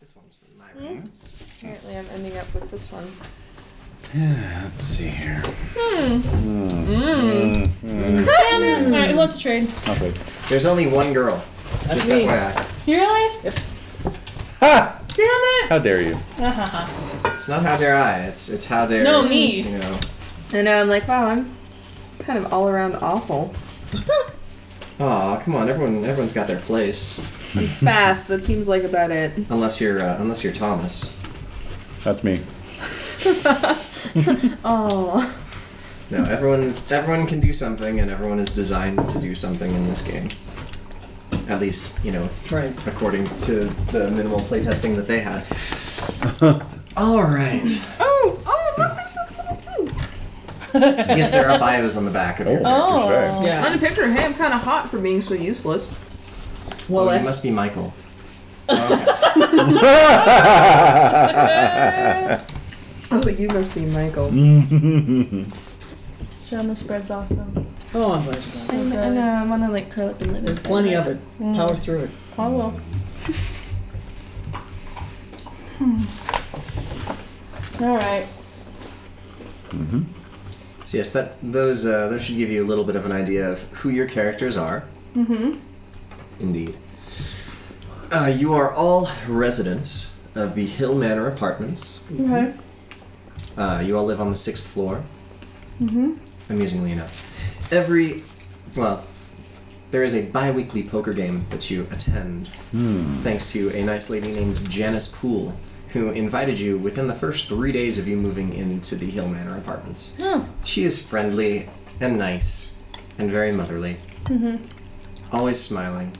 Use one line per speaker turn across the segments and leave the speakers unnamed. This one's from my
Hmm?
reads.
Apparently, I'm ending up with this one.
Let's see here.
Hmm.
Mm, mm.
All right, who wants to trade?
Okay.
There's only one girl.
That's
just
me.
FYI.
You really?
Ha!
Damn it!
How dare you?
Uh-huh.
It's not how dare I. It's it's how dare
No, me.
You know.
I know. I'm like, wow, I'm kind of all around awful.
Aw, come on. Everyone everyone's got their place.
I'm fast. That seems like about it.
Unless you're uh, unless you're Thomas.
That's me.
oh.
No, everyone's everyone can do something, and everyone is designed to do something in this game. At least, you know,
Right.
according to the minimal playtesting that they had.
That's
All right.
Oh. Oh. Look, there's something. blue.
yes, there are bios on the back of your
Oh.
Oh.
Just
Yeah.
On the picture, hey, I'm kind of hot for being so useless.
Well,
Oh, you
that's
must be Michael. Okay.
Oh, you must be Michael.
Jonah spread's awesome.
oh, I'm glad you got
I
it.
know. I know, I want to like curl up and live.
There's
inside
plenty
my-
of it. Power through it.
I will. All right.
So yes, that those uh, those should give you a little bit of an idea of who your characters are.
Mm-hmm.
Indeed. Uh, you are all residents of the Hill Manor Apartments.
Okay.
Uh, you all live on the sixth floor.
Mm-hmm.
amusingly enough. Every, well, there is a bi weekly poker game that you attend thanks to a nice lady named Janice Poole, who invited you within the first three days of you moving into the Hill Manor apartments.
Oh.
She is friendly and nice and very motherly,
Mm-hmm.
always smiling,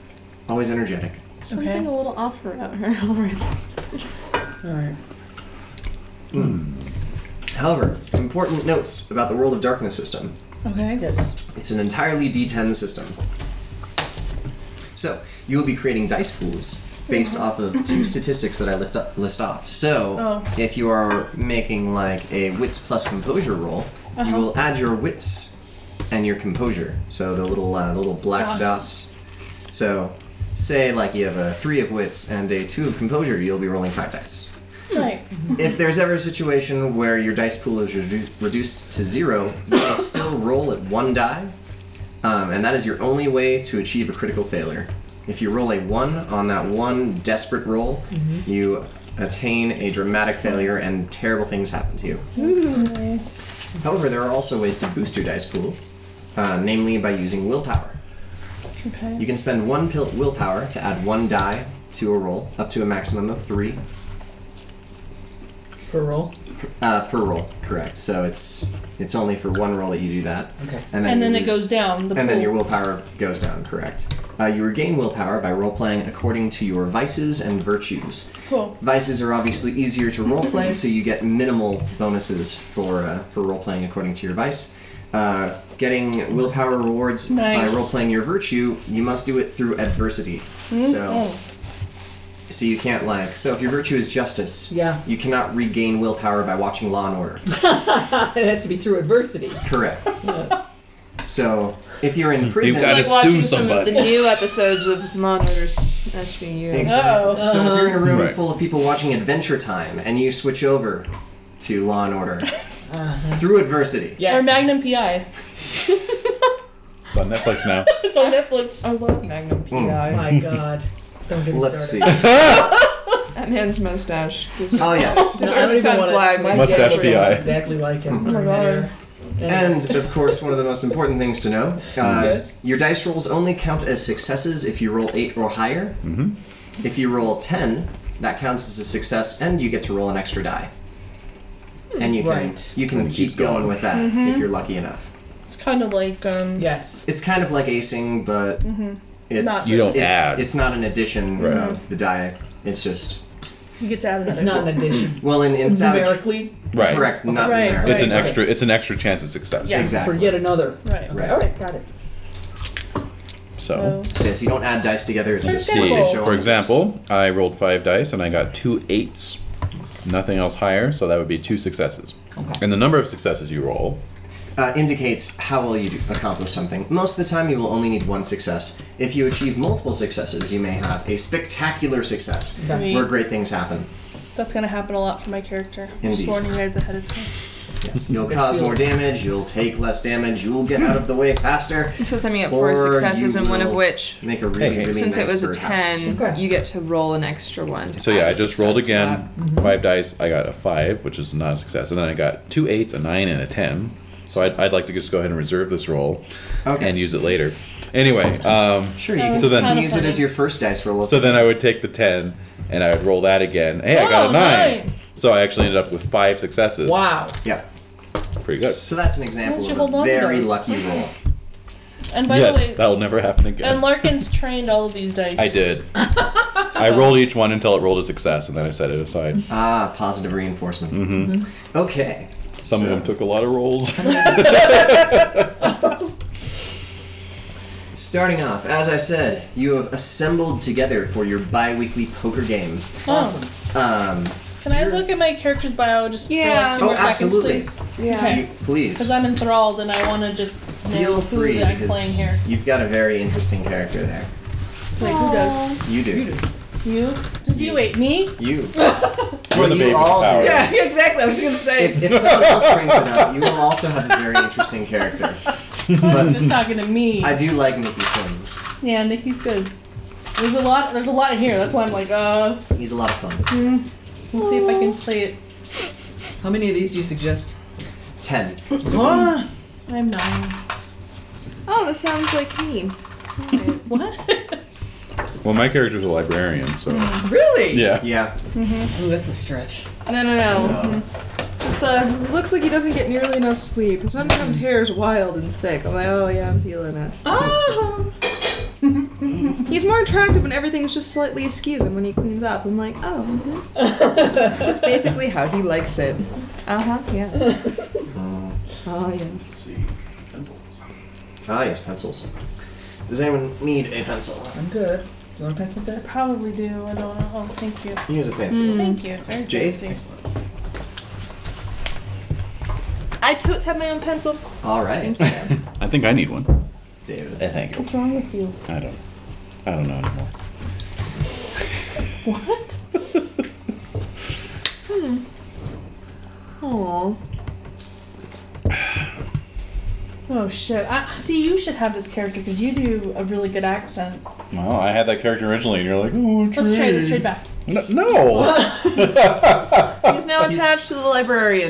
always energetic.
Something a little off about her already.
All right.
However, important notes about the World of Darkness system.
Okay.
Yes.
It's an entirely D10 system. So, you will be creating dice pools based off of two statistics that I lift up, list off. So,
Oh.
if you are making like a wits plus composure roll, you
Uh-huh.
will add your wits and your composure. So, the little uh, the little black
Dots.
dots. So, say like you have a 3 of wits and a 2 of composure, you'll be rolling 5 dice.
Right.
If there's ever a situation where your dice pool is redu- reduced to zero, you may still roll at one die, um, and that is your only way to achieve a critical failure. If you roll a one on that one desperate roll, you attain a dramatic failure and terrible things happen to you. However, there are also ways to boost your dice pool, uh, namely by using willpower.
Okay.
You can spend one pil- willpower to add one die to a roll, up to a maximum of three
Per roll.
Uh, per roll, correct. So it's it's only for one roll that you do that,
Okay.
and then
And then
you
it
lose-
goes down the
and then
pool.
your willpower goes down, correct. Uh, you regain willpower by role playing according to your vices and virtues.
Cool.
Vices are obviously easier to role play, so you get minimal bonuses for uh, for role playing according to your vice. Uh, getting willpower rewards
Nice.
by role playing your virtue, you must do it through adversity. So so you can't like so if your virtue is justice,
Yeah.
you cannot regain willpower by watching Law and Order.
it has to be through adversity.
Correct. So if you're in prison,
gotta
like watching
sue
some of the
somebody.
new episodes of Monitors SVU.
Exactly.
Uh-oh.
so if you're in a room
Right.
full of people watching Adventure Time and you switch over to Law and Order through adversity,
Yes.
Or Magnum PI.
It's on Netflix now.
It's on Netflix.
I love Magnum PI.
Hmm.
My God. Don't get me
let's see.
started.
That man's mustache.
Oh yes,
Just
I don't
as
even
time
wanna-
fly,
my
my
Mustache
dad
PI.
looks Exactly like him.
my God.
Anyway.
and of course one of the most important things to know: uh,
Yes.
your dice rolls only count as successes if you roll eight or higher.
Mhm.
If you roll ten, that counts as a success, and you get to roll an extra die. And you can
Right.
you can
And it
keep
keeps going.
going with that if you're lucky enough.
It's kind of like um.
yes.
it's kind of like acing, but it's
Not-
You don't
it's,
add.
It's not an addition
Right.
of the die. It's just
You get to add another.
It's not an addition.
well in in Savage,
Numerically,
Right.
correct, not
Right,
numeric.
It's an
Right.
extra. It's an extra chance at success.
Yeah.
Exactly.
for yet another.
Right.
Right.
All right. Got it.
So,
So yes, you don't add dice together. It's just
Okay.
what they show
for
on-
example, I rolled five dice and I got two eights, nothing else higher, so that would be two successes.
Okay.
And the number of successes you roll
uh, indicates how well you do accomplish something. Most of the time, you will only need one success. If you achieve multiple successes, you may have a spectacular success
Sweet.
where great things happen.
That's gonna happen a lot for my character. I'm
Indeed.
just warning you guys ahead of time.
Yes, you'll
That's
cause
cool.
more damage. You'll take less damage. You will get out of the way faster.
It says I'm at four
Or
successes,
you
and one of
will-
which,
Make a really,
Hey, hey.
really
since it
nice
was a
bird house.
ten,
Okay.
you get to roll an extra one. to
So
add
yeah,
a
I just rolled
success to
again,
that.
five dice. I got a five, which is not a success, and then I got two eights, a nine, and a ten. So I'd, I'd like to just go ahead and reserve this roll
Okay.
and use it later. Anyway, um,
Sure, you
That
can
was
So then-
kinda
use it as
funny.
your first dice roll.
so then I would take the ten and I would roll that again. Hey, I got
Oh,
a nine.
nine.
So I actually ended up with five successes.
Wow.
yeah.
pretty good.
So that's an
Why don't
example
you
of
hold
a
on to
very
those?
lucky roll.
And by
yes,
the way,
that will never happen again.
and Larkin's trained all of these dice.
I did. I rolled each one until it rolled a success, and then I set it aside.
Ah, positive reinforcement.
Mhm.
Okay.
Some of
So-
them took a lot of rolls.
Starting off, as I said, you have assembled together for your bi weekly poker game.
Oh,
Awesome.
Um,
Can I look at my character's bio just
Yeah.
for like two
Oh,
more
absolutely.
seconds, please?
Yeah.
Okay.
you- please,
Because I'm enthralled and I want to just know
feel
who
free
that I'm
because
playing here.
you've got a very interesting character there.
Like who does?
You do.
You? Does you? Wait, me?
You.
You're the
you
baby with
all
power.
do.
Yeah, exactly. I was gonna say.
If, if someone else brings it up, you will also have a very interesting character.
I'm
But
just talking to me.
I do like Nikki Sims.
Yeah, Nikki's good. There's a lot. There's a lot in here. That's why I'm like, uh,
He's a lot of fun.
hmm, let's see if I can play it.
How many of these do you suggest?
Ten.
Huh?
I'm nine.
Oh, this sounds like me.
What?
well, my character's a librarian, so
Mm-hmm. Really?
yeah.
Yeah.
Ooh, that's a stretch.
No, no, no.
Just the looks like he doesn't get nearly enough sleep. His uncombed hair is wild and thick. I'm like, oh yeah, I'm feeling it.
Ah.
He's more attractive when everything's just slightly askew than when he cleans up. I'm like, oh, mhm.
Just
basically how he likes it. Uh
Uh-huh,
huh. Yeah.
Um,
Oh yes.
Let's see. Pencils. Ah, yes, pencils. Does anyone need a pencil?
I'm good. Do you want a pencil test?
Probably do. I don't know. Oh, thank you.
Here's a fancy one.
Thank you. It's very
Jade?
fancy.
I totes have my own pencil.
Hmm.
All right,
I think I need one.
David.
I think.
What's wrong with you?
I don't. I don't know anymore.
What?
Aw.
Oh shit! I, see, you should have this character because you do a really good accent.
Well, I had that character originally, and you're like, oh,
Let's trade. Let's trade back.
No. no.
He's now attached to the librarian.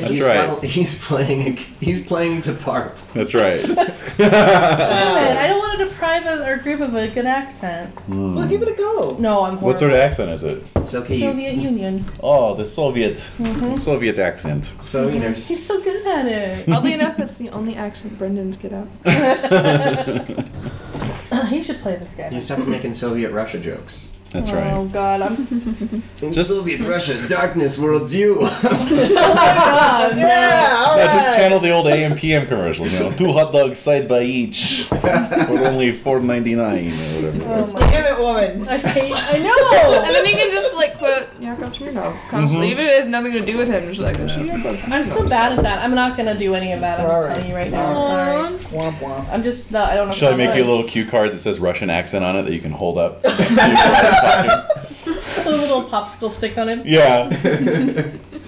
That's
He's
right.
got a- he's playing. He's playing to parts.
That's right.
Damn it, I don't want to deprive us- our group of a good accent.
Hmm.
Well, give it a go.
No, I'm horrible.
What sort of accent is it?
It's okay. You,
Soviet Union?
Oh, the Soviet, Soviet accent.
so you know, just
He's so good at it.
Oddly enough, that's the only accent Brendan's get out.
That's
he should play this guy.
you just have to make in Soviet Russia jokes.
Oh
right.
god, I'm so
In
Just-
Soviet Russia, darkness world's you.
god.
Yeah. All
No, just channel the old AM PM commercial. You know, two hot dogs side by each for only four ninety nine or whatever. it was.
Oh my,
Damn it, woman.
I hate. I know.
And then you can just like quote Yakov Smirnov constantly,
Mm-hmm.
even if it has nothing to do with him. Just like, oh, she Yakov
I'm so bad at that. I'm not gonna do any of that. I'm just
Alright.
telling you right now. I'm sorry.
Smirnov.
Womp womp.
I'm just not. I don't know.
Shall I
how
make
to
you a
play.
little cue card that says Russian accent on it that you can hold up? next to you while you're talking?
a little popsicle stick on him?
yeah.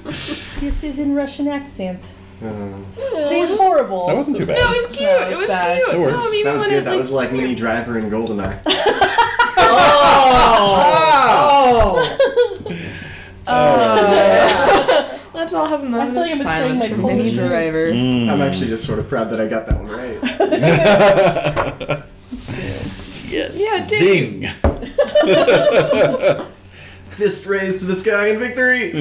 This is in Russian accent.
Um,
See, it's horrible.
That wasn't too bad.
No, it was cute.
No, it's
it was
bad.
cute.
It
no,
works.
and even
that was
when
good.
It,
That was like mini driver in
Hmm.
Goldeneye.
Oh.
Oh.
Let's all have a
I feel
moment of
like I'm betraying
silence
my
for
Polish
Mini
roots.
Driver.
Mm.
I'm actually just sort of proud that I got that one right.
yes.
Yeah, dude.
Zing.
Fist raised to the sky in victory.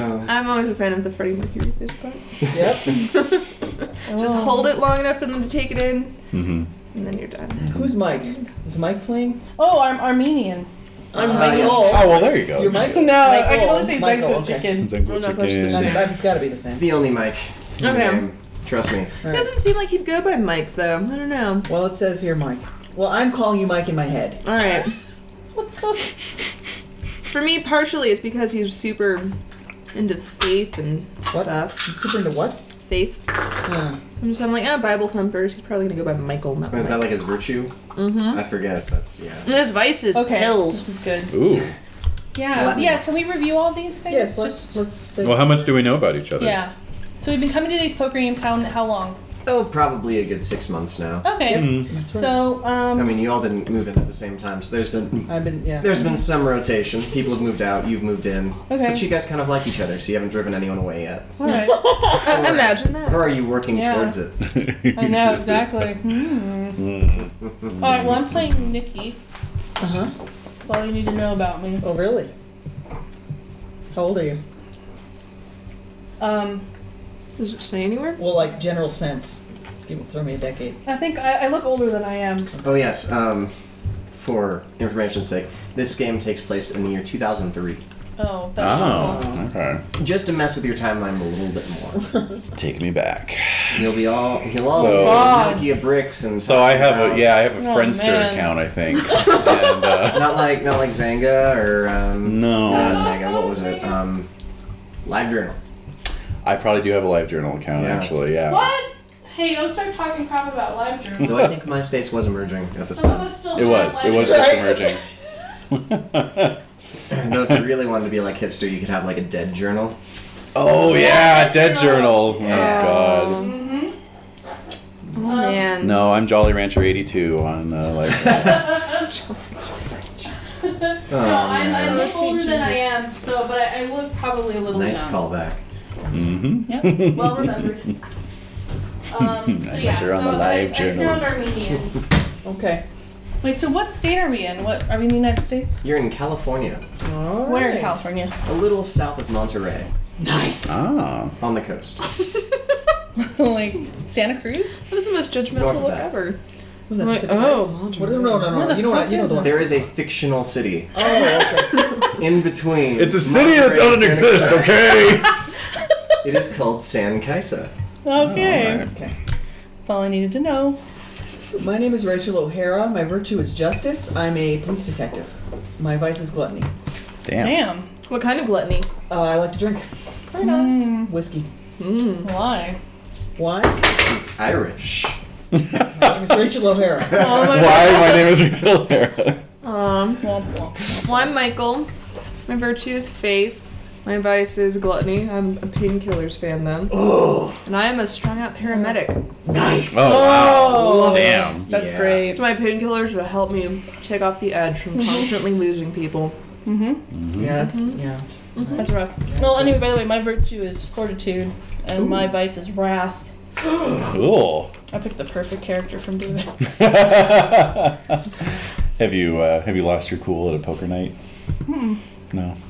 Oh.
I'm always a fan of the Freddie Mercury fist part.
Yep.
Just
Oh.
hold it long enough for them to take it in,
Mhm.
and then you're done.
Who's Mike? Is Mike playing?
Oh, I'm Armenian.
I'm
Uh,
Michael.
yes.
Oh well, there you go.
You're Michael.
No, I
Michael.
can only say
Michael,
Zenko
okay.
chicken.
Zenko
Well, no, that's
chicken.
It's- It's got to be the
It's
same.
the only mic. in the
Okay.
game. Trust me.
All right.
Doesn't seem like he'd go by Mike though. I don't know.
Well, it says here Mike. Well, I'm calling you Mike in my head.
All right. For me, partially, it's because he's super into faith and
What?
stuff.
You super into what?
faith.
Huh.
And so I'm like, ah, Bible thumpers. He's probably gonna go by Michael, not
Is
Mike.
that like his virtue?
Mm-hmm.
I forget if that's yeah.
And his vice is
Okay,
pills.
this is good.
Ooh.
Yeah,
Latin.
yeah. Can we review all these things?
Yes, let's let's.
Well, how much do we know about each other?
Yeah. So we've been coming to these poker games how how long?
Oh, probably a good six months now.
Okay.
Mm.
That's right.
So um.
I mean, you all didn't move in at the same time, so there's been
I've been yeah.
there's been some rotation. People have moved out, you've moved in,
Okay.
but you guys kind of like each other, so you haven't driven anyone away yet.
all right.
Or-
imagine that.
Or are you working
Yeah.
towards it?
I know exactly. Hmm.
Mm.
All right. Well, I'm playing Nikki.
Uh huh.
That's all you need to know about me.
Oh really? How old are you?
Um.
Does it stay anywhere?
Well, like general sense. Give, throw me a decade.
I think I, I look older than I am.
Oh yes. Um, for information's sake, this game takes place in the year 2003.
Oh, that's awful.
Oh, okay.
Just to mess with your timeline a little bit more,
Take me back.
you'll be all you'll all
So-
so,
God.
be Nokia bricks and
So I
talking
have
about-
a yeah, I have a
Oh,
Friendster
man.
account, I think. and, uh,
Not like not like Zanga or um, not
no,
Zanga. What was it? Um, LiveJournal.
I probably do have a LiveJournal account
Yeah.
actually. Yeah.
What? Hey, don't start talking crap about live journal.
Though I think MySpace was emerging at this
Some of
point.
us still
It was. It was just emerging.
Though if you really wanted to be like hipster, you could have like a dead journal.
oh yeah, Dead Journal.
Yeah.
Oh god.
Mm-hmm.
Oh, man.
No, I'm Jolly Rancher 82 on uh, like.
Oh,
no, I'm,
man.
I look
Must be
older than I
Jesus.
am, so but I, I look probably a little
Nice
young.
callback.
hmm
Yep, well remembered. Um, so
I
yeah,
enter on
so
the live
I,
journal.
I sound Armenian.
Okay.
Wait, so what state are we in? What are we in the United States?
You're in California,
All right.
Where in California?
a little south of Monterey,
Nice.
Ah.
on the coast.
like Santa Cruz?
That was the most
North
judgmental
of
look
that.
ever.
Was that
Wait,
Pacific
oh,
Heights?
Monterey.
What is, no, no, no, no.
What the
You know what? I- You know
fuck
the one.
There is a fictional city
Oh, okay.
in between.
It's a city that
Monterey
doesn't
and Santa
exist,
Cruz.
okay?
It is called San Kaisa.
Oh,
Okay,
Alright.
that's all I needed to know.
My name is Rachel O'Hara. My virtue is justice. I'm a police detective. My vice is gluttony.
Damn.
Damn.
What kind of gluttony?
Uh, I like to drink
Right on.
whiskey.
Hmm, why?
Why?
She's Irish.
My name is Rachel O'Hara.
Oh, my
Why? My name is Rachel O'Hara.
Um,
Womp womp.
well, I'm Michael. My virtue is faith. My vice is gluttony. I'm a painkillers fan then.
Oh,
And I am a strung out paramedic.
nice.
Oh, wow.
love it.
Damn.
That's
Yeah.
great.
My painkillers will help me take off the edge from constantly losing people.
Mm-hmm.
Yeah, that's, yeah. that's-
That's rough. Well, anyway, by the way, my virtue is fortitude, and my vice is wrath.
Cool.
I picked the perfect character from David.
have you uh, have you lost your cool at a poker night? No.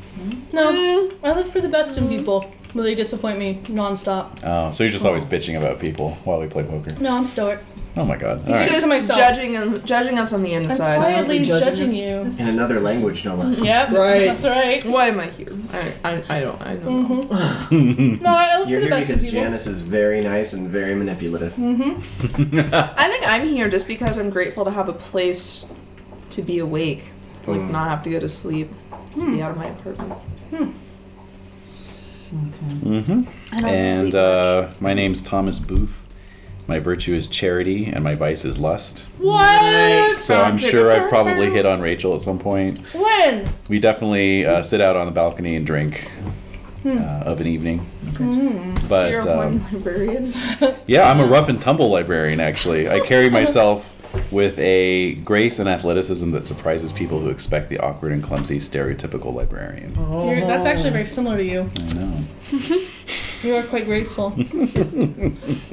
Mm.
No, I look for the best in people, but they disappoint me nonstop.
Oh, so you're just always bitching about people while we play poker.
No, I'm stoic.
Oh my god. All
You
right.
should-
Just
myself.
judging and judging us on the
I'm
inside.
quietly
judging
judging
us.
you.
In another language, no less.
Yep,
Right.
that's right.
Why am I here? I, I, I don't I don't know.
Mm-hmm. No, I look
You're
for
here
the best
because
in people.
Janice is very nice and very manipulative.
Mm-hmm.
I think I'm here just because I'm grateful to have a place to be awake, to like
Mm.
not have to go to sleep, to be out of my apartment.
hmm
I don't
And
sleep.
uh, my name's Thomas Booth. My virtue is charity, and my vice is lust.
what?
So I'm sure I've probably hit on Rachel at some point.
When?
We definitely uh, sit out on the balcony and drink uh, of an evening.
Hmm. So you're
But
a horny
um,
librarian.
yeah, I'm a rough and tumble librarian. Actually, I carry myself with a grace and athleticism that surprises people who expect the awkward and clumsy stereotypical librarian.
Oh.
You're,
Oh.
that's actually very similar to you.
I know.
You are quite graceful.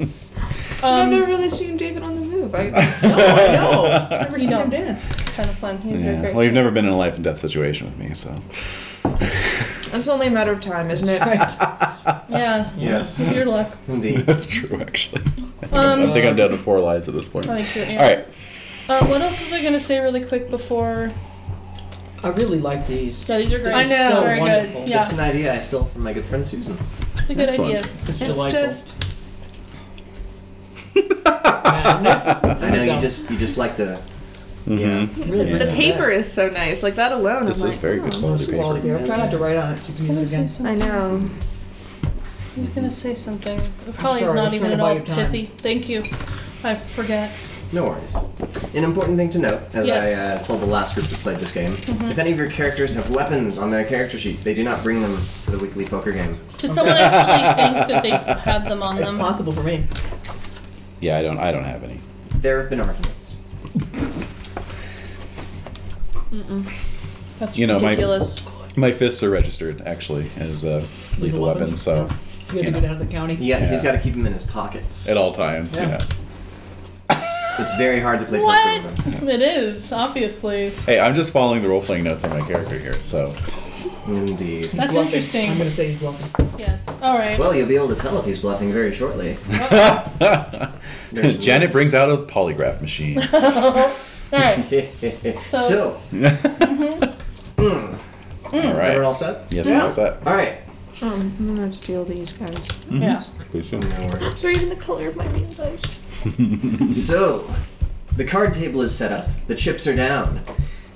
I've never
um,
really seen David on the move. I,
No,
never seen him dance. Kind of fun. He's very
Yeah.
great.
Well, you've never been in a life and death situation with me, so.
it's only a matter of time, isn't it?
yeah.
Yes,
Your luck.
indeed.
That's true, actually. I think, I'm,
Um,
I think I'm down to four lives at this point.
I like your answer.
All right.
Uh, what else was I gonna say really quick before?
I really like these.
Yeah, these are great.
I know. So
very
wonderful.
good. Yeah,
It's an idea I stole from my good friend Susan.
it's a good
Excellent.
idea.
It's,
It's
delightful.
just
I know you just you just like to. Yeah.
Mhm.
really
the
yeah.
paper is so nice. Like that alone.
This
I'm
is
like,
very good
oh.
quality
Quality.
paper.
I'm trying not to write on it. So it's me again.
I know.
I was gonna say something. It probably
sorry, I was
is not even
trying
at
to buy
all
you time.
pithy. Thank you. I forget.
No worries. An important thing to note, as I
Yes. Mm-hmm.
uh, told the last group that played this game, if any of your characters have weapons on their character sheets, they do not bring them to the weekly poker game.
Did someone actually think that they had them on
It's
them?
possible for me.
Yeah, I don't. I don't have any.
There have been arguments.
That's
You know, my-
ridiculous.
My fists are registered actually as uh, lethal weapons, so
You had to
Yeah.
get out of the county.
Yeah, uh, he's
Yeah.
got to keep them in his pockets.
at all times.
Yeah.
yeah.
It's very hard to play
What?
poker with them.
It is obviously.
Hey, I'm just following the role playing notes on my character here, so
Indeed.
That's
Bluffing.
interesting.
I'm going to say he's bluffing.
Yes. All right.
Well, you'll be able to tell if he's bluffing very shortly. There's
Janet
rules.
brings out a polygraph machine.
all right.
so, mm,
All
everyone
right.
all set?
Yes, yeah. that?
All right.
Oh, I'm gonna steal these guys.
Yeah.
No worries.
They're even the color of my real dice.
So, the card table is set up. The chips are down.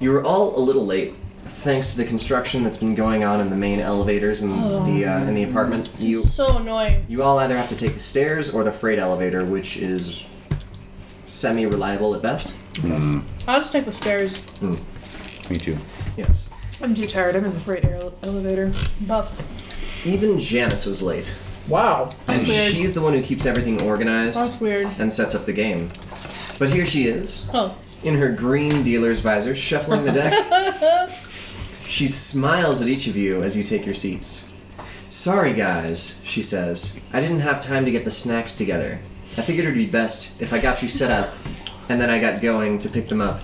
You were all a little late, thanks to the construction that's been going on in the main elevators and the uh, in the apartment.
Oh,
You
So annoying.
you all either have to take the stairs or the freight elevator, which is semi-reliable at best.
Mm,
I'll just take the stairs.
me too.
Yes.
I'm too tired. I'm in the freight ele- elevator.
Buff.
Even Janice was late,
Wow.
and she's the one who keeps everything organized
That's weird.
and sets up the game. But here she is,
Oh.
in her green dealer's visor, shuffling the deck. She smiles at each of you as you take your seats. Sorry, guys, she says. I didn't have time to get the snacks together. I figured it'd be best if I got you set up, and then I got going to pick them up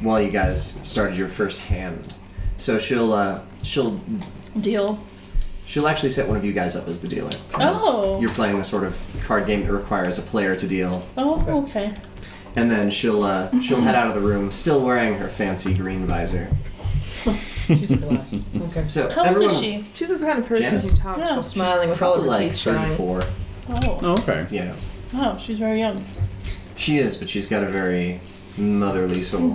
while you guys started your first hand. So she'll uh, she'll
Deal.
she'll actually set one of you guys up as the dealer. 'cause
Oh.
You're playing the sort of card game that requires a player to deal,
Oh, okay.
and then she'll uh, she'll
Mm-hmm.
head out of the room, still wearing her fancy green visor.
She's a blast. Okay.
So
How old
everyone,
is she?
She's the kind of person
Janice?
who talks
Yeah.
while smiling with all of
Probably
her
like
teeth showing.
34.
Oh.
Oh, okay.
Yeah.
Wow, she's very young.
She is, but she's got a very motherly soul.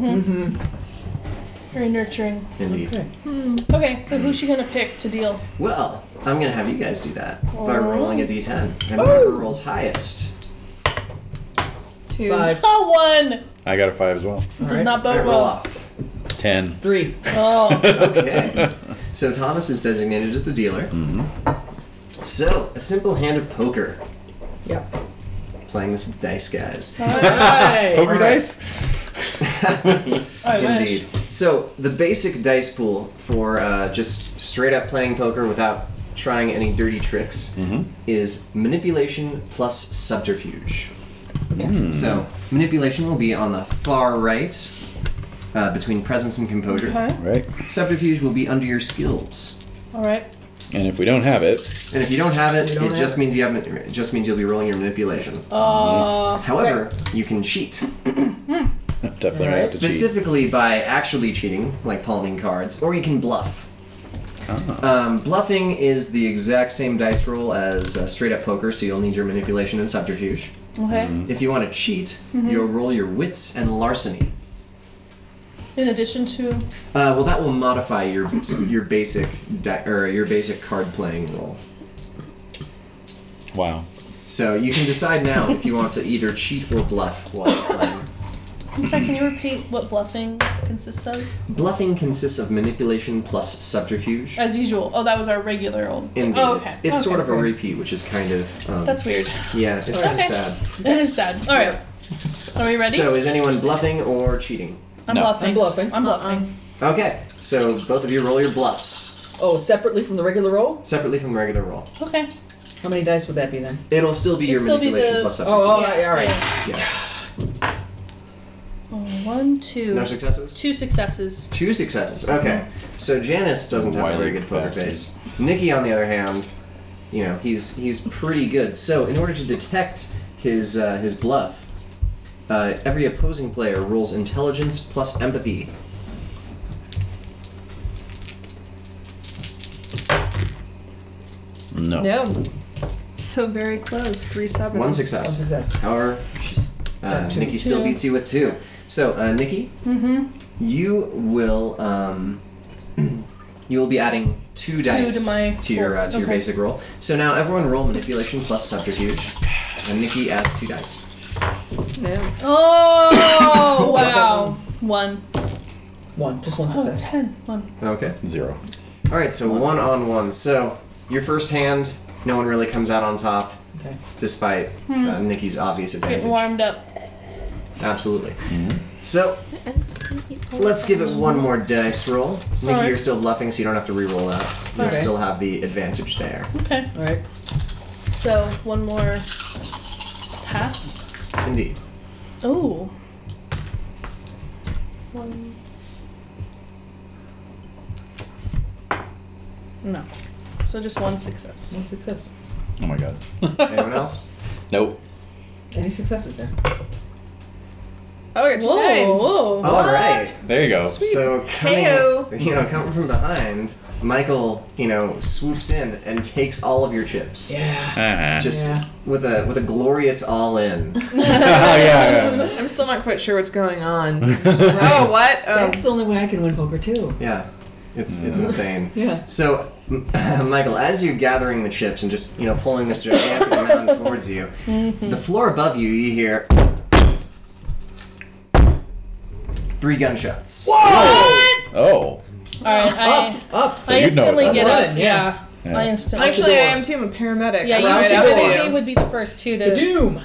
Very nurturing.
Indeed.
Okay.
Mm-hmm.
Hmm.
Okay, so who's she gonna pick to deal?
Well, I'm gonna have you guys do that by
Alright.
rolling a d10, and whoever rolls highest,
Two.
Five.
Oh, one!
I got a five as well.
All
Does
right.
not
I
bode
roll
well.
off.
Ten.
Three.
Oh.
Okay. so Thomas is designated as the dealer. So a simple hand of poker.
Yep.
Playing this with dice, guys.
Hey.
Poker dice.
I wish.
Indeed. So the basic dice pool for uh, just straight up playing poker without trying any dirty tricks is manipulation plus subterfuge. So manipulation will be on the far right, uh, between presence and composure.
Okay.
Right.
Subterfuge will be under your skills,
All right.
And if we don't have it,
and if you don't have it,
You don't
it
have
just means you have it just means you'll be rolling your manipulation.
Uh,
However, you can cheat.
definitely
Alright.
have to cheat.
Specifically by actually cheating, like palming cards, or you can bluff. Um, bluffing is the exact same dice roll as uh, straight up poker, so you'll need your manipulation and subterfuge.
okay.
If you want to cheat,
Mm-hmm.
you'll roll your wits and larceny.
In addition to.
Uh, well, that will modify your your basic di- or your basic card playing roll.
Wow.
So you can decide now if you want to either cheat or bluff while you're playing.
I'm sorry, can you repeat what bluffing consists of?
Bluffing consists of manipulation plus subterfuge.
As usual. Oh, that was our regular old.
Indeed,
Oh, okay.
it's, it's
okay.
sort of a repeat, which is kind of um,
That's weird.
yeah, it's kind
Okay.
of sad.
It is sad. All right. Are we ready?
So is anyone bluffing or cheating?
I'm
No.
bluffing.
I'm bluffing.
I'm bluffing.
Okay, so both of you roll your bluffs
Oh, separately from the regular roll?
separately from the regular roll.
Uh-uh.
Okay.
How many dice would that be then?
It'll still be your
It'll still be
manipulation
the-
plus subterfuge.
Oh, all right. All right.
Yeah.
Oh, one, two.
No successes.
two successes.
Two successes. Okay. So Janice doesn't have a
Wily
very good poker
bastard.
face. Nikki, on the other hand, you know, he's he's pretty good. So in order to detect his uh, his bluff, uh, every opposing player rolls intelligence plus empathy.
No.
No. So very close. Three sevens.
One
One
success.
success.
However, she's, uh,
Got two.
Nikki still
Two.
beats you with two. So uh,
Mm-hmm.
Nikki, you will um, you will be adding two dice
to my
your
roll.
uh, to your
Okay.
basic roll. So now everyone roll manipulation plus subterfuge, and Nikki adds two dice.
No.
Oh wow. One.
One, just one
Oh, ten.
success.
One.
Okay.
Zero.
All right. So one on one. So your first hand, no one really comes out on top,
Okay.
despite uh, Nikki's obvious advantage.
Getting warmed up.
Absolutely. So let's give it one more dice roll. Nikki,
Alright.
you're still bluffing, so you don't have to re-roll that. You'll
Okay.
still have the advantage there.
Okay.
All right.
So one more pass.
Indeed.
Oh. One. No. So just one success.
One success.
Oh my god.
Anyone else?
Nope.
Any successes there?
Oh, it's tens.
Whoa.
All right.
There you go.
So coming,
Heyo.
you know, coming from behind, Michael, you know, swoops in and takes all of your chips.
Yeah.
Ah.
Just
Yeah.
with a with a glorious all in.
Oh, yeah,
I'm still not quite sure what's going on.
yeah.
oh, what? Oh.
That's the only way I can win poker too.
Yeah, it's it's
Mm.
Yeah.
insane.
Yeah.
So, Michael, as you're gathering the chips and just you know pulling this gigantic mountain towards you,
Mm-hmm.
the floor above you, you hear three gunshots.
oh.
Alright, I,
Up, up.
So
I
you know
instantly
that.
get
Run,
it.
yeah.
Yeah.
Yeah.
I instantly.
Actually, I am too. I'm a paramedic.
yeah,
I'm
you
right
should
after
go with
you.
me. Would be the first two to.
Doom.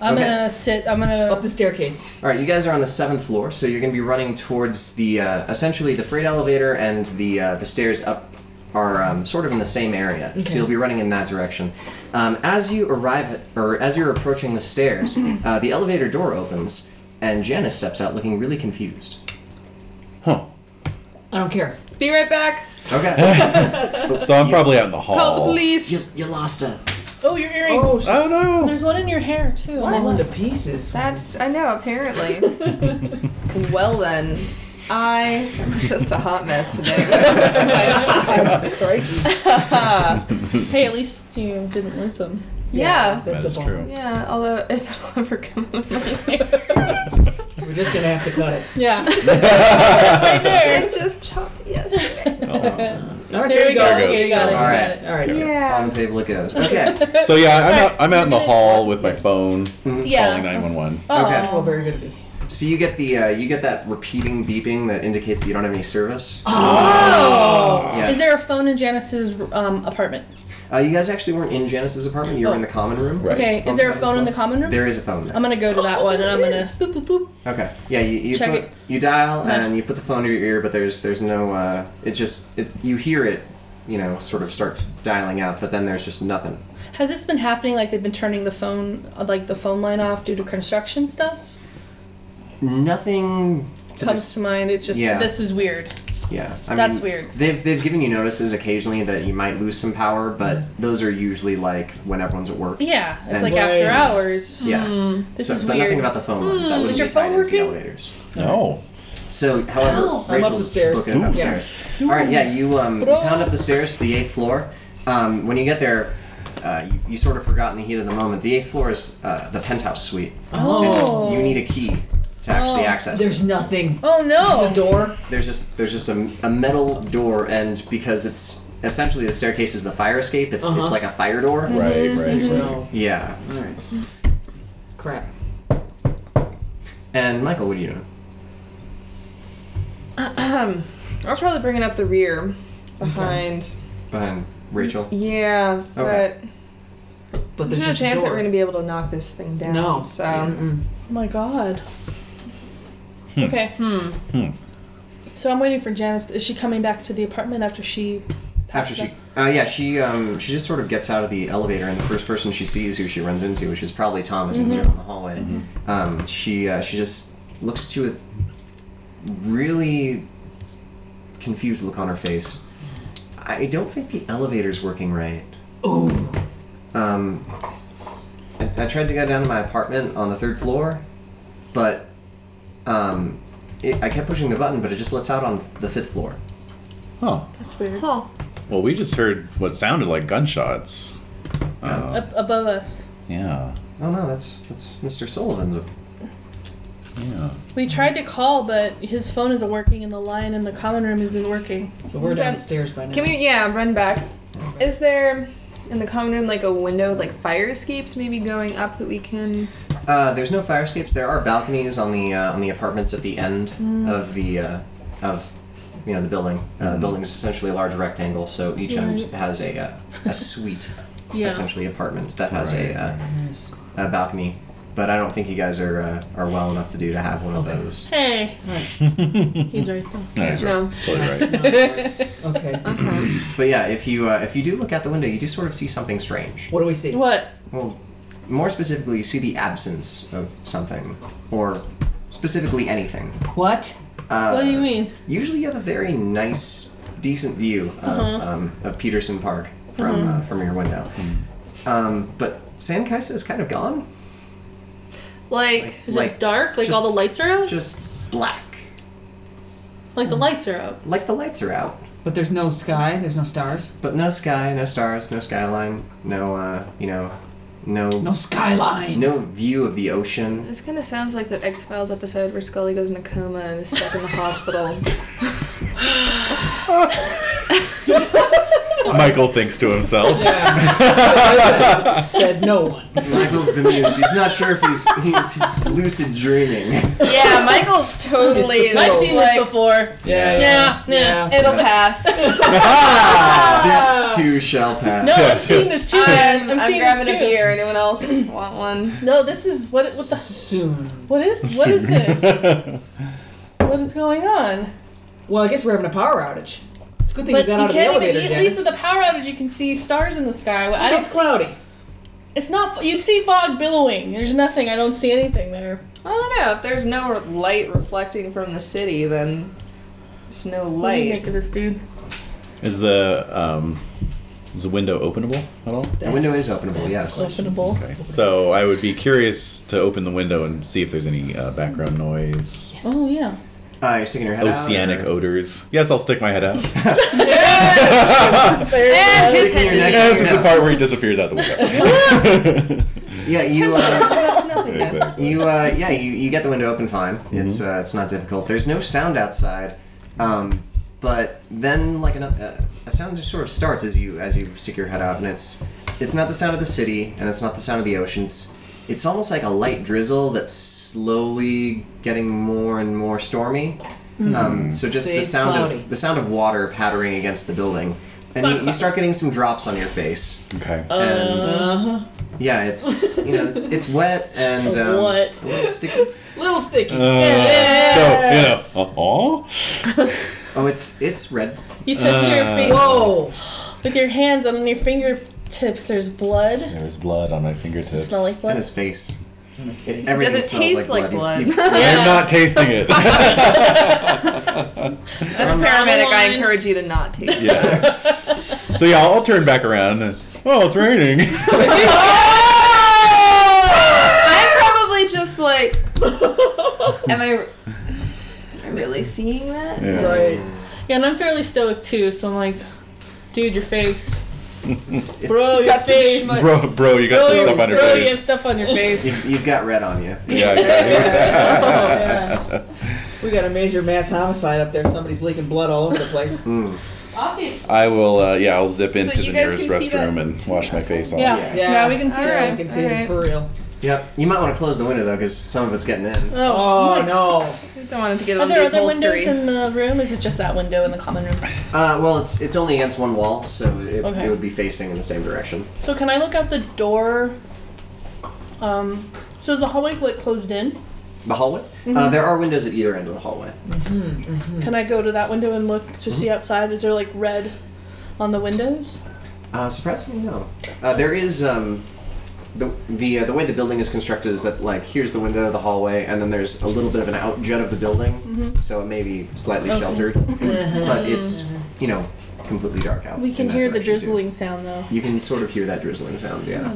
I'm
Okay.
gonna sit. I'm
Up
gonna.
the staircase.
All right, you guys are on the seventh floor, so you're going to be running towards the uh, essentially the freight elevator and the uh, the stairs up are um, sort of in the same area, so
Okay.
you'll be running in that direction. Um, as you arrive at, or as you're approaching the stairs,
Mm-hmm.
uh, the elevator door opens and Janice steps out looking really confused.
Huh.
I don't care.
Be right back.
Okay,
So I'm probably out in the hall.
Call the
you,
police.
you lost her.
Oh, your earring.
Oh, she's
Oh no.
There's one in your hair too. on my
falling to
left.
pieces.
That's I know. Apparently. well then, I am just a hot mess today.
Crikey.
yeah.
Hey, at least you didn't lose them.
yeah.
That's
That's
a bomb.
true.
Although if it'll ever come out of my
We're just gonna have to cut it.
Yeah.
I just chopped it yesterday.
Oh.
All right,
There we go.
There it
You got it.
goes.
You got it.
All right.
On
Yeah.
the table it goes. Okay.
So yeah, I'm out. I'm out in the
Alright,
hall with my
yes.
phone, calling
Yeah. Oh.
911.
Okay.
Well, very good of you.
So you get the uh, you get that repeating beeping that indicates that you don't have any service.
Oh.
Yeah.
Is there a phone in Janice's um, apartment?
Uh, you guys actually weren't in Janice's apartment. You were
Oh.
in the common room.
Right.
Okay. Is there a phone in the common room?
There is a phone there.
I'm gonna go to that one and I'm gonna boop boop boop.
Okay. Yeah. You, you
Check
put
it.
you dial
No.
and you put the phone to your ear, but there's there's no. Uh, it just it, you hear it, you know, sort of start dialing out, but then there's just nothing.
Has this been happening? Like they've been turning the phone, uh, like the phone line off due to construction stuff?
Nothing. To
Comes
this,
to mind. It's just
Yeah.
this is weird.
yeah. I mean,
that's weird.
They've they've given you notices occasionally that you might lose some power, but those are usually like when everyone's at work.
Mm. Yeah. It's
And-
like
Right.
after hours.
Yeah.
This
so,
is
but nothing
weird. Hmm.
about the phone lines. That wouldn't
Is
be
your
tied
phone
into the
working?
elevators.
No.
So, however,
Oh, I'm
Rachel's
upstairs.
looking it
Ooh.
upstairs. All right, yeah, you um,
Bro.
pound up the stairs to the eighth floor. Um, when you get there, uh, you, you sort of forgot in the heat of the moment. The eighth floor is uh, the penthouse suite.
Oh.
You need a key to actually
Oh.
access. it.
There's nothing.
Oh
There's a
no.
door.
There's just there's just a, a metal door, and because it's essentially the staircase is the fire escape, it's
Uh-huh.
it's like a fire door.
Right. Right. Right.
No.
Yeah.
All right. Crap.
And Michael, what do you know?
Um,
I was Um, probably bringing up the rear behind.
Behind Rachel.
Yeah,
Okay.
But
but
there's
there's no
just
chance
a
that
door.
we're gonna be able to knock this thing down.
No.
So
Mm-mm.
Oh my god. Okay.
hmm.
So I'm waiting for Janice. Is she coming back to the apartment after she?
After she, uh, yeah, she um, she just sort of gets out of the elevator, and the first person she sees who she runs into, which is probably Thomas, since you're in the hallway. Um, she uh, she just looks to a really confused look on her face. I don't think the elevator's working right.
Ooh.
Um, I, I tried to go down to my apartment on the third floor, but um, it, I kept pushing the button, but it just lets out on the fifth floor.
Huh.
That's weird.
Huh.
Well, we just heard what sounded like gunshots. Uh,
Up above us.
yeah.
Oh no, that's that's Mr. Sullivan's
Yeah.
We tried to call, but his phone isn't working, and the line in the common room isn't working.
So we're
Okay.
downstairs by now.
Can we, yeah, run back? Is there in the common room like a window, like fire escapes maybe going up that we can?
Uh, there's no fire escapes. There are balconies on the uh, on the apartments at the end
Mm.
of the uh, of you know the building. Uh, The building is essentially a large rectangle, so each end
Right.
has a uh, a suite,
Yeah.
essentially apartments that has
Right.
a, uh, a balcony. But I don't think you guys are uh, are well enough to do to have one of those.
Hey,
He's
he's right there.
No.
Totally right.
Okay.
But yeah, if you uh, if you do look out the window, you do sort of see something strange.
What do we see?
What?
Well, more specifically, you see the absence of something, or specifically anything.
What?
Uh,
What do you mean?
usually you have a very nice, decent view of, um, of Peterson Park from uh, from your window. Um, but Sankaisa is kind of gone,
Like, is
like,
it dark? Like all
just-
the lights are out?
just black,
like the lights are out.
like the lights are out.
But there's no sky. There's no stars.
But no sky, no stars, no skyline, no uh, you know, no
No skyline.
no view of the ocean.
This kind of sounds like that X Files episode where Scully goes in a coma and is stuck in the hospital.
Michael thinks to himself.
Said no one.
Michael's bemused. He's not sure if he's he's, he's lucid dreaming.
yeah, Michael's totally.
I've seen
like,
this before.
Yeah.
Yeah, yeah.
It'll pass.
This too shall pass.
No, I've seen this too,
I'm,
man. I'm,
I'm
seeing
grabbing
this
a
too.
beer. Anyone else want one?
No, this is what. What the?
Soon.
What is? What is this? What is going on?
Well, I guess we're having a power outage. It's a good thing
But
we
you
got out of the
can't
elevator,
even. At
Janice.
least with the power outage, you can see stars in the sky. I don't.
It's cloudy.
It's not. f- You'd see fog billowing. There's nothing. I don't see anything there.
I don't know. If there's no light reflecting from the city, then there's no
What do you
light.
make of this, dude?
Is the um, is the window openable at all?
The window is openable. Yes.
Questionable.
Okay. So I would be curious to open the window and see if there's any uh, background noise,
Oh yeah.
Uh, you're sticking your head
oceanic
out. or-
odors. Yes, I'll stick my head out.
And his
Sticking
head
your neck
Yeah,
out
this
your
is the
nose.
part where he disappears out the window.
Yeah, you. Uh,
nothingness.
Exactly.
You uh, yeah, you, you get the window open fine. It's uh, it's not difficult. There's no sound outside, um, but then like an, uh, a sound just sort of starts as you as you stick your head out, and it's it's not the sound of the city, and it's not the sound of the oceans. It's almost like a light drizzle that's slowly getting more and more stormy. Um, so just
Hmm. So
the
it's
sound
cloudy.
of the sound of water pattering against the building, and you, you start getting some drops on your face,
okay.
and
Uh-huh.
yeah, it's you know it's it's wet and um,
What?
a little sticky.
Little sticky.
Uh, so you know, oh,
Oh, it's it's red.
You touch your
Uh,
face
Whoa.
with your hands and on your fingertips. There's blood.
there was blood on my fingertips.
Smell like
In
blood.
his face.
In his face.
Everything
Does it
smells
taste like
blood. You-
blood?
you-
I'm not tasting it.
As a paramedic, I encourage you to not taste it.
yes. So yeah, I'll, I'll turn back around. and, Oh, it's raining.
I'm probably just like, am I, am I really seeing that?
Yeah.
Yeah, and I'm fairly stoic too, so I'm like, dude, your face.
it's- it's-
Bro, your face.
Bro, bro, you got
Bro,
some
your-
stuff on your
bro, you have
face.
stuff on your face.
you've, you've got red on you.
Yeah, exactly.
We got a major mass homicide up there. Somebody's leaking blood all over the place.
Mm.
Obviously.
I will. Uh, yeah, I'll zip
So
into
you
the
guys
nearest
can see that
restroom and wash my face off.
Yeah.
Yeah.
Yeah,
Yeah.
we can see
I
it.
can see it. It's
Alright.
for real.
Yep. You might want to close the window though, because some of it's getting in.
Oh,
Oh
my-
no.
I don't want it to get
Are
on
there
the
other windows
upholstery.
in the room? Is it just that window in the common room?
Uh, well, it's it's only against one wall, so it,
Okay.
it would be facing in the same direction.
So can I look out the door? Um, so is the hallway like closed in?
The hallway. Uh,
Mm-hmm.
there are windows at either end of the hallway.
Can I go to that window and look to see outside? Is there like red on the windows?
Uh, surprisingly, no. Uh, there is um, the the uh, the way the building is constructed is that like here's the window, the hallway, and then there's a little bit of an out jet of the building,
Mm-hmm.
so it may be slightly sheltered, but it's you know completely dark out.
We can
in that
hear the
direction, too.
drizzling Mm. sound though.
You can sort of hear that drizzling sound, yeah.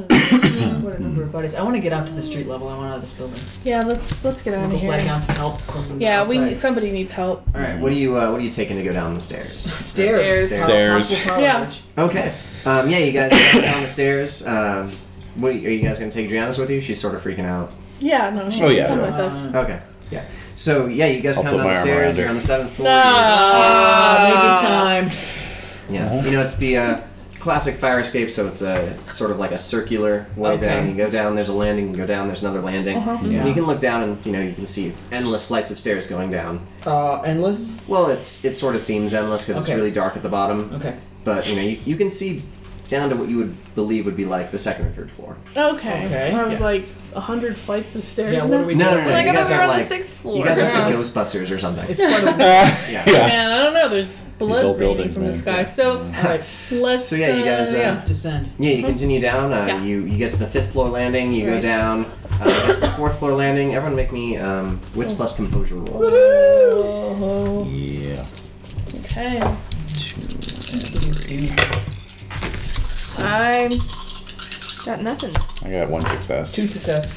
What a number of bodies. I want to get out to the street level. I want out of this building.
Yeah, let's let's get out of
We'll
here.
flag down some help from
Yeah, we need,
outside.
somebody needs help.
All right, what are you uh, what are you taking to go down the stairs?
stairs.
Stairs.
Possible power
Yeah.
outage.
Okay, um, yeah, you guys go down the stairs. Um, what are you, are you guys gonna take Giannis with you? She's sort of freaking out.
Yeah, no, she
Oh,
Uh,
can
yeah.
come with us.
Okay. Yeah. So yeah, you guys
I'll
come
put my arm
downstairs.
around
You're
her.
on the seventh floor.
Uh,
Ah, making uh, time.
you- Yeah. You know it's the uh, classic fire escape, so it's a sort of like a circular way
Okay.
down. You go down, there's a landing. You go down, there's another landing.
Uh-huh.
Yeah.
And you can look down and you know you can see endless flights of stairs going down.
Uh, endless.
Well, it's it sort of seems endless because
Okay.
it's really dark at the bottom.
Okay.
But you know you, you can see down to what you would believe would be like the second or third floor.
Okay.
Okay,
I was
yeah.
like a hundred flights of stairs.
Yeah. What do we
No,
do?
no, no,
Like
you
I'm
guys
over
are
on the
like
sixth floor.
you guys are
Yeah.
the Ghostbusters or something.
It's quite a.
Yeah.
Man, I don't know. There's blood
old
raining
buildings,
from the
man.
sky. So
All right.
let's.
So yeah, you guys,
Uh,
uh,
yeah.
Let's descend.
Yeah, you continue down. Uh,
Yeah.
You you get to the fifth floor landing. You go
Right.
down. Uh, you get to the fourth floor landing. Everyone make me um, wits plus composure rolls.
Woo!
Yeah.
Okay.
I got nothing.
I got one success.
Two success.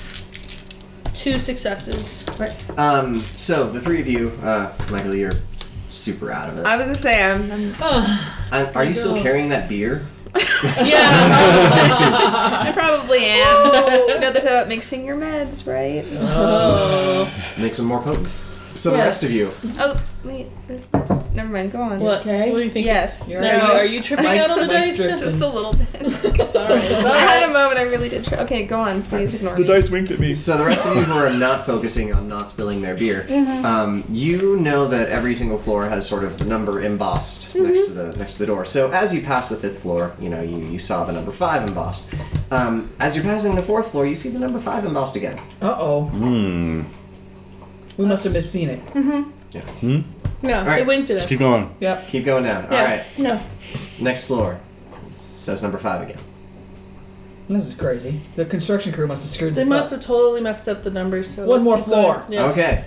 Two successes.
Um, so the three of you, uh, Michael, you're super out of it.
I was gonna say I'm. I'm
I, are you still carrying that beer?
Yeah.
I probably am. you know, that's about mixing your meds, right?
oh.
Makes them more potent. So the
Yes.
rest of you,
Oh, wait. This, never mind. Go on.
What,
okay?
what do you think?
Yes.
You're
Now,
right.
you- are you tripping
Mike's-
out on the
Mike's
dice?
tripping.
Just a little bit.
All right. All
I had
right.
a moment. I really did. Try. Okay, go on. Please ignore me.
dice winked at me.
so the rest of you who are not focusing on not spilling their beer,
Mm-hmm.
um, you know that every single floor has sort of the number embossed
Mm-hmm.
next to the next to the door. So as you pass the fifth floor, you know you, you saw the number five embossed. Um, as you're passing the fourth floor, you see the number five embossed again.
Uh oh.
Hmm.
We must have missed seen it.
No,
right.
it winked at us.
Keep going.
Yep.
Keep going down. All
Yeah.
right,
No.
next floor. Says number five again.
This is crazy. The construction crew must have screwed
They
this
must
up.
have totally messed up the numbers. So
One
let's
more
keep
floor.
going. Yes.
Okay,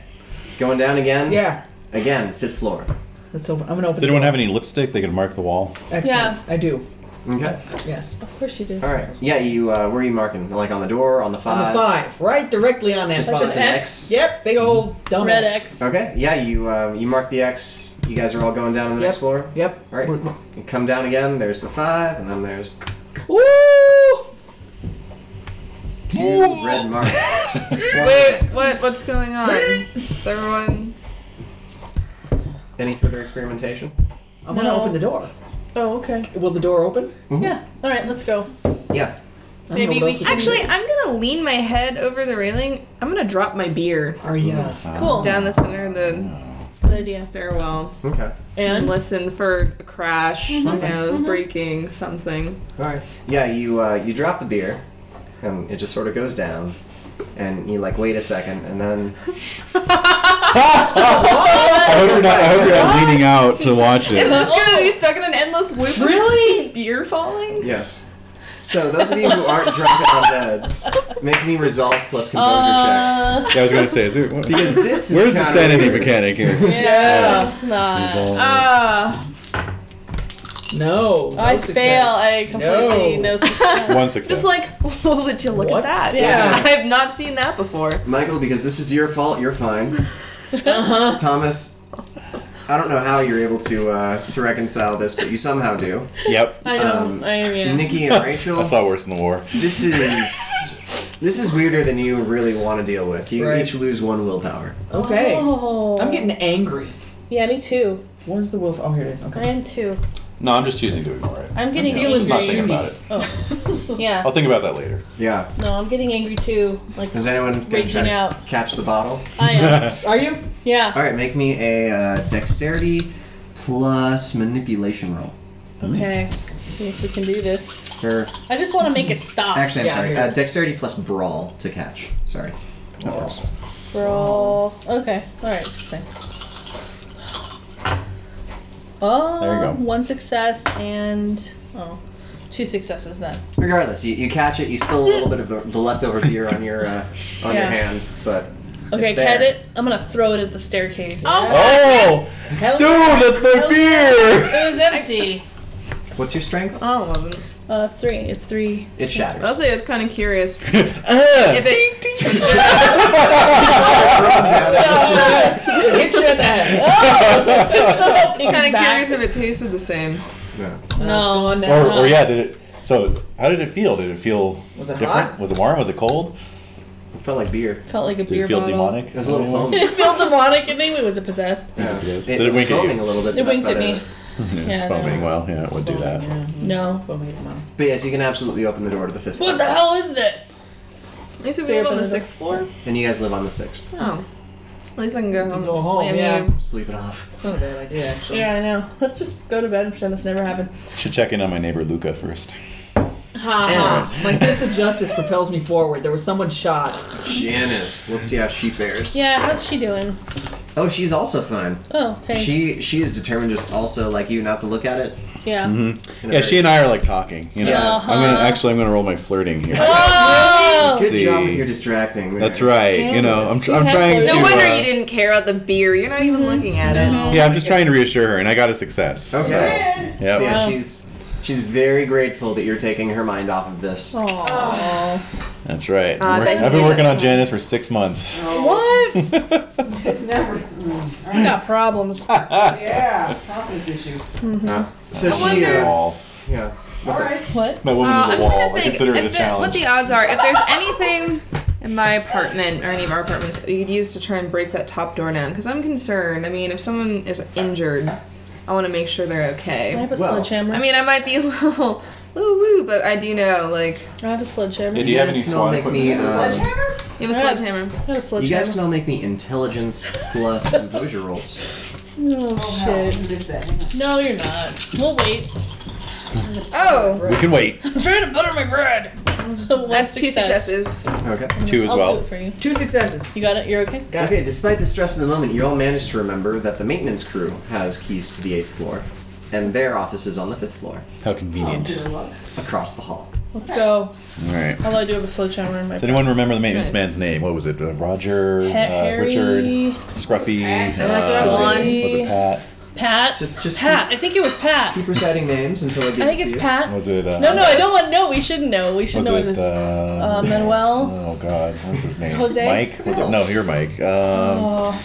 going down again.
Yeah.
Again, fifth floor.
Let's open. I'm gonna open.
Does anyone have any lipstick they can mark the wall?
Excellent.
Yeah.
I do.
Okay.
Yes.
Of course you did.
All right. Yeah, you. Uh, where are you marking? Like on the door, on the
On
five.
the five, right directly on that.
Just
spot.
just an
Uh, X?
X.
Yep. Big old dumb
Red X.
Okay. Yeah, you. Uh, you mark the X. You guys are all going down to the
Yep.
next floor.
Yep.
All right.
We're-
You come down again. There's the five, and then there's
Woo!
two red marks. Four
Wait,
X.
what? What's going on? Is everyone?
Any further experimentation?
I'm gonna
No.
open the door.
Oh, okay.
Will the door open?
Yeah. All right, let's go.
Yeah.
I don't
Maybe
know what
we-
else we can do.
Actually, I'm gonna lean my head over the railing. I'm gonna drop my beer
Are ya?
Cool.
down the center of the
Good idea.
stairwell
Okay.
and
And
listen for a crash, you know, breaking something.
All right. Yeah, you. Uh, you drop the beer, and it just sort of goes down, and you like wait a second, and then
I hope you're not, I hope you're not leaning out to watch
Is
it.
this gonna be stuck in an endless loop? of
Really?
Beer falling?
yes. So those of you who aren't drunk on beds, make me resolve plus composure
Uh.
checks.
Yeah, I was gonna say, is there, what-
Because this is
where's the
kinda
sanity
weird.
mechanic here? Uh,
yeah, it's not.
Ah,
No.
I
no success.
fail. I completely no. success.
One success.
just like would you look
What?
at that?
Yeah.
I have not seen that before.
Michael, because this is your fault, you're fine. Thomas, I don't know how you're able to uh, to reconcile this, but you somehow do.
yep.
I know.
Um,
I am. Yeah.
Nikki and Rachel,
I saw worse in the war.
this is this is weirder than you really want to deal with. You
Right.
each lose one willpower.
Okay.
Oh.
I'm getting angry.
Yeah, me too.
Where's the wolf? Oh, here it is.
I
Okay.
am too.
No, I'm just choosing to ignore it.
I'm getting
feeling
I'm not thinking
angry.
shitty.
about it.
Yeah.
I'll think about that later.
Yeah.
No, I'm getting angry too. Like
Is anyone gonna try
raging
to
out.
catch the bottle?
I am.
Are you?
Yeah.
All right, make me a uh, dexterity plus manipulation roll.
Okay. Let's see if we can do this.
Or
I just want to make it stop.
actually, I'm
Yeah,
sorry.
here.
Uh, dexterity plus brawl to catch. Sorry. That works.
Brawl. Okay. All right. it's the same. Oh,
There you go.
one success and oh, two successes then.
Regardless, you, you catch it. You spill a little bit of the, the leftover beer on your uh, on your
Yeah.
hand, but
Okay,
It's there.
cat it. I'm gonna throw it at the staircase. Oh,
Oh,
Hell
dude, that's my beer.
it was empty.
what's your strength?
Oh, wasn't.
Uh, three. It's three.
It shatters.
Oh.
Also, I was kind of curious if
Ah.
it.
Hit you in the head.
kind of
Back.
curious if it tasted the same.
No.
No.
Gone now.
or, or yeah, did it? So, how did it feel? Did it feel
Was it
different?
hot?
Was it warm? Was it cold?
felt like beer.
Felt like a
Did
beer
it feel
bottle.
demonic?
It was a little
Anyone?
foamy.
it felt demonic, and maybe was it possessed?
Yeah.
it Oh, is.
It,
Did it
it was
wink at you?
foaming a little bit.
It
but that's
winked at
about
me.
it.
it's
Yeah,
foaming
no.
well. Yeah, it would do that.
No.
Foaming at the mouth.
But yes, you can absolutely open the door to the fifth
What the
floor.
hell is this?
At least we
So you're
live on
better
the
than-
sixth floor.
And you guys live on the sixth.
Oh. At least I can go home.
go
and
home,
slam
yeah.
you.
Sleep it off.
It's not a bad idea, actually.
Yeah, I know. Let's just go to bed and pretend this never happened.
Should check in on my neighbor Luca first.
Ha ha. My sense of justice propels me forward. There was someone shot.
Janice, let's see how she fares.
Yeah, how's she doing?
Oh, she's also fine.
Oh, okay.
She she is determined, just also like you, not to look at it.
yeah.
Mm-hmm.
in a
Yeah,
very-
she and I are like talking. You know,
Yeah.
I'm gonna
Uh-huh.
actually I'm gonna roll my flirting here.
Oh!
Good job
See.
with your distracting. there.
That's right. You know, I'm,
You
I'm
have
trying
flirted.
to.
No wonder
uh,
you didn't care about the beer. You're not even looking at it.
Yeah, I'm just trying to reassure her, and I got a success.
Okay.
So, yeah.
So yeah,
Wow.
she's she's very grateful that you're taking her mind off of this.
Oh, Aw.
That's right.
Uh, I
Work-
bet
I've been
you-
working on Janice for six months.
What?
It's never.
I got problems.
Yeah, confidence issue.
mm-hmm.
So
I
she, uh,
wall.
yeah. What's
All
up?
right.
What?
That woman
Uh,
was
I'm
a
trying
wall.
to
I
think
consider it a
if the- what
challenge.
the odds are. If there's anything in my apartment or any of our apartments that you could use to try and break that top door down, because I'm concerned. I mean, if someone is injured, I want to make sure they're
I
okay.
have a
Well,
sledgehammer.
I mean, I might be a little woo woo, but I do know, like,
I have a sledgehammer.
Yeah, do you have any
guys can
SWAT
all make me,
equipment?
uh,
you have a
Yes.
sledgehammer.
I have a
you guys can
sledgehammer.
all make me intelligence plus composure rolls.
Oh, shit.
Missed that. Hang on.
No, you're not. We'll wait.
Oh,
We can wait.
I'm trying to butter my bread. One
that's two
success.
successes.
Okay.
Two as
I'll do
well.
it for you.
Two successes.
You got it? You're okay?
Okay, despite the stress of the moment, you all managed to remember that the maintenance crew has keys to the eighth floor, and their office is on the fifth floor,
How convenient.
across the hall.
Let's go.
All right.
Although I do have a sledgehammer in my
Does anyone remember the maintenance
Nice.
man's name? What was it? Uh, Roger,
Pat
uh,
Harry,
Richard, Scruffy,
Scruffy.
uh, was it Pat?
Pat.
Just- just-
Pat. I think it was Pat.
Keep reciting names until I get
I think
to
it's
you.
Pat.
Was it? Uh,
No, no, I don't want. No, we shouldn't know. We should
Was
know what it
it
is.
uh,
Uh, Manuel.
Oh God, what was his name?
Jose?
Mike? Was it? No, you're Mike. Um,
oh,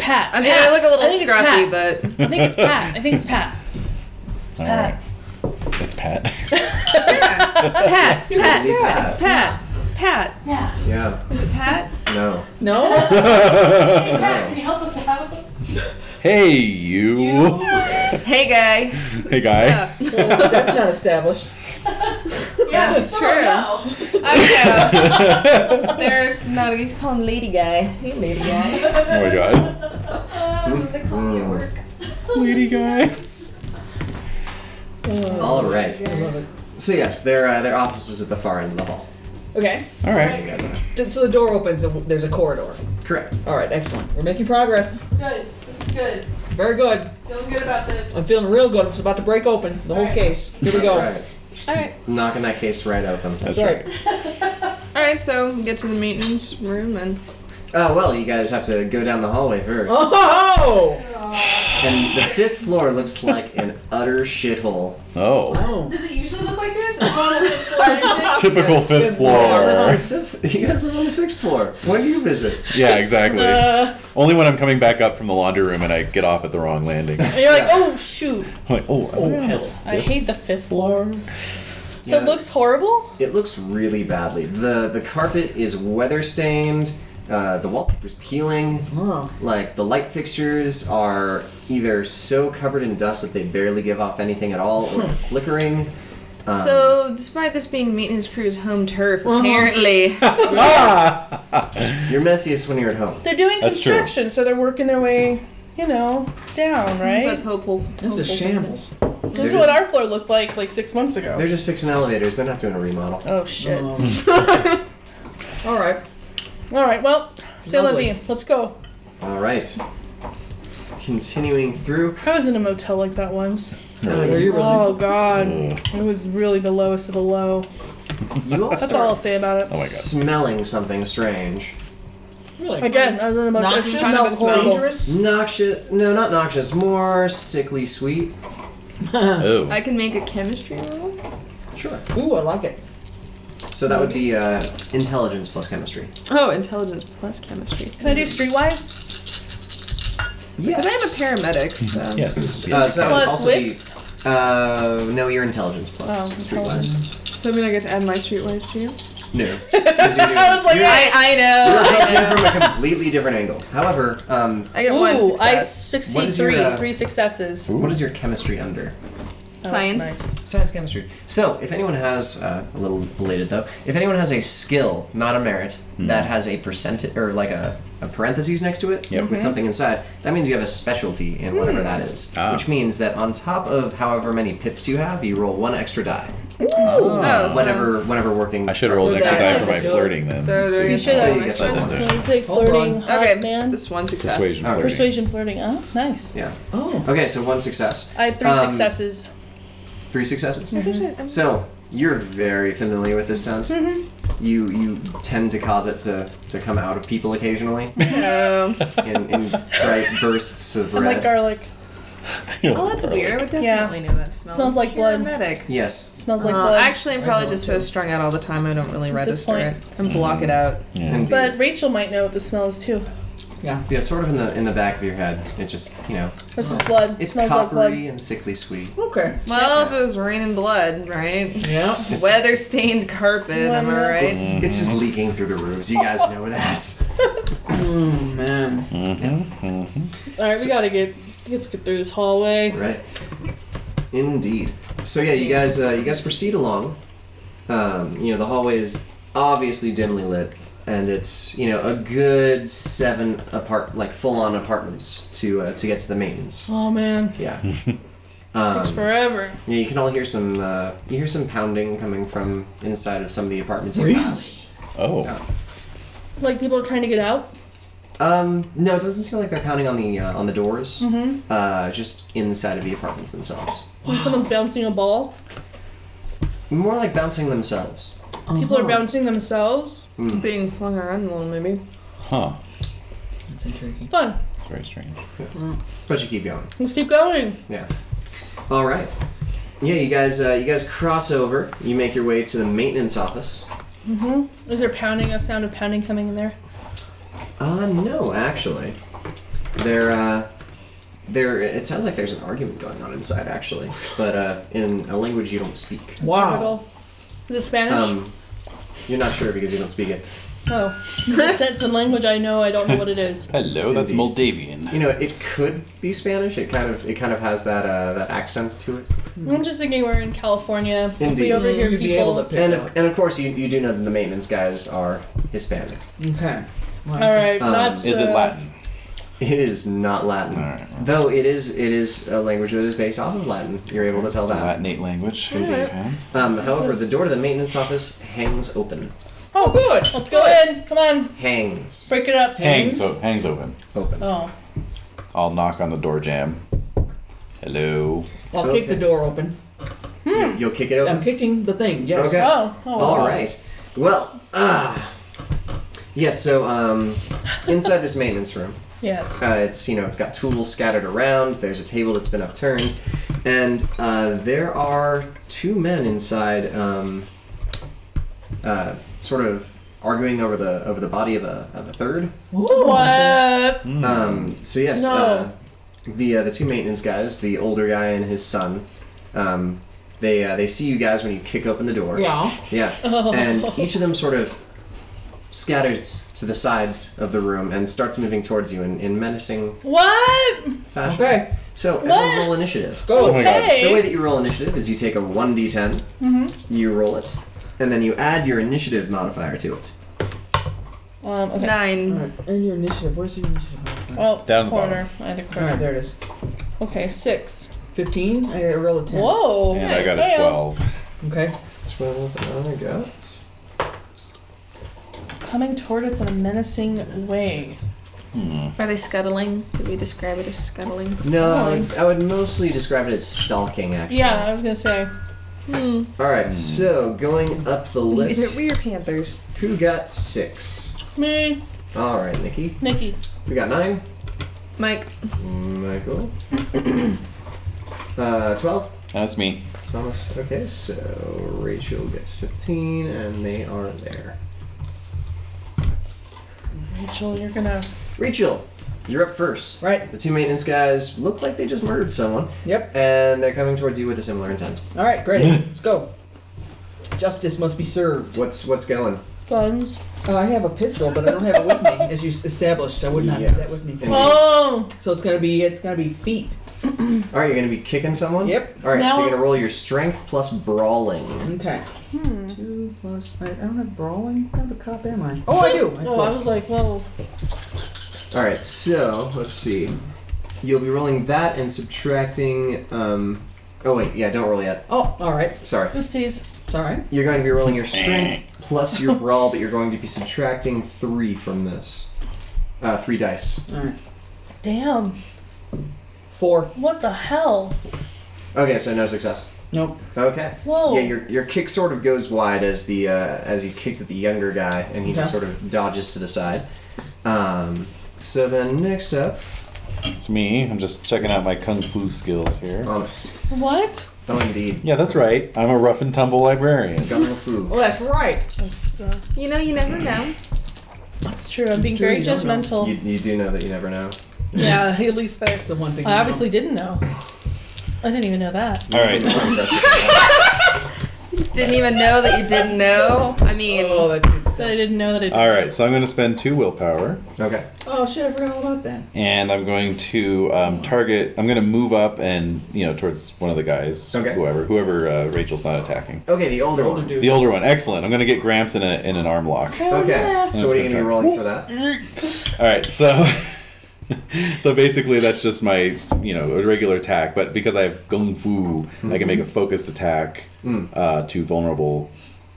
Pat.
I mean,
Pat.
I look a little
think it's
scruffy,
Pat.
but
I think it's Pat. I think it's Pat.
all
Pat.
right. It's Pat.
Pat,
It's
Pat,
Pat.
Pat, Pat, Pat.
Yeah.
Is it Pat?
No.
No?
No.
you help us out?
hey you.
Hey, guy.
hey guy.
That's not established.
Yeah,
That's true.
Oh,
I know. They're no, you just call him Lady Guy. Hey, Lady Guy.
oh my God. Lady guy.
All right. So yes, their uh, their office is at the far end of the hall.
Okay.
All
You
right.
guys are.
Th- So the door opens and w- there's a corridor.
Correct.
All right, excellent. We're making progress.
Good. This is good.
Very good.
Feeling good about this.
I'm feeling real good. I'm just about to break open the whole
Alright.
case. Here we
That's
go.
right. Just Knocking that case right open.
That's
That's
right.
All right, so we get to the maintenance room and
Oh well, you guys have to go down the hallway first.
Oh, ho, ho!
And the fifth floor looks like an utter shithole.
Oh.
Oh.
Does it usually look like this? I'm on the fifth floor, isn't it?
Typical
Yes.
fifth
You guys live on
floor.
the sixth- You guys live on the sixth floor. When do you visit?
Yeah, exactly.
Uh,
Only when I'm coming back up from the laundry room and I get off at the wrong landing. I'm
And you're like, oh shoot,
like, oh, am I on the
I hate the fifth floor. So
Yeah.
it looks horrible.
It looks really badly. the The carpet is weather stained. Uh, the wallpaper's peeling.
Oh.
Like the light fixtures are either so covered in dust that they barely give off anything at all,
Hmm.
or flickering. Um,
so despite this being maintenance crew's home turf, apparently
Ah!
you're messiest when you're at home.
They're doing
That's true.
construction, so they're working their way, you know, down, right?
that's hopeful.
This is shambles.
This is
They're
what
just-
our floor looked like like six months ago.
They're just fixing elevators. They're not doing a remodel.
Oh shit.
All right.
All right, well, c'est la
Lovely.
vie. Let's go.
All right. Continuing through.
I was in a motel like that once.
Are you really?
Oh god,
Ugh.
it was really the lowest of the low.
You all
That's all I'll
start
say about it.
Oh my god.
smelling something strange.
Really?
Again, I was in a motel.
Not
It
kind of a
smelled horrible.
Dangerous?
Noxious. No, not noxious. More sickly sweet.
Oh.
I can make a chemistry roll.
Sure.
Ooh, I like it.
So that would be uh, intelligence plus chemistry.
Oh, intelligence plus chemistry.
Can I do streetwise?
Yes.
Because I am a paramedic, so
Yes.
Uh, so that would
Plus
also
wicks?
be. Uh, no, your intelligence plus.
Oh,
streetwise.
so I mean I get to add my streetwise to you.
No. 'Cause you knew-
I was like,
you're-
I-
I
you're
know.
approaching it from a completely different angle. However, um,
I get one
Ooh, I
success.
What
succeed
is your,
three.
uh,
Three successes.
what is your chemistry under?
That was
Science.
nice.
Science chemistry. So, if anyone has uh, a little belated though, if anyone has a skill, not a merit,
Hmm.
that has a percent or like a, a parentheses next to it
Yep.
with something inside, that means you have a specialty in whatever that is.
Ah.
Which means that on top of however many pips you have, you roll one extra die
Oh, so-
whenever whenever working.
I should have rolled an extra
That's
die
what
for
I
my
was doing.
flirting then.
So
Let's
there
see.
you
should
Oh,
have-
I
That's
didn't
what
do.
uh, I
What is it?
Hold
Flirting,
on.
hot
Okay,
man.
just one success.
Persuasion
All right.
flirting.
Persuasion, flirting. Oh, nice.
Yeah.
Oh.
Okay, so one success.
I had three
Um,
successes.
Three successes. Mm-hmm. So you're very familiar with this sense. You you tend to cause it to, to come out of people occasionally
Um,
in, in bright bursts of
I'm
red.
like garlic.
oh, that's weird. I would
Yeah.
definitely know that smell.
Smells like blood.
Paramedic.
yes.
Smells like
Uh,
blood.
actually, I'm probably just so strung out all the time. I don't really register it
point.
and block it out.
Indeed.
but Rachel might know what the smell is too.
yeah, sort of in the in the back of your head. It just you know
This is blood.
Oh, it's
smells like
coppery
blood.
and sickly sweet.
Okay.
Well, if it was raining blood, right?
Yeah.
Weather-stained carpet. Am I right?
It's, it's just leaking through the roofs. You guys know that.
Oh man.
All right, we gotta get let's get through this hallway.
Right. Indeed. So yeah, you guys, uh, you guys proceed along. Um, you know, the hallway is obviously dimly lit, and it's you know a good seven apart, like full-on apartments to uh, to get to the mains.
Oh man,
Yeah.
it's
Um,
forever.
yeah, you can all hear some uh, you hear some pounding coming from inside of some of the apartments. you pass.
Oh,
Like people are trying to get out.
Um, no, it doesn't seem like they're pounding on the uh, on the doors. Uh, just inside of the apartments themselves.
When someone's bouncing a ball,
More like bouncing themselves.
people
Uh-huh. Oh.
are bouncing themselves.
Being flung around a little, maybe.
huh.
That's intriguing.
Fun.
It's very strange.
But you keep going.
Let's keep going.
All right. Yeah, you guys, uh, you guys cross over. You make your way to the maintenance office.
Is there pounding? A sound of pounding coming in there?
Uh, no, actually, there, uh, there. It sounds like there's an argument going on inside, actually, but uh, in a language you don't speak.
Wow.
Typical. Is it Spanish?
Um, you're not sure because you don't speak it.
oh, you just said some language I know. I don't know what it is.
Hello, that's
Indeed.
Moldavian.
You know, it could be Spanish. It kind of, it kind of has that, uh, that accent to it.
I'm just thinking we're in California. If
Indeed.
we overhear
You'd
people.
be able to pick
And
up.
of, and of course, you, you do know that the maintenance guys are Hispanic.
Okay.
All right,
Um,
that's.
Is it
uh,
Latin?
It is not Latin,
All right, right.
though it is, it is a language that is based off of Latin. You're able to tell that.
Latinate language. Indeed, huh?
Um, however, the door to the maintenance office hangs open.
Oh, good.
Let's go in. Come on,
Hangs
break it up.
Hangs, o- hangs open.
open.
Oh,
I'll knock on the door jam. Hello.
I'll
Okay.
kick the door open.
You- You'll kick it
I'm
open.
kicking the thing. Yes.
Okay.
oh, oh.
All right. Well, ah, yes. So, um, inside this maintenance room,
Yes.
uh, it's you know it's got tools scattered around. There's a table that's been upturned, and uh, there are two men inside, um, uh, sort of arguing over the over the body of a of a third.
Ooh.
What?
Um, so yes,
No.
uh, the uh, the two maintenance guys, the older guy and his son, um, they uh, they see you guys when you kick open the door.
Yeah.
Yeah.
Oh.
And each of them sort of scatters to the sides of the room and starts moving towards you in, in menacing
What?
fashion.
Okay.
So everyone
What?
roll initiative.
Go.
Oh my god.
The way
Hey.
that you roll initiative is you take a one d10,
Mm-hmm.
you roll it, and then you add your initiative modifier to it.
Um. Okay.
Nine.
Alright, And your initiative. Where's your initiative?
Oh,
Down Mm-hmm. the
corner. I had a corner.
Alright, there it is.
Okay, six.
15. I roll a 10.
Whoa.
And I got a
damn.
12.
Okay.
Twelve. I got.
Coming toward us in a menacing way.
Are they scuttling? Did we describe it as scuttling?
No, I would, I would mostly describe it as stalking. Actually.
Yeah, I was gonna say.
Hmm.
All right, so going up the
Is it
list,
we or panthers?
who got six?
Me,
All right, Nikki,
Nikki.
we got nine.
Mike.
Michael, uh, twelve.
That's me.
Thomas. Okay, so Rachel gets fifteen, and they are there.
Rachel, you're gonna.
Rachel, you're up first.
Right.
The two maintenance guys look like they just murdered someone,
Yep.
and they're coming towards you with a similar intent.
All right. Great. Let's go. Justice must be served.
What's what's going?
Guns.
Uh, I have a pistol, but I don't have it with me, as you s- established. I would not have that
Yes.
with me.
And-
Oh,
So it's gonna be it's gonna be feet.
all right, you're gonna be kicking someone.
Yep.
All right,
Now-
so you're gonna roll your strength plus brawling.
Okay. Two plus. I, I don't have brawling. How the cop am I? Oh, I do. I have
oh! I
brawling.
was like, well,
All right, so let's see. You'll be rolling that and subtracting. Um, oh wait, yeah, don't roll yet.
Oh, all right.
Sorry,
oopsies.
It's all right.
you're going to be rolling your strength plus your brawl, but you're going to be subtracting three from this. Uh, three dice.
All right.
Damn,
Four.
what the hell?
Okay, so no success.
Nope.
Okay.
Whoa.
Yeah, your, your kick sort of goes wide as the uh, as you kicked at the younger guy, and he just
Okay.
sort of dodges to the side. Um, so then next up,
It's me. I'm just checking out my kung fu skills here.
Onyx.
What?
Oh, indeed,
Yeah, that's right. I'm a rough and tumble librarian.
Gung Fu.
Oh, that's right.
uh,
You know, you never know.
That's true. I'm being
true,
very
you don't know.
judgmental.
You, you do know that you never know.
Yeah, at least there.
That's the one thing.
I
we
obviously didn't know. I didn't even know that.
All right.
Didn't even know that you didn't know. I mean,
know. Oh, that's good stuff.
That I didn't know that I didn't.
All right. So I'm going to spend two willpower,
okay.
Oh shit! I forgot all about that.
and I'm going to um, target. I'm going to move up and you know towards one of the guys,
Okay.
whoever, whoever uh, Rachel's not attacking.
Okay, the older
Older
one.
dude.
The older one. Excellent. I'm going to get Gramps in a in an arm lock.
Oh,
Okay. So what are you gonna be
That's good.
rolling for that?
All right, so so basically that's just my you know a regular attack, but because I have kung fu, I can make a focused attack
Mm-hmm. Mm.
uh, to vulnerable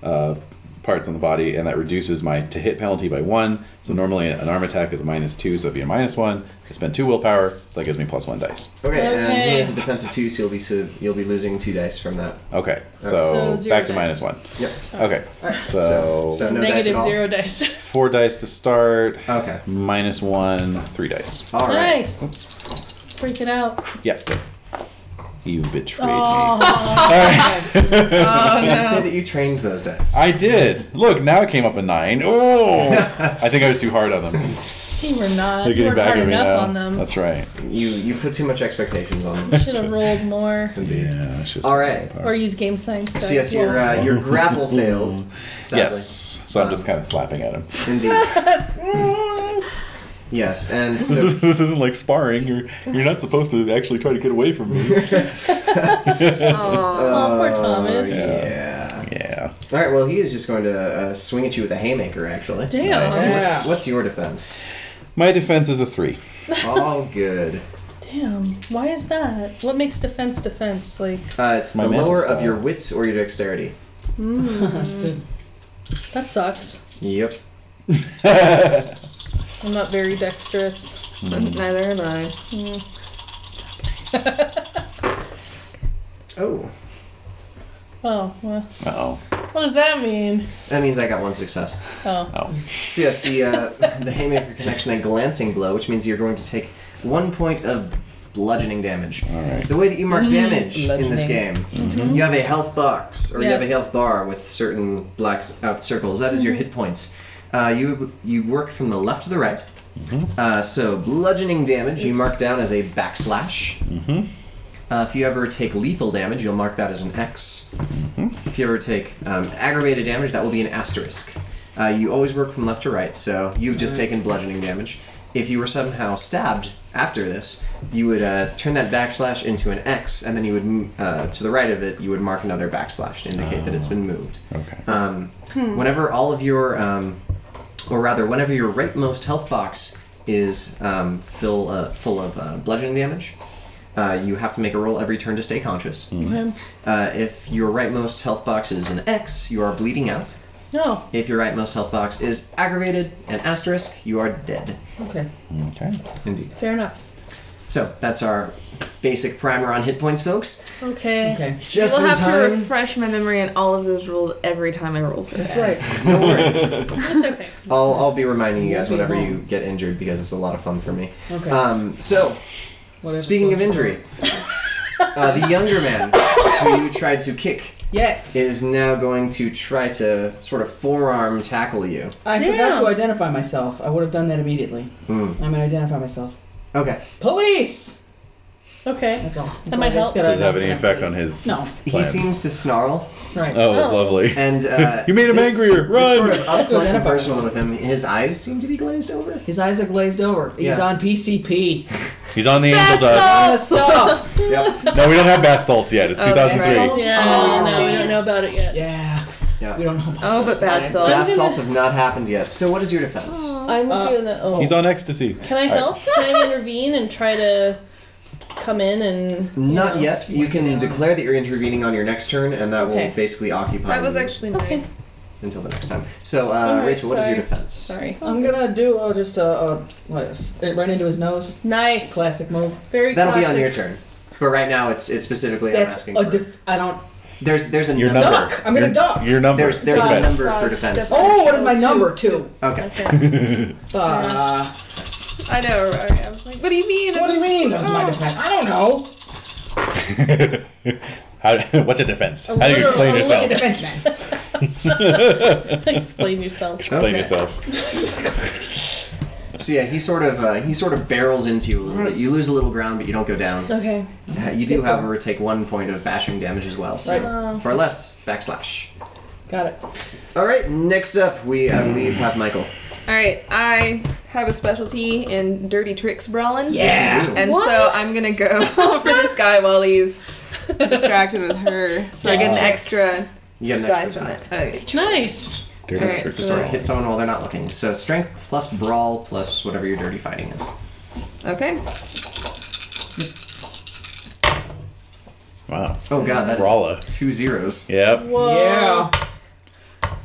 uh, parts on the body, and that reduces my to hit penalty by one. So normally an arm attack is a minus two, so it'd be a minus one. I spend two willpower, so that gives me plus one dice.
Okay, and he
Okay.
has a defensive two, so you'll be so you'll be losing two dice from that.
Okay,
So
so,
zero
back to
dice. Oh.
minus one.
Yep.
Okay,
So
so,
so no dice at
Negative
all.
zero dice.
four dice to start,
Uh,
Okay.
minus one, three dice.
All right.
Nice. Freak it out.
Yeah. You betrayed me.
Oh,
All right.
Did you say that you trained those dice?
I did. Look, now it came up a nine. Oh, I think I was too hard on them.
you were not.
They're
You
getting
were
back
hard
at me
enough
now.
on them.
That's right.
You you put too much expectations on them.
You should have rolled more
Indeed.
Yeah. it's just-
All right.
or used game science. Stuff.
So yes, your uh, your grapple failed. Sadly.
Yes. So I'm
Um,
just kind of slapping at him.
Indeed. yes, and
This,
so
is, this isn't like sparring. You're you're not supposed to actually try to get away from me.
Oh, poor Thomas.
Yeah.
yeah.
All right. Well, he is just going to uh, swing at you with a haymaker. Actually.
Damn.
Nice.
What's, what's your defense?
My defense is a three.
All good.
Damn. Why is that? What makes defense defense? Like
Uh, it's
My
the
mantle
lower of
style.
your wits or your dexterity.
Uh-huh, That's good.
that sucks.
Yep.
I'm not very dexterous.
neither am I.
Oh,
Oh well.
Oh.
What does that mean?
that means I got one success.
Oh.
Oh.
So yes, the uh, the haymaker connects in a glancing blow, which means you're going to take one point of bludgeoning damage.
All right. Mm-hmm.
The way that you mark damage in this game, you have a health box or you have a
Yes.
health bar with certain blacked out circles. That is your hit points. Uh, you you work from the left to the right.
Mm-hmm.
Uh, so bludgeoning damage you mark down as a backslash.
Mhm.
Uh, if you ever take lethal damage, you'll mark that as an X. If you ever take um, aggravated damage, that will be an asterisk. Uh, you always work from left to right, so you've just taken bludgeoning damage. If you were somehow stabbed after this, you would uh, turn that backslash into an X, and then you would m- uh, to the right of it, you would mark another backslash to indicate that it's been moved.
Okay.
Uh.
Um, Whenever all of your, um, or rather, whenever your rightmost health box is um, fill, uh, full of uh, bludgeoning damage, uh, you have to make a roll every turn to stay conscious.
Hmm.
Okay.
Uh, if your rightmost health box is an X, you are bleeding out.
No.
If your rightmost health box is aggravated, an asterisk, you are dead.
Okay.
Okay.
Indeed.
Fair enough.
So that's our basic primer on hit points, folks.
Okay.
Okay.
Just
You'll
in
have
time.
to refresh my memory on all of those rules every time I roll for
That's
that.
right.
no worries.
That's okay.
I'll, I'll be reminding you guys
You'll be
whenever you
home.
get injured because it's a lot of fun for me.
Okay.
Um, so,
Whatever
Speaking of
floats your
injury, uh, the younger man who you tried to kick
boat. Yes.
is now going to try to sort of forearm tackle you.
I forgot
Damn.
to identify myself. I would have done that immediately.
Hmm.
I'm gonna identify myself.
Okay.
Police.
Okay.
That's all.
That might help.
Does it have any effect on his?
No.
He
Plans.
seems to snarl,
Right.
Oh,
Oh.
lovely.
and uh,
You made him
this-
angrier.
This sort
Run!
of up
That's what
close and
identifies
personal with him. His eyes seem to be glazed over.
His eyes are glazed over. He's
Yeah.
on PCP.
He's on the angel dust.
Kind of stuff.
Yep.
No, we don't have bath salts yet. It's
Oh, that's
2003.
right.
Yeah. no, we don't know about it yet.
yeah.
Yeah.
We don't know. About
Oh, but bad
Bath
salt.
salts have not happened yet. So what is your defense?
I'm gonna. Oh.
He's on ecstasy.
Can
All
I
right.
help? Can I intervene and try to come in and? you
Not
know,
yet. You can declare that you're intervening on your next turn, and that
Okay.
will basically occupy
That was
you
actually mine.
Okay.
until the next time. So, uh,
Alright,
Rachel, what is your
sorry.
defense?
Sorry.
I'm gonna do uh, just a uh, what, s- it right into his nose.
Nice.
Classic move.
Very
That'll
classic.
be on your turn. But right now, it's it's specifically I'm
That's
asking
a
for.
def- I don't.
there's there's a
Your
number.
number.
Duck! I'm gonna
Your-
duck.
Your number.
There's there's a
Dodge,
number for
dodge,
defense.
step
Oh, what is my
Two.
number? Two.
Okay.
Uh,
I know, right? I was like, what do you mean?
what do you mean? That's my defense. Oh, I don't know.
How, what's a defense? How do you explain
literal- a
yourself?
Defense man.
Explain yourself.
Explain
Okay.
yourself.
So yeah, he sort of uh, he sort of barrels into you a little bit. You lose a little ground, but you don't go down.
Okay.
Uh, You do, however, take one point of bashing damage as well. So far left backslash.
Got it.
All right. Next up, we I believe have Michael.
All right, I have a specialty in dirty tricks brawling.
Yes, you do.
And so I'm gonna go for this guy while he's distracted with her. So I get an extra
You get an
dice
extra die.
from it. Okay.
Nice.
Dirty
Alright,
tricks.
To sort of hit someone while they're not looking. So strength plus brawl plus whatever your dirty fighting is. Oh,
okay.
Wow.
Oh god, that is
Brawler.
two zeros.
Yep.
Whoa.
Yeah.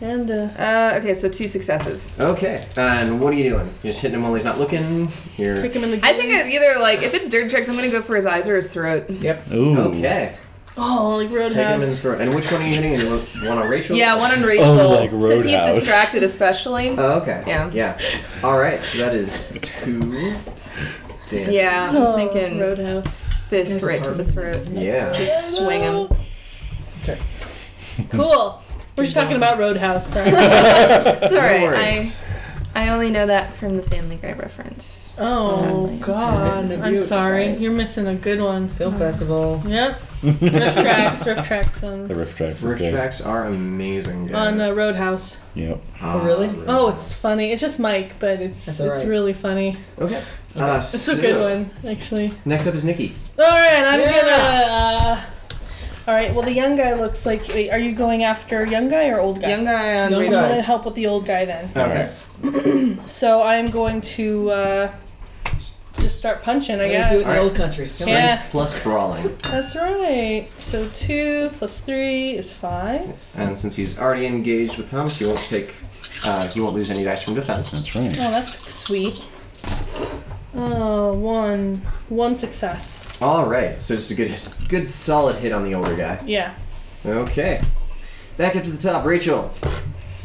And uh,
Uh, okay, so two successes.
Okay. And what are you doing? You're just hitting him while he's not looking. You're
kick him in the.
I think it's
goose.
either like if it's dirty tricks, I'm gonna go for his eyes or his throat.
Ooh.
okay.
Oh, like
Take him in
Roadhouse.
for and which one are you hitting? The one on Rachel?
Yeah, one on Rachel.
like
since he's
Roadhouse.
distracted, especially.
Oh, okay.
Yeah.
Yeah. All right. So that is two. Damn.
Yeah, I'm
Oh,
thinking
Roadhouse.
fist right to the throat.
Yeah.
Just swing him.
Cool. We're just talking about Roadhouse. Sorry.
It's
No
alright. I
worries.
I only know that from the Family Guy reference.
oh
Exactly.
God.
Missing a
I'm
beaut,
sorry.
guys.
You're missing a good one.
Film festival.
Yep. Riff tracks. Riff tracks on
The riff tracks.
Riff
is good.
tracks are amazing. Guys.
on uh, Roadhouse.
Yep.
Ah,
really?
Riff
Oh,
Tracks.
it's funny. It's just Mike, but it's
That's all
it's
right.
really funny.
Okay. Uh,
It's
so,
a good one, actually.
Next up is Nikki.
All right, I'm
Yeah.
gonna. Uh, all right. Well, the young guy looks like. Wait, are you going after young guy or old guy?
Young guy on
Young
I'm
Rachel.
guy.
gonna help with the old guy then.
Okay.
Alright.
So I'm going to uh, just start punching. I
We're gonna do it
guess.
in the old country. Come
Yeah.
Strength plus brawling,
That's right. So two plus three is five. Oh,
and since he's already engaged with Thomas, he won't take. Uh, he won't lose any dice from defense.
That's right.
Oh, that's sweet. Oh, one, one success.
All right. So just a good, good solid hit on the older guy.
Yeah.
Okay. Back up to the top, Rachel.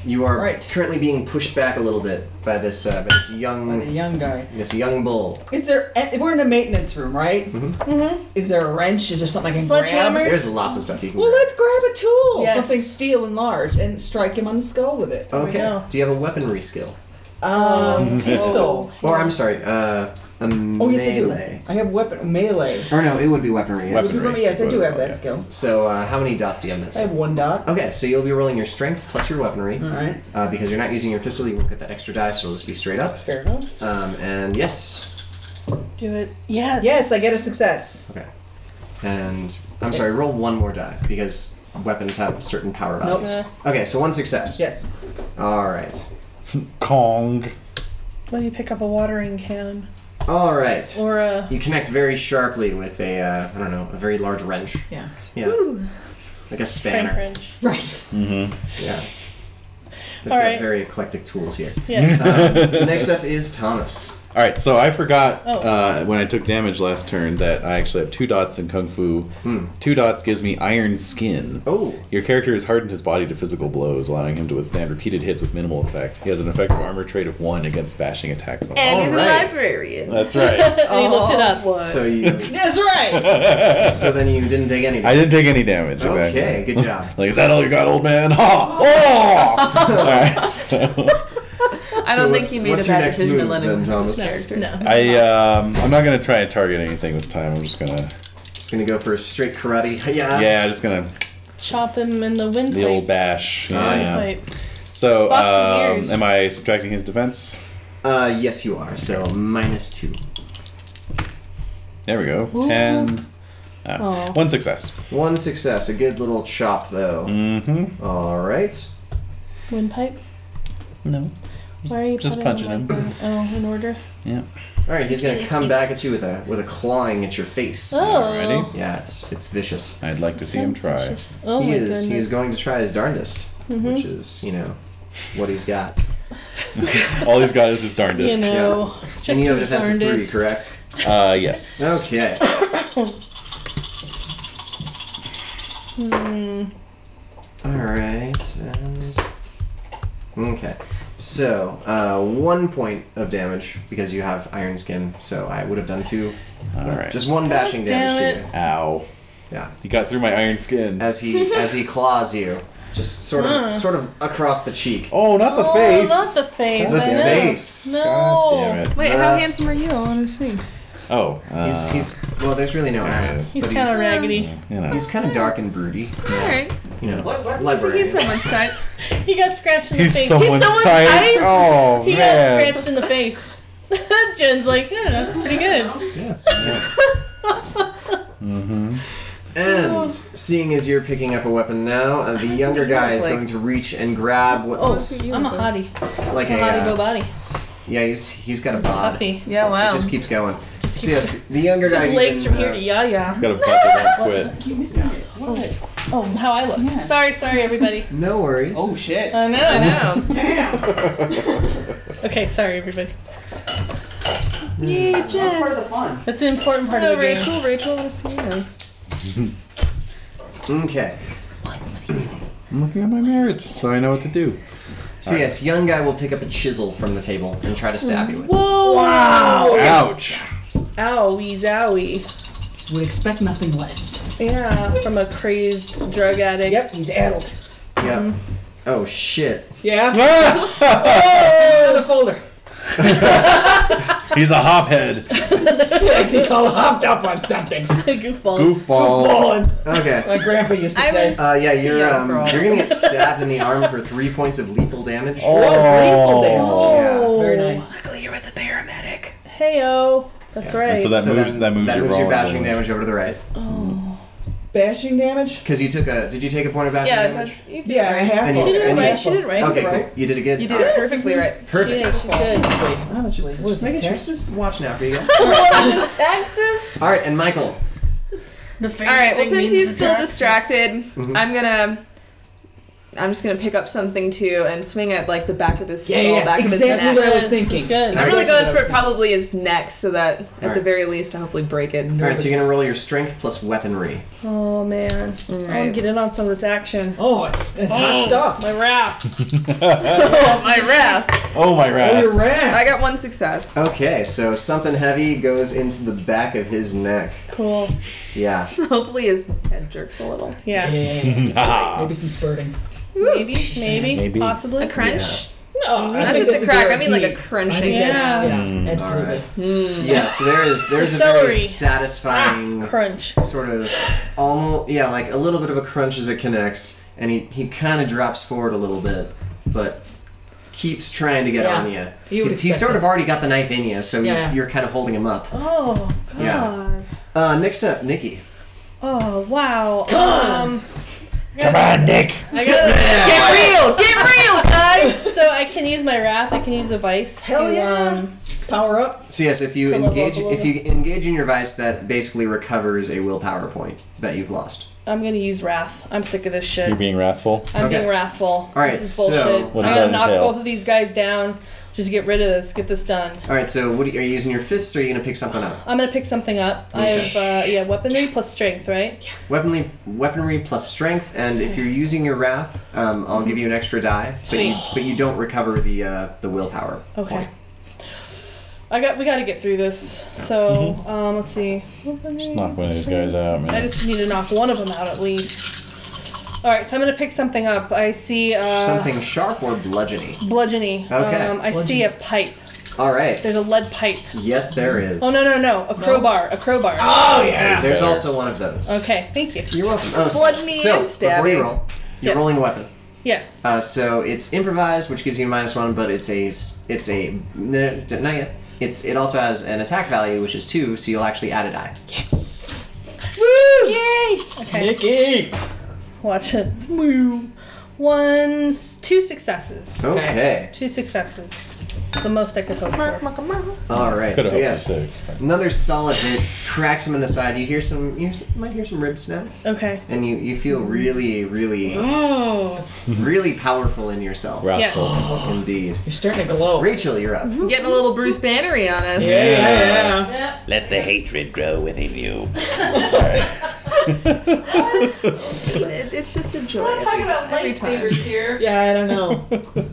You are
Right.
currently being pushed back a little bit by this uh, by this
on. The
young
young guy.
this young bull.
Is there? eh, We're in a maintenance room, right?
Mhm.
Is there a wrench? Is there something I can
Sledgehammer?
grab?
There's lots of stuff you can.
Well,
grab.
let's grab a tool,
Yes.
something steel and large, and strike him on the skull with it.
we
Okay.
go.
Do you have a weaponry skill?
Um, pistol.
Or I'm sorry, uh, a
Oh yes, I do.
melee.
I have weapon melee.
Or no, it would be weaponry. yeah.
Weapon. Right,
Yes, I
that's
do
what
have
it's
that
called,
skill.
So uh, how many dots do you have in that
I have
skill?
one dot.
Okay, so you'll be rolling your strength plus your weaponry.
All right,
Uh, because you're not using your pistol, you won't get that extra die, so it'll just be straight up.
fair enough.
Um, and yes,
Do it. Yes.
Yes, I get a success.
and I'm sorry, roll one more die because weapons have certain power
Nope.
values. Okay, so one success.
Yes.
All right.
Kong.
What do you pick up a watering can
All right.
or a?
You connect very sharply with a, uh, I don't know, a very large wrench.
Yeah.
Yeah. Like a
Frank
spanner.
Wrench.
Right.
Mm-hmm.
Yeah. They've
All
got
right.
very eclectic tools here.
Yes.
Um, next up is Thomas.
All right, so I forgot
Oh.
uh, when I took damage last turn that I actually have two dots in kung fu.
Hmm.
Two dots gives me iron skin.
Oh,
Your character has hardened his body to physical blows, allowing him to withstand repeated hits with minimal effect. He has an effective armor trait of one against bashing attacks. On
And
All
he's a
right.
librarian.
That's right.
and he
Oh,
looked it up.
so you,
That's right.
I
so then you didn't take any.
didn't take any damage. exactly.
Okay, good job.
Like, is that all you got, old man? Ha! Oh! all right. So,
I don't
So
think
what's-
he made a
what's your
bad
next
decision to
move
let
then,
him
Thomas?
character.
No.
I um, I'm not gonna try and target anything this time. I'm just gonna
Just gonna go for a straight karate. Yeah.
Yeah, just gonna
Chop him in the windpipe.
the old bash. Yeah.
Windpipe.
So,
Box his
um,
ears.
am I subtracting his defense?
Uh, yes, you are. So minus two.
There we go. Ten. Ah,
Aw.
one success.
One success. A good little chop, though.
Mm-hmm.
All right.
Windpipe.
No.
Why are you
Just
putting
punching
like that? Oh, in order.
All right. He's gonna come back at you with a with a clawing at your face.
Oh.
Ready?
Yeah, it's it's vicious.
I'd like to see him try.
Suspicious. Oh
he
my
is
goodness. Mm-hmm.
he's going to try his darndest, which is you know what he's got.
All he's got is his
You
darndest.
know,
and
just
you have a
his
defense of three,
darndest.
correct?
Uh, yes.
Okay.
Hmm.
All right. And... Okay. So uh, one point of damage because you have iron skin. So I would have done two.
All right. Just
Just one bashing damage
Oh, damn
to you.
ow.
Yeah.
He got through my iron skin.
As he as he claws you, just sort of
Huh.
sort of across the cheek.
Oh, not the
oh,
face.
not the face.
The
I know.
face.
No.
God damn it.
Wait, how
Uh,
handsome are you? I want to see.
Oh. Uh,
He's, he's well. There's really no
Yeah, he
act,
is.
He's
but
kind
he's
of raggedy.
you know.
he's kind of dark and broody.
All right.
You know,
What? What?
So
librarian.
he's so much type.
He got scratched in the
He's
face.
someone's
he's someone's
type.
type.
Oh
He
man.
got scratched in the face. Jen's like, yeah, that's pretty good.
Yeah.
hmm
Oh.
And seeing as you're picking up a weapon now, uh, the
does
younger
it look
guy is
like?
going to reach and grab what
Oh,
looks
I'm a hottie.
like
I'm
a
a hottie
uh,
go body.
yeah. He's he's got a bod. It
Toughy.
Yeah, wow.
just keeps going. so yes, the younger
His
guy.
legs
even,
from here
uh,
to yah yah.
Got a butt that won't quit.
You missed it. What?
Oh, how I look.
Yeah.
Sorry, sorry, everybody.
No worries.
Oh shit.
I know, I know.
Damn. That
Okay, sorry, everybody.
Yay,
was
Jen.
part of the fun.
That's an important part
Hello,
of the game.
Oh, Rachel. Rachel, I want to see you.
Okay.
I'm looking at my merits, so I know what to do.
So yes, young guy will pick up a chisel from the table and try to stab you with. it.
Whoa! Wow!
Ouch.
Owie, zowie.
Would expect nothing less.
Yeah, from a crazed drug addict.
Yep, he's addled.
Yep. Oh shit.
Yeah.
Ah!
Another folder.
He's a hophead.
he's all hopped up on something.
Goofballs.
Goofball.
Okay.
My grandpa used to
I
say.
was-
Uh, yeah, you're
young
um,
for all
you're gonna get stabbed in the arm for three points of lethal damage.
Oh.
Yeah.
Very nice.
Luckily, you're with a paramedic.
Heyo. That's
Yeah.
right.
And so that
So
moves.
then
that moves.
that
your
moves your
roll and
bashing
then-
damage over to the right.
Bashing damage?
Because you took a. Did you take a point of bashing
Yeah,
damage?
that's you did
Yeah, I
right.
have
And you
one.
did it
And
right,
I have
she
one.
did it right.
I
Okay,
did
cool. You did it good.
You did it perfectly right.
She
Perfect.
is, she's good.
Honestly, honestly, what is
Just making
this
sure.
text?
Just watching out for you guys.
Taxes?
All right, and Michael.
All right. Well, since he's still distracted, I'm gonna. I'm just gonna pick up something too and swing at like the back of his
Yeah,
skull, back
yeah,
of his
exactly
neck.
what I was
Good.
thinking.
It's good.
I'm really
Nice.
going for probably his neck, so that at the
Alright.
very least, I hopefully break it.
All right, so you're gonna roll your strength plus weaponry.
Oh, man. I'm gonna
Alright.
get in on some of this action.
Oh, it's, it's hot stuff.
My wrath.
Oh my wrath!
oh my
Oh,
wrath.
you're rat.
I got one success.
Okay, so something heavy goes into the back of his neck.
Cool.
Yeah.
Hopefully, his head jerks a little.
Yeah.
Yeah.
Ha.
Maybe some spurting.
Maybe, maybe,
Maybe.
possibly.
A crunch?
No,
Not just a crack. I mean, like a crunching.
that's-
sound.
yeah,
Yeah.
Mm,
absolutely.
All right.
Hmm.
Yeah. So there is there's a
Celery.
very satisfying
Crunch.
sort of almost yeah like a little bit of a crunch as it connects, and he he kind of drops forward a little bit, but keeps trying to get
Yeah.
on you.
You would
He's, he's
expect
sort of already got the knife in you, so he's,
Yeah.
you're kind of holding him up.
Oh, God.
Yeah. Uh, next up, Nikki.
Oh, wow.
on.
Um,
Come on, Nick.
I gotta,
Get real! Get real, guys!
so I can use my wrath. I can use a vice
Hell
to,
yeah.
um,
Power up.
So yes, if you
To level up a
engage
little
if you engage in your vice, that basically recovers a willpower point that you've lost.
I'm gonna use wrath. I'm sick of this shit.
You're being wrathful.
I'm
Okay.
being wrathful.
All right,
this is
so-
bullshit.
What does
I
that
gotta knock
entail?
both of these guys down. Just get rid of this. Get this done.
All right, so what are you, are you using your fists or are you gonna pick something up?
I'm gonna pick something up. I
Okay.
have uh, yeah, weaponry plus strength, right?
Weaponry, weaponry plus strength, and if you're using your wrath, um, I'll give you an extra die, but you, but you don't recover the uh, the willpower.
Okay.
point.
I got. We gotta get through this. So
Mm-hmm.
um, let's see. Weaponry.
Knock one of these guys out, man.
I just need to knock one of them out at least. All right, so I'm gonna pick something up. I see uh,
Something sharp or bludgeony.
bludgeony.
Okay.
Um, I see a pipe.
All right.
There's a lead pipe.
Yes, there is.
Oh no no no! A crowbar. A crowbar.
Oh yeah. There's
Fair.
also one of those.
Okay, thank you.
You're welcome. Oh,
bludgeoning
so,
and stabbing.
Before you roll, you're
Yes.
rolling a weapon.
Yes.
Uh, so it's improvised, which gives you minus one, but it's a s- it's a n- n- not yet. It's it also has an attack value, which is two, so you'll actually add a die.
Okay. Watch it. Woo. One, s- two successes.
Okay.
Two successes. It's the most I could hope for.
All right.
Could have
so yes,
six. but-
another solid hit cracks him in the side. You hear some you hear some- might hear some ribs snap,
Okay.
and you you feel really really
Oh.
really powerful in yourself.
Yes.
Wrathful.
Indeed.
You're starting to glow.
Rachel, you're up.
Getting a little Bruce Bannery on us.
Yeah.
Let the hatred grow within you.
It- it's just a joy.
We're talking
every-
about
every time.
lightsabers here.
Yeah, I don't know.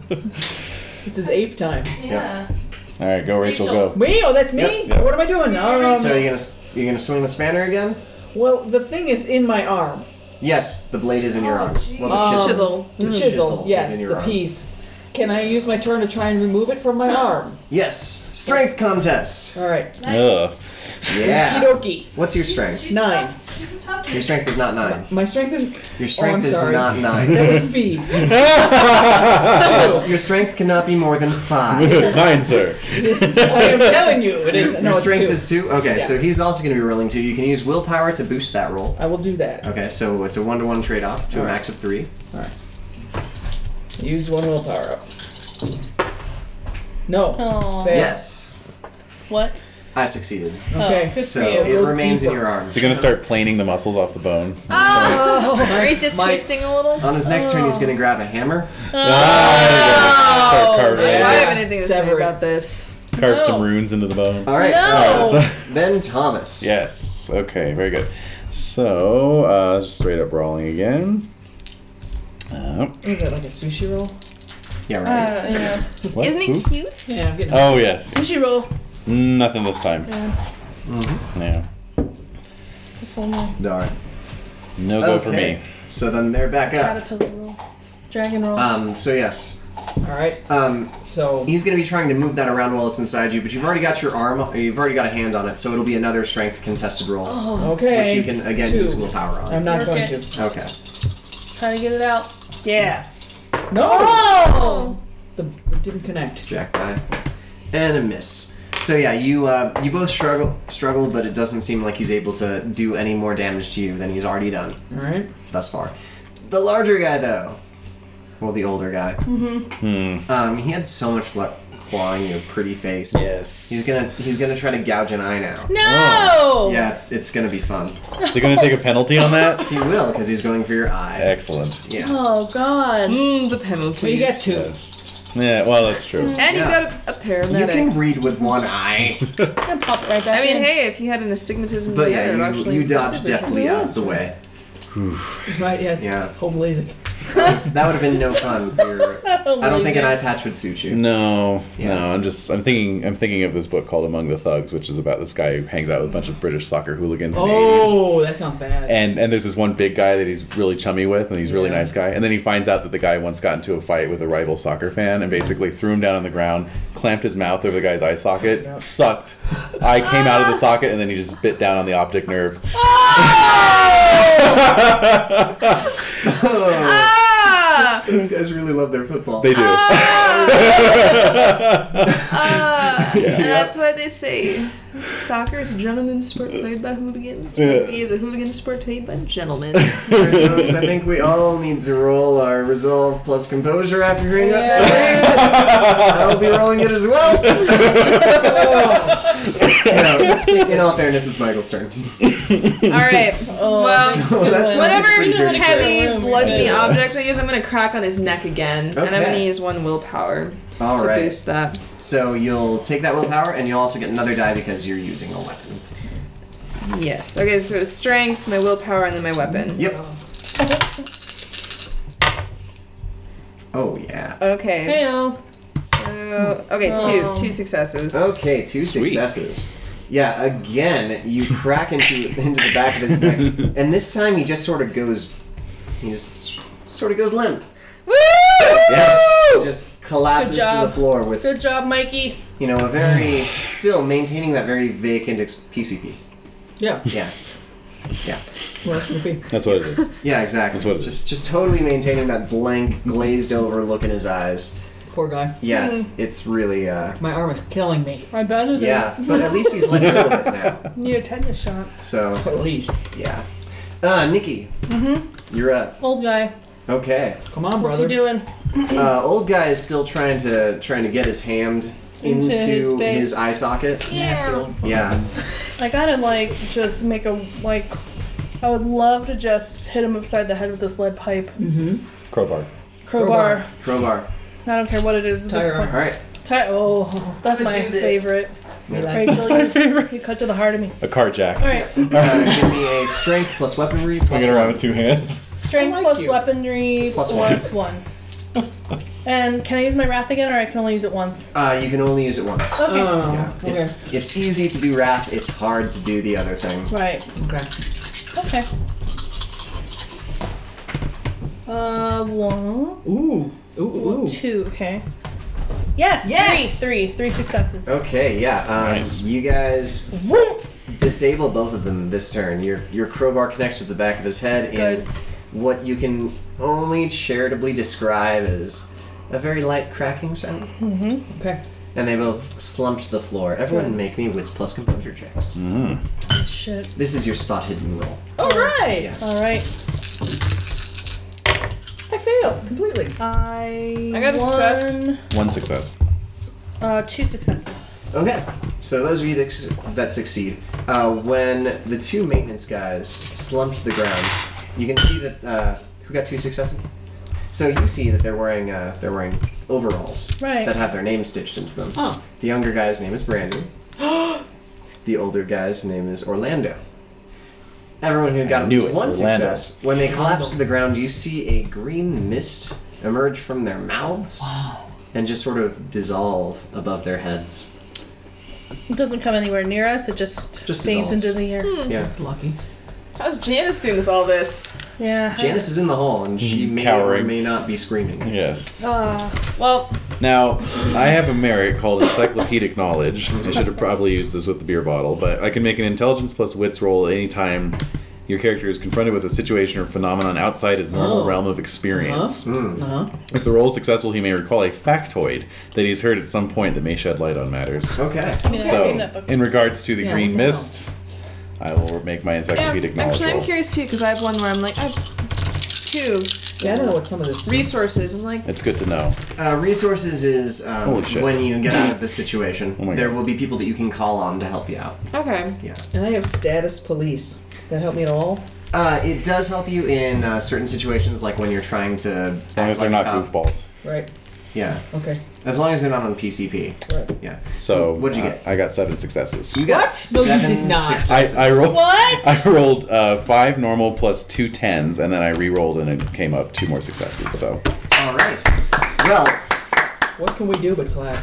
This is ape time.
Yeah.
All right, go Rachel,
Rachel.
go.
Wait, oh, that's me?
Yep, yep.
What am I doing? Um,
So you're gonna s- you're gonna swing the spanner again?
well, the thing is in my arm.
Yes, the blade is in your
Oh,
arm.
geez.
Well, the
Um,
chisel.
The
Mm.
chisel,
Chisel is
yes,
in your
the
arm.
piece. Can I use my turn to try and remove it from my arm?
Yes, strength contest.
All right.
Ugh.
Yeah.
Kidoki.
What's your strength?
She's
Nine.
A tough, she's a tough
Your strength is not nine.
My strength is.
Your strength
Oh,
is
I'm sorry.
not nine.
That was speed.
Your strength cannot be more than five.
Nine, sir.
I am telling you, it is.
Your
No, it's
strength
two.
is two. Okay, so he's also going to be rolling two. You can use willpower to boost that roll.
I will do that.
Okay, so it's a one to one trade off to a max of three.
Use one willpower up. No.
Oh.
Aw.
Fail.
Yes,
What?
I succeeded.
Okay.
Good
So
for you.
it
Goes
remains in
deeper.
your arm.
So you're gonna start planing the muscles off the bone.
Oh.
Or he's just
My-
twisting a little.
On his next turn, he's going to grab a hammer.
Oh.
Ah, you're gonna
Do
start
I
carving,
have anything to say
Sever it.
about this?
carve some
No.
runes into the bone.
All right.
No.
uh, then Thomas.
Yes. Okay. Very good. So uh, straight up brawling again. Uh,
What is that, like a sushi roll?
Yeah. Right.
Uh, yeah.
what?
Isn't
Who?
he cute?
Yeah, I'm getting.
Oh yes.
Sushi roll.
Nothing this time. Mm-hmm. Yeah.
Darn.
No go for
Okay,
me.
So then they're back up.
Caterpillar roll. Dragon roll.
Um. So yes.
Alright,
Um.
so.
He's going to be trying to move that around while it's inside you, but you've already got your arm, or you've already got a hand on it, so it'll be another strength contested roll,
Oh.
which
Okay.
you can again
Two.
use willpower on.
I'm not
Work
going
it.
to.
Okay.
Trying to get it out. Yeah.
No!
Oh.
The, it didn't connect.
Jack die, and a miss. So yeah, you uh, you both struggle struggle, but it doesn't seem like he's able to do any more damage to you than he's already done
Alright.
thus far. The larger guy though, well the older guy,
Hmm.
um, he had so much luck clawing your pretty face.
Yes.
He's gonna he's gonna try to gouge an eye now.
Oh.
No.
Yeah, it's it's gonna be fun.
Is he gonna take a penalty on that?
He will because he's going for your eye.
Excellent.
Yeah.
Oh God.
Mm, the
But you
penalties.
get two.
Yes. Yeah. Well, that's true.
and you
Yeah.
got a, a
You
paramedic.
can read with one eye,
I'm gonna pop it right back.
I mean,
in.
hey, if you had an astigmatism,
but
you had
yeah,
it
you,
actually
you dodge deftly out of the way.
Right, yeah, it's
Yeah.
home lazy.
That would have been no fun. For your, I don't think an eye patch would suit you.
No,
Yeah.
no. I'm just I'm thinking I'm thinking of this book called Among the Thugs, which is about this guy who hangs out with a bunch of British soccer hooligans. in the 80s.
Oh, that sounds bad.
And and there's this one big guy that he's really chummy with, and he's a really
Yeah.
nice guy. And then he finds out that the guy once got into a fight with a rival soccer fan, and basically threw him down on the ground, clamped his mouth over the guy's eye socket, sucked. Eye came out of the socket, and then he just bit down on the optic nerve.
Oh. Ah!
These guys really love their football.
they do.
Ah!
Yeah.
That's why they say soccer is a gentleman's sport played by hooligans.
Yeah.
Rugby is a hooligan sport played by gentlemen.
Alright, folks, I think we all need to roll our resolve plus composure after hearing that story. I'll be rolling it as well.
Oh.
no, in all fairness, it's Michael's turn.
All right.
Oh.
well,
So that sounds like a
Whatever
pretty dirty trick.
heavy bludgeoning
Yeah.
object I use, I'm gonna crack on his neck again, and I'm gonna
Okay.
use one willpower
All
to
right.
boost that.
So you'll take that willpower, and you'll also get another die because you're using a weapon.
Yes. Okay. So it's strength, my willpower, and then my weapon.
Yep. Oh yeah.
Okay.
Heyo.
So okay,
Oh.
two two successes.
Okay, two successes. Yeah, again, you crack into into the back of his neck, and this time he just sort of goes, he just sort of goes limp.
Woo!
Yes, just collapses
Good
to the
job.
floor with
Good job, Mikey.
you know a very still maintaining that very vacant ex- PCP.
Yeah.
Yeah,
What else would it be?
That's what it is.
yeah, exactly.
That's what it is.
just just totally maintaining that blank, glazed over look in his eyes.
Poor guy.
Yeah, it's
Hmm.
it's really uh,
My arm is killing me.
I bet it is.
yeah. But at least he's let go of it now.
Need a tetanus shot.
So
At least.
yeah, uh, Nikki, mm-hmm. you're up.
Old guy,
Okay.
Come on,
what's he
brother.
doing?
Uh, old guy is still trying to trying to get his hand into,
Into his face.
his eye socket.
Yeah.
Yeah.
I gotta like just make a like. I would love to just hit him upside the head with this lead pipe
Mm-hmm.
Crowbar.
crowbar.
Crowbar.
Crowbar.
I don't care what it is. At this
Tire
point.
All right.
Ti- oh, that's my
do this.
favorite.
Be like,
Rachel, you, favorite. you cut to the heart of me.
A car jack.
All right,
Uh, give me a strength plus weaponry
Swing
plus
it around
one.
with two hands.
strength
I like
plus
you.
weaponry
Plus one.
plus one. and can I use my wrath again, or I can only use it once?
Uh, you can only use it once.
Okay.
Oh,
Yeah.
okay.
It's it's easy to do wrath. It's hard to do the other thing.
Right.
okay.
Okay. Uh, one,
Ooh. Ooh,
well,
ooh, ooh.
two. Okay. Yes.
Yes!
Three, three, three successes.
Okay. Yeah. Um,
Nice.
You guys
Vroom.
disable both of them this turn. Your your crowbar connects with the back of his head in
Good.
what you can only charitably describe as a very light cracking sound.
Mm-hmm. Okay.
And they both slumped to the floor. Everyone make me wits plus composure checks.
Mm.
Mm. Shit.
This is your spot hidden roll.
All right.
Yeah.
All right.
I failed completely.
I.
I got a
won,
success.
One success.
Uh, two successes.
Okay. So those of you that, that succeed, uh, when the two maintenance guys slumped to the ground, you can see that uh, who got two successes. So you see that they're wearing uh, they're wearing overalls
Right.
that have their name stitched into them.
Oh.
The younger guy's name is Brandon. the older guy's name is Orlando. Everyone who got at
knew
least
it,
one
Orlando.
success, when they collapse to the ground, you see a green mist emerge from their mouths and just sort of dissolve above their heads.
It doesn't come anywhere near us. It just,
Just
fades
dissolves.
into the air.
Hmm.
Yeah.
That's lucky.
How's Janice doing with all this?
Yeah.
Janice is in the hall and she may or
Mm, Cowering.
may not be screaming.
Yes.
Ah,
Well,
Now, I have a merit called encyclopedic knowledge. I should have probably used this with the beer bottle, but I can make an intelligence plus wits roll anytime your character is confronted with a situation or phenomenon outside his normal
Oh.
realm of experience.
Mm.
Uh huh.
If the roll is successful, he may recall a factoid that he's heard at some point that may shed light on matters.
Okay.
I mean, I read that
So,
book.
in regards to the
Yeah,
green
what the hell?
mist, I will make my
yeah,
encyclopedic knowledge
actually, I'm
roll.
curious too because I have one where I'm like, I have two
Yeah, I don't know what some of this.
resources. I'm like,
It's good to know.
Uh, resources is um,
Holy shit.
when you get out of this situation,
Oh my
there
God.
will be people that you can call on to help you out.
okay,
And I have status police. That help me at all?
Uh, it does help you in uh, certain situations, like when you're trying to.
As long as they're not goofballs.
Right.
Yeah,
Okay.
as long as they're not on PCP.
Right.
Yeah.
So,
what'd you
uh,
get?
I got seven successes.
You got
What? No, you
seven
did not.
I,
successes.
I rolled.
What?
I rolled uh, five normal plus two tens, and then I re-rolled and it came up two more successes. So
All right. Well,
What can we do but clap?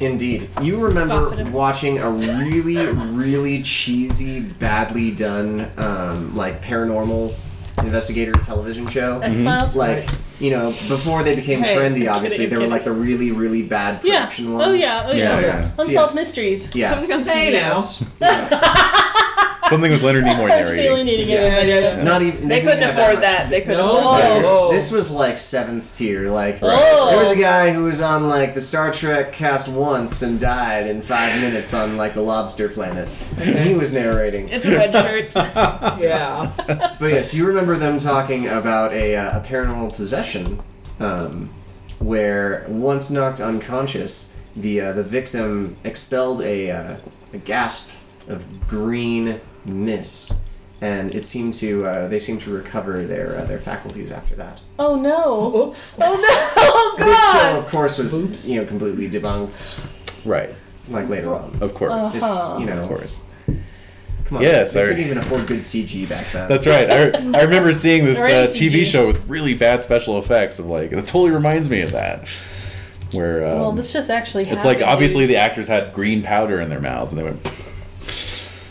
indeed, you
Scoff at
remember
him.
watching a really, really cheesy, badly done, um, like paranormal investigator television show.
X Files.
Like, you know, before they became
Hey, I'm
trendy,
kidding,
obviously,
I'm
there were
kidding.
like the really, really bad
Yeah.
production ones.
Oh yeah. Oh yeah.
yeah.
Unsolved
Yes.
mysteries.
Yeah.
something on hey
something with Leonard Nimoy narrating.
Alienating
Yeah.
everybody.
Not even
They couldn't
have that
afford
much.
that. They couldn't
No.
afford
Yeah,
that.
Oh.
this,
Whoa.
this was like seventh tier. Like
Oh.
there was a guy who was on like the Star Trek cast once and died in five minutes on like the Lobster Planet. And he was narrating.
It's a red shirt.
Yeah.
But yes, you remember them talking about a, uh, a paranormal possession, um, where once knocked unconscious, the uh, the victim expelled a uh, a gasp of green mist, and it seemed to uh, they seemed to recover their uh, their faculties after that.
Oh no.
Oops.
Oh no. Oh
Which show,
god.
of course, was
Oops.
you know completely debunked
Right,
like later on.
of course,
Uh-huh.
It's you
of
know,
course.
come on,
Yes,
they
I-
couldn't even afford good CG back then.
That's right. I, I remember seeing this
Already
uh, TV
CG.
show with really bad special effects of like it totally reminds me of that. Where um,
Well, this just actually.
it's like
happened,
obviously
dude.
the actors had green powder in their mouths and they went,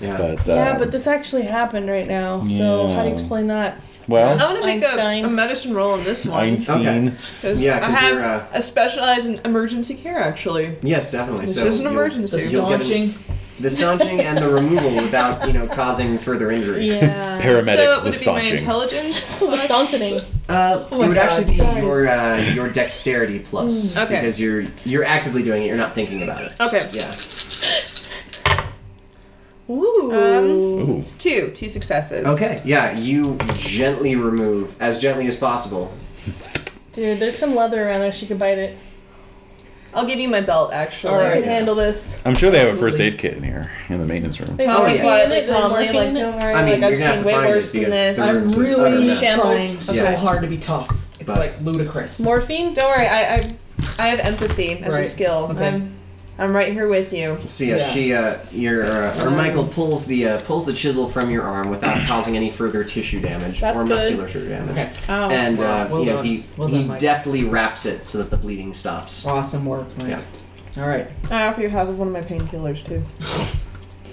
yeah.
but,
Yeah,
um,
but this actually happened right now. So how do
Yeah.
you explain that?
Well,
I'm gonna make a,
Einstein.
a medicine roll on this one.
Einstein.
'cause
Yeah, 'cause
I have
you're, uh,
a specialized in emergency care actually.
Yes, definitely.
This
so
is an
you'll-
emergency.
you'll get an-
Staunching.
the staunching and the removal without you know causing further injury.
Yeah.
Paramedic
so would it
with
be my
staunching.
intelligence? plus-
Wisconsin.
Uh, it would
Oh God,
actually be
guys. Mm.
your uh, your dexterity plus
Okay.
because you're you're actively doing it. You're not thinking about it.
Okay.
Yeah.
Ooh.
Um,
Ooh.
it's two, two successes.
Okay. Yeah. You gently remove as gently as possible.
Dude, there's some leather around there. She could bite it.
I'll give you my belt actually.
All right.
yeah.
Handle this.
I'm sure they have a first aid kit in here in the maintenance room.
They
Oh,
Tell me
yeah.
quietly,
Morphine,
calmly,
morphine.
like don't worry,
I mean,
like
you're gonna have
I've seen
to
way
find
worse
it
than
because
this.
the
I'm
room's an utter
really
mess.
Shambles.
trying so
Yeah.
hard to be tough. It's
But-
like ludicrous.
Morphine.
Don't worry, I I, I have empathy as a
Right.
skill.
Okay.
I'm I'm right here with you.
So yeah,
Yeah. Uh-huh.
she uh, your uh, or Michael pulls the uh, pulls the chisel from your arm without causing any further tissue damage
That's
or
good.
musculature damage.
Okay.
Ow.
And uh,
Oh, Wow, well
you know
done.
he
Well
he
done, Mike.
deftly wraps it so that the bleeding stops.
Awesome work, Mike.
Yeah.
All right.
I offer you half of one of my painkillers too.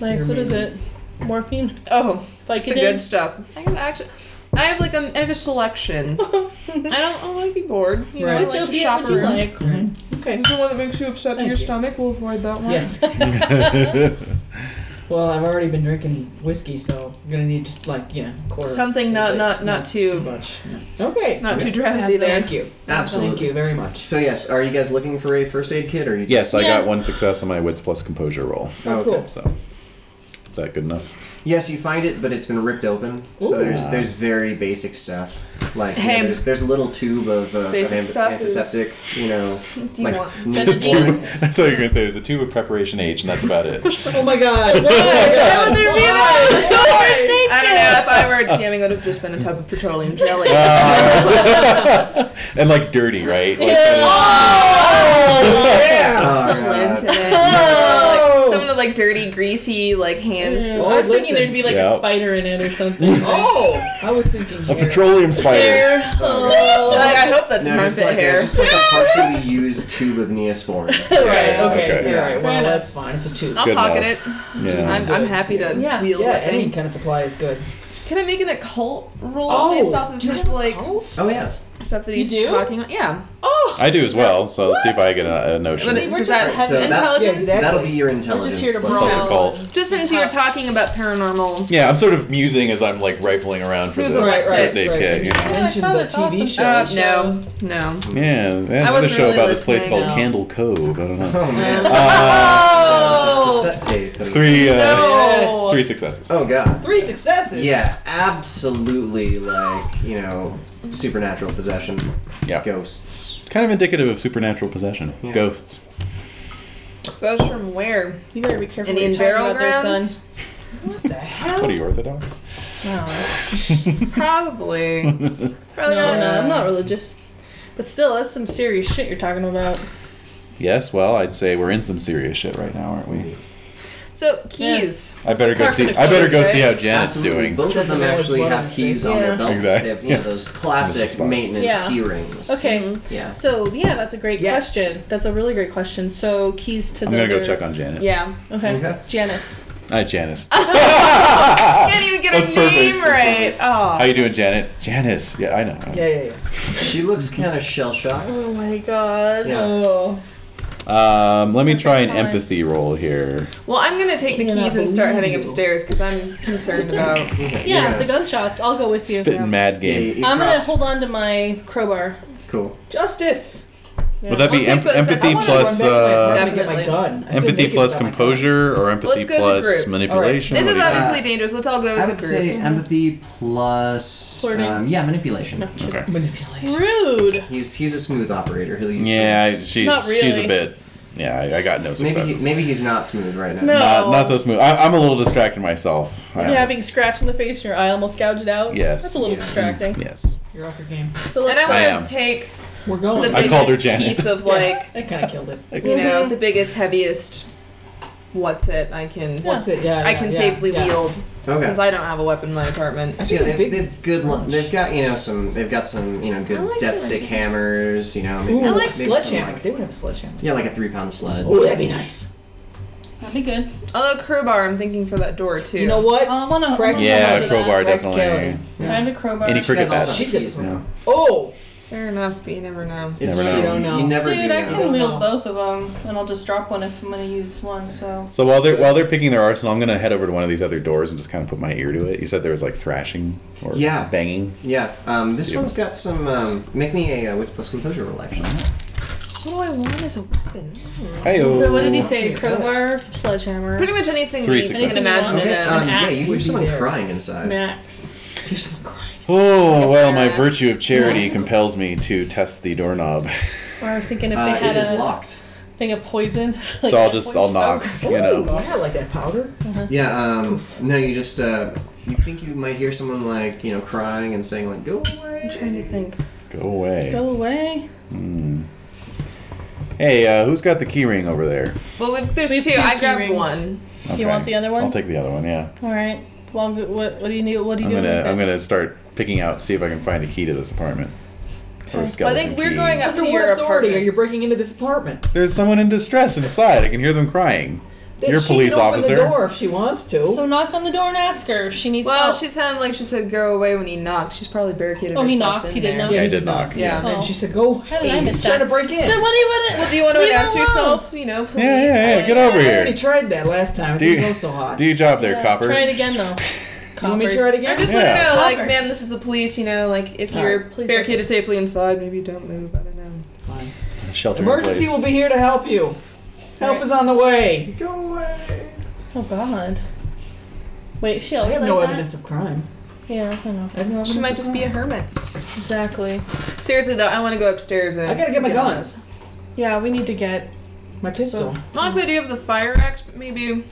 Nice. What is it? Morphine.
Oh,
Like
it's the good stuff. I can actually. I have like a, I have a selection. I don't, I don't want to be bored. You
Right.
know,
Which
I like to
opiate
shop
would you
around.
like?
Mm-hmm.
Is the one that makes you upset to
Thank
your
you.
stomach? We'll avoid that one.
Yes. Well, I've already been drinking whiskey, so I'm gonna need just like you know a quarter.
Something not-
But
not- not too-
much. yeah. Okay.
Not too
Okay.
drowsy there.
Thank you.
Absolutely.
Thank you very much.
So yes, are you guys looking for a first aid kit or you?
Yes, I
Yeah.
got one success on my wits plus composure roll.
Oh,
Oh,
okay.
cool.
So, is that good enough?
Yes, you find it, but it's been ripped open. So
Ooh.
there's there's very basic stuff. Like you know,
Hey.
there's there's a little tube of, uh, of
Basic
am-
stuff is-
antiseptic. You know,
Do you
like
want?
Neosporin.
That's all you're gonna say. There's a tube of preparation H, and that's about it.
Oh my god.
Why would there be one? I don't know. If I were jamming, it would have just been a tub of petroleum jelly.
Ah. and like dirty, right? Like, that
Oh,
Some
God.
lint in it. Like, some of the like dirty, greasy like hands.
Yeah.
Just,
Oh,
I was
listen.
thinking there'd be like
Yeah.
a spider in it or something.
Oh, I was thinking.
is a
hair.
petroleum spider.
Hair.
Oh,
Oh.
like, I hope that's
No,
armpit
just like,
hair.
A, just like a partially used tube of Neosporin.
Right.
Yeah,
Okay.
okay.
All right. Well,
enough.
that's fine. It's a two.
I'll
Good
pocket
enough.
it.
Yeah.
I'm, I'm happy to
Yeah.
wield
Yeah.
it.
Any kind of supply is good.
Can I make an occult roll
Oh,
based off of
do you
just
have a
like
cult?
oh yes.
stuff that
You
he's
do?
talking about? Yeah.
Oh.
I do as well. So let's see if I get a, a
But
notion.
it-
we're
does
just
that have
So that's-
intelligence?
yeah, exactly.
That'll be your intelligence.
here to
plus
brawl.
your-
Something called.
Just since you were talking about paranormal.
Yeah, I'm sort of musing as I'm like rifling around for
Who's
the
on that
first
side?
aid
Right,
kit. You
right.
know?
mentioned
saw
the
this
TV
awesome
show.
Uh,
show.
no, no.
Yeah,
I
there's a
wasn't
show
really
about this place
listening.
called
No.
Candle Cove. I don't know.
Oh man.
Uh,
Oh. Cassette tape. and-
three, uh,
Yes.
three successes.
Oh god.
Three successes.
Yeah, absolutely. Like you know, supernatural possession,
Yeah,
ghosts.
kind of indicative of supernatural possession,
Yeah.
ghosts.
Goes from where?
You better be careful what
Indian
you're talking
burial
about there,
grounds?
son.
What the hell?
What are you Orthodox?
Probably. Probably
No,
not.
no, I'm not religious. But still, that's some serious shit you're talking about.
yes, well, I'd say we're in some serious shit right now, aren't we?
So keys.
I better go
Apart from
see.
the
I better
clothes,
go
right?
see how Janet's
Absolutely.
doing.
Both of them
Definitely
actually
was one
have
of
keys on
things.
their
Yeah.
belts.
Exactly.
They have you know,
Yeah.
those
This is
classic
fun.
maintenance
Yeah.
key rings.
Okay.
Yeah.
So yeah, that's a great
Yes.
question. That's a really great question. So keys to
I'm
the.
gonna go
other-
check on Janet.
Yeah.
Okay.
Okay.
Janice.
Hi, Janice.
Can't even get his
Ah, That's perfect.
name right.
How
Oh.
you doing, Janet? Janice. Yeah, I know.
Yeah, yeah, yeah.
She looks kind of shell shocked.
Oh my god.
Yeah.
Oh.
Um, let me
Perfect
try an
time.
empathy roll here.
Well, I'm gonna take the
Cannot
keys and start
believe
heading
you.
upstairs because I'm concerned about.
Okay,
Yeah,
you're
the
gonna-
gunshots. I'll go with you.
Spitting mad
yeah,
game.
you- you
I'm gonna
cross-
hold on to my crowbar.
Cool.
Justice.
Yeah.
Would that be
Let's
em-
take those- I
empathy
wanna
I'm
plus
back to my,
uh,
I'm gonna get my
Definitely.
gun. I feel
empathy
naked
plus
about my gun.
composure or empathy
Let's go as a
plus
group.
manipulation?
This
What
is
do you think?
obviously dangerous. Let's all go
I
as a
would
group.
say empathy plus
Flirting.
um, yeah manipulation.
Okay.
Manipulation.
Rude.
He's he's a smooth operator. He'll use
Yeah, I-
things.
she's
Not
she's a
really.
bit. Yeah, I, I got no
Maybe he,
successes.
maybe he's not smooth right now.
No.
Not, not so smooth. I, I'm a little distracted myself. I
You're
almost-
having scratch in the face and your eye almost gouged it out.
Yes.
That's a little
Yeah.
distracting.
Yes.
You're off your game.
So
And
let's
I
I'm
am.
gonna take
We're
the
going.
I
biggest
called her Janet.
piece of
Yeah,
like
that kind of killed it.
you know
Mhm.
the biggest, heaviest. What's it? I can.
What's it? Yeah.
I
yeah,
can
yeah,
safely
yeah.
wield
Okay.
since I don't have a weapon in my apartment.
I
So
think
yeah,
a
they've,
big.
they've good. lu- They've got you know some. They've got some you know good
I like
death
that
stick
idea.
hammers. You know.
Ooh,
maybe-
a
like
maybe some,
sledgehammer. They would have a sledgehammer.
yeah, like a three pound sled.
Oh, that'd be nice.
That'd be good.
Although crowbar, I'm thinking for that door too.
You know what?
I want to.
Practical
Yeah,
Practicality.
crowbar definitely.
Practicality.
I have the crowbar.
Any cricket
guys also
bats.
have
She did
keys
some-
now.
Oh,
Fair enough, but you never know.
It's
Never
true.
know.
You,
You
don't know.
never do
Dude, I
know.
can wield
know.
both of them, and I'll just drop one if I'm gonna use one. So
So while they're while they're picking their arsenal, I'm gonna head over to one of these other doors and just kind of put my ear to it. You said there was like thrashing or
Yeah.
banging.
Yeah, um, this
Yeah.
one's got some. Um, make me a uh, wits plus composure roll, actually.
What do I want as a weapon?
Hey.
So what did he say? Crowbar, sledgehammer,
Pretty much anything
Three
that you can
successes.
imagine
Okay,
in a-
um,
an
yeah,
axe
you
would
hear
be
someone
there.
crying inside.
an axe.
see someone crying.
Oh well, my
Yeah.
virtue of charity compels me to test the doorknob,
Or I was thinking if
Uh,
they
it
had
is
a
locked.
thing of poison. like
so I'll
that
just I'll
poison
knock.
oak.
You know,
yeah, like that powder.
Yeah. Um, no, you just. Uh, you think you might hear someone like you know crying and saying like go away.
I'm trying to think.
go away.
Go away.
Hmm. Hey, uh, who's got the key ring over there?
Well, we- there's
We have
two.
two
I
key
grabbed
rings.
one.
Okay.
You want the other one?
I'll take the other one. Yeah.
All right. Well, good- what what do you need? What do you
I'm
doing?
gonna
with
I'm
it?
gonna start picking out see if I can find a key to this apartment. Or
Okay.
a
Well, I
skeleton
think we're
key.
going up
Under
to
what
your
authority are you
apartment.
breaking into this apartment?
There's someone in distress inside. I can hear them crying.
Then
You're a
she
police
can open
officer.
the door if she wants to.
So knock on the door and ask her. if She needs
Well,
help.
she sounded like she said go away when he knocked. She's probably barricaded
Oh, he
herself
knocked?
in
He did
there.
knock?
Yeah, I
you
did
did
knock.
not.
Yeah.
and
Oh.
then she said, "Go."
How did I
away,
miss
she's trying
that?
to break in.
Then what do you want to?
Well, do you want to
Leave her
announce
alone.
yourself? You know, please.
Yeah, yeah, yeah. Get over
I
here.
already tried that last time. It
Do
didn't
you-
go so hot.
Do your job there, copper.
Try it again though.
you want me to try it again?
Or just let
Yeah.
her know, like,
Coppers.
ma'am, this is the police. You know, like, if
All
you're
right, please
barricaded safely inside, maybe don't move. I don't know.
Shelter
Emergency
in place.
will be here to help you. Help
Alright.
is on the way.
Go away.
Oh God. Wait, she
I
always
have
like
no
that?
evidence of crime.
Yeah, I know.
I have no
She
evidence
might
of
just be a
crime.
hermit.
Exactly.
Seriously though, I want to go upstairs and.
I gotta get my
on
guns.
this.
Yeah, we need to get.
My pistol.
Not like the idea of the fire axe, but maybe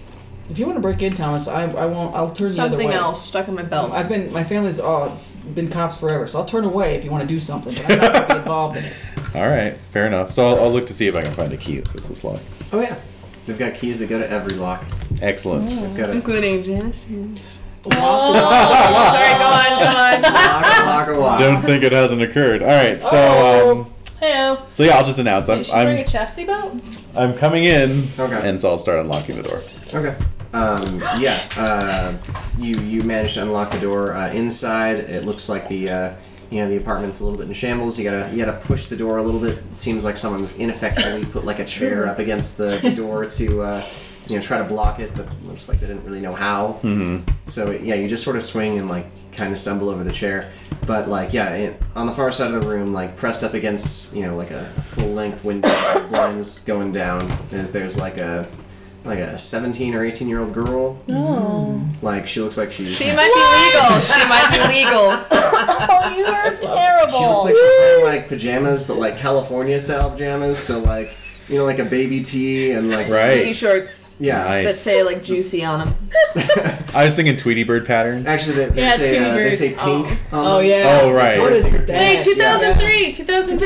If you want to break in, Thomas, I, I won't. I'll turn the
something
other way.
else stuck in my
Um,
belt.
I've been. My family's all it's been cops forever, so I'll turn away if you want to do something. But I'm not gonna be involved in it.
All right, fair enough. So I'll, I'll look to see if I can find a key that fits this lock.
Oh yeah. They've got keys that go to every lock.
Excellent.
They've got a
Including Janice. Sims.
Sorry,
Sorry, go on, go on.
lock, lock, a
Oh.
lock.
Don't think it hasn't occurred. All right, so um,
Heyo.
so yeah, I'll just announce I'm
Oh. She's wearing
I'm,
a chastity belt.
I'm coming in,
Okay.
and so I'll start unlocking the door.
Okay. Um, yeah. Uh, you you managed to unlock the door uh, inside. It looks like the uh, you know the apartment's a little bit in shambles. You gotta you gotta push the door a little bit. It seems like someone's ineffectually put like a chair up against the, the door to uh, you know try to block it, but it looks like they didn't really know how.
hmm
So yeah, you just sort of swing and like kind of stumble over the chair. But like yeah, it, on the far side of the room, like pressed up against you know like a full length window, with blinds going down. Is there's like a like a 17 or 18 year old girl.
Oh.
No.
Like she looks like she's
She might be legal. She might be legal.
Oh, you are
she looks
terrible.
like she's wearing like pajamas, but like California style pajamas. So like you know like a baby tee and like
Pretty
Right.
shorts
yeah.
that
Nice.
say like juicy on them.
I was thinking Tweety Bird pattern.
Actually, they, they
Yeah,
say
Tweety
uh, they
Bird.
say pink. on
Oh
them.
yeah.
Oh, right.
What is
Wait,
that?
Wait, 2003, 2003.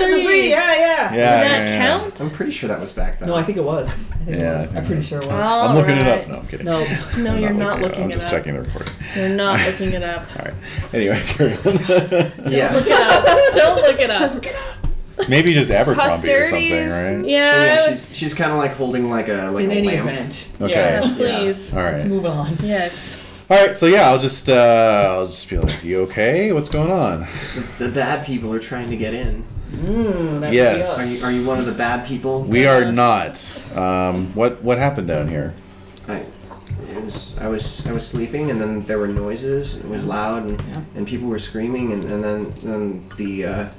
2003. Yeah, yeah.
Yeah.
Did
yeah,
that
yeah.
count?
I'm pretty sure that was back then.
No, I think it was. I think
Yeah,
it was.
yeah.
I'm pretty sure it was.
I'm looking it up.
Alright.
No, I'm kidding.
no.
No,
I'm
you're not
I'm
looking it
just
up.
checking the recording.
You're not looking it up.
All right. Anyway, carry on.
yeah.
Look it up. Don't look it up.
Maybe just Abercrombie or something,
Posterities.
right?
Yeah,
Yeah,
I
she's she's kind of like holding like a like
In
a
any
lamp.
event,
Okay.
Yeah.
was- please.
All
Let's
right.
move on.
Yes.
All right. So yeah, I'll just uh, I'll just be like, "You okay? What's going on?"
The bad people are trying to get in.
Mm, that
Yes.
Are you, are you one of the bad people?
We are not. Um, what what happened down here?
I, it was, I was I was sleeping and then there were noises. It was loud and,
Yeah.
and people were screaming and, and then then the uh,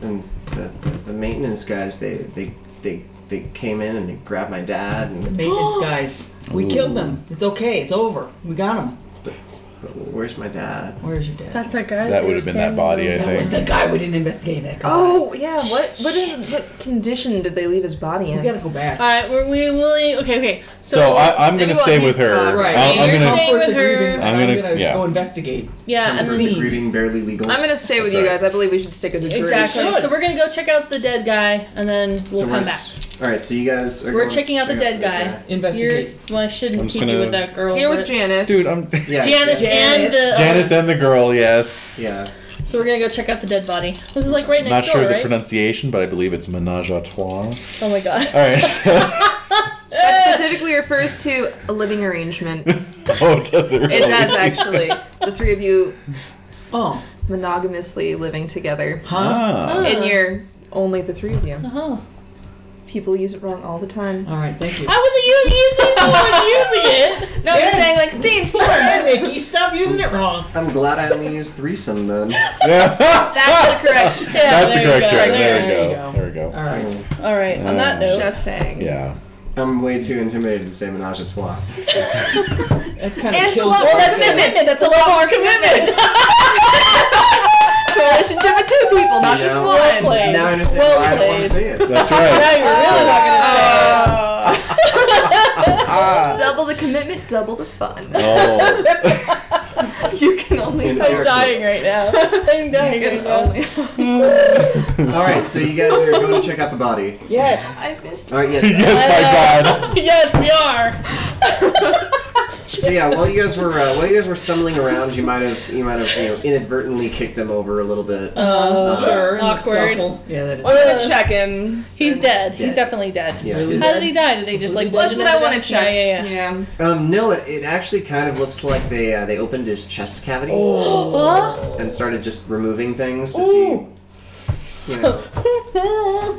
then the, the, the maintenance guys they, they they they came in and they grabbed my dad and
Maintenance guys. We
Ooh.
killed them. It's okay. It's over. We got them.
but where's my dad?
Where's your dad?
That's that guy.
That
we
would
were
have been that
standing
body, I
over.
That was the
think.
guy we didn't investigate. That guy.
Oh yeah. What what, is, what condition did they leave his body
we
in?
gotta go back.
All right, were we willing? Okay, okay. So,
So, I, I'm
maybe
gonna
we'll
stay
use
with her.
time.
Right.
I'll-
You're
I'm gonna.
saying- staying
Comfort
with
the
her.
grieving,
I'm
and
gonna- yeah.
go investigate.
yeah, and
Comfort
then
the
scene.
grieving barely legal.
I'm gonna stay with you
Sorry.
guys. I believe we should stick as a group.
exactly.
Good.
So we're gonna go check out the dead guy, and then we'll come back.
All right, so you guys are
We're
going-
checking out the
check
dead guy. You're,
Investigate.
well, I
I'm
shouldn't
just
keep
gonna-
you with that girl.
You're with
but-
Janice.
Dude, I'm
Yeah,
Janice
yeah,
and the
Janice and the girl. Yes.
yeah.
So we're gonna go check out the dead body. This is like right next
Not
door,
sure the
right?
pronunciation, but I believe it's menage a trois. All
oh my god.
right. so-
That's specifically refers to a living arrangement.
oh, does it? Really?
It does actually. The three of you
Oh.
monogamously living together,
Ah.
and you're only the three of you.
Huh.
People use it wrong all the time.
All right, thank you.
I wasn't using, using the one using it.
No, I'm just saying like Steve's
There, Nikki, stop using it wrong.
I'm glad I only used threesome then.
Yeah.
That's the correct term.
That's the
there you
correct
go,
term. There
there
we
you
go.
go.
There we go.
All right.
All right. On that
Uh,
note,
Just saying.
Yeah.
I'm way too intimidated to say menage a trois.
That kind of
And it's a
kills
lot
all
more
of it.
commitment. That's a lot more commitment. it's a relationship with two people, not
See,
just
now-
one.
play.
Now I understand
Well
why I don't want to
played.
say it.
That's
now
right.
you're really not gonna
Double the commitment, double the fun.
Oh.
You can only.
In
You
air
I'm dying right
quotes.
now. I'm dying
can
right now.
only.
All right, so you guys are going to check out the body.
Yes.
I missed.
All right, yes.
yes, my God.
yes, we are.
So yeah, while you guys were uh, while you guys were stumbling around, you might have you might have you know inadvertently kicked him over a little bit.
Uh,
Sure. in the
awkward.
scuffle. Yeah, that is.
Let's check him.
He's dead.
Dead.
He's definitely dead.
Yeah,
really
it-
How did he die? Did they just like?
That's
bludgeon
what I
him
want to
death?
check.
Yeah, yeah, yeah.
um, no, it, it actually kind of looks like they uh, they opened his chest cavity
Oh.
and started just removing things to see. You know,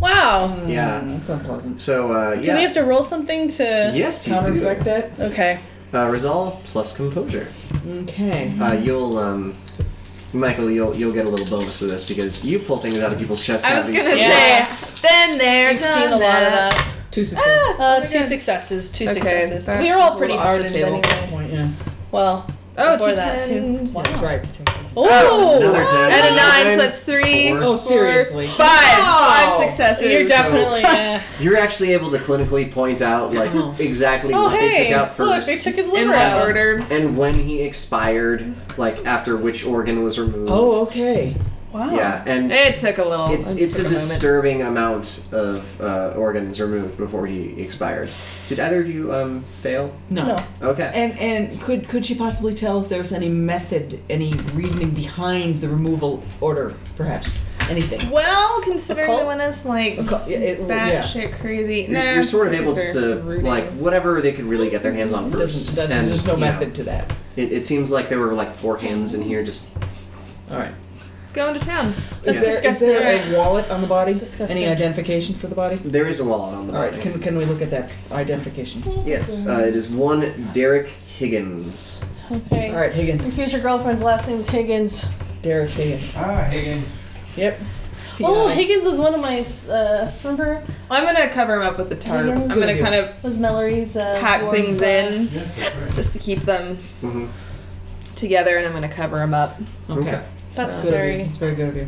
wow.
yeah.
That's Mm, unpleasant.
So uh, yeah.
Do we have to roll something to?
yes, you
Counter
do.
effect that?
Okay.
Uh, resolve plus composure.
Okay.
Uh, you'll um, Michael, you'll you'll get a little bonus to this because you pull things out of people's chest
I was
cavities.
gonna
Yeah.
say, been there,
I've
done
seen a lot of that.
Two successes.
Uh, two successes. Two
Okay,
successes.
that
We
was
were all
a
pretty
little off the
hardened
table.
anyway.
Point, yeah.
Well,
Oh,
before
two
that too.
tens.
That's right.
Another
Oh,
ten.
And a nine, so that's three.
four.
Oh, seriously.
Five. Oh!
Wow.
Five successes.
you're definitely. Uh,
You're actually able to clinically point out like
Oh.
exactly
oh
what they
hey,
took out
look,
first.
they took his
in
liver
what
out.
order?
and when he expired, like after which organ was removed.
Oh, okay. Oh,
Wow.
yeah, and
It took a little.
it's
it
it's a
took moment.
disturbing amount of uh, organs removed before he expired. Did either of you um, fail?
No.
No.
Okay.
And and could could she possibly tell if there was any method, any reasoning behind the removal order, perhaps anything?
Well, considering
Occult?
the one is like
Co- yeah, it- yeah.
batshit crazy.
You're,
Nah,
you're sort of
super
able just to
rooting.
like whatever they could really get their hands on 1st
Doesn't, that's, there's no method to that.
it, it seems like there were like four hands in here. Just
All right.
going to town.
Is there, is
disgusting.
there a wallet on the body?
disgusting.
Any identification for the body?
there is a wallet on the
All
body.
right. Can can we look at that identification?
Yes, uh, it is one Derek Higgins.
Okay.
All right,
Your
Higgins.
future girlfriend's last name is Higgins.
Derek Higgins.
Ah, Higgins.
Yep.
Oh,
Yeah.
Higgins was one of my. Uh, remember?
I'm gonna cover him up with the tarp. I'm
Higgins?
gonna kind of
Was Mallory's. Uh,
pack
dwarf,
things
uh,
in
Yes, that's right.
just to keep them
Mm-hmm.
Mhm.
together, and I'm gonna cover him up.
Okay.
That's
Good of you.
very.
It's very good of you.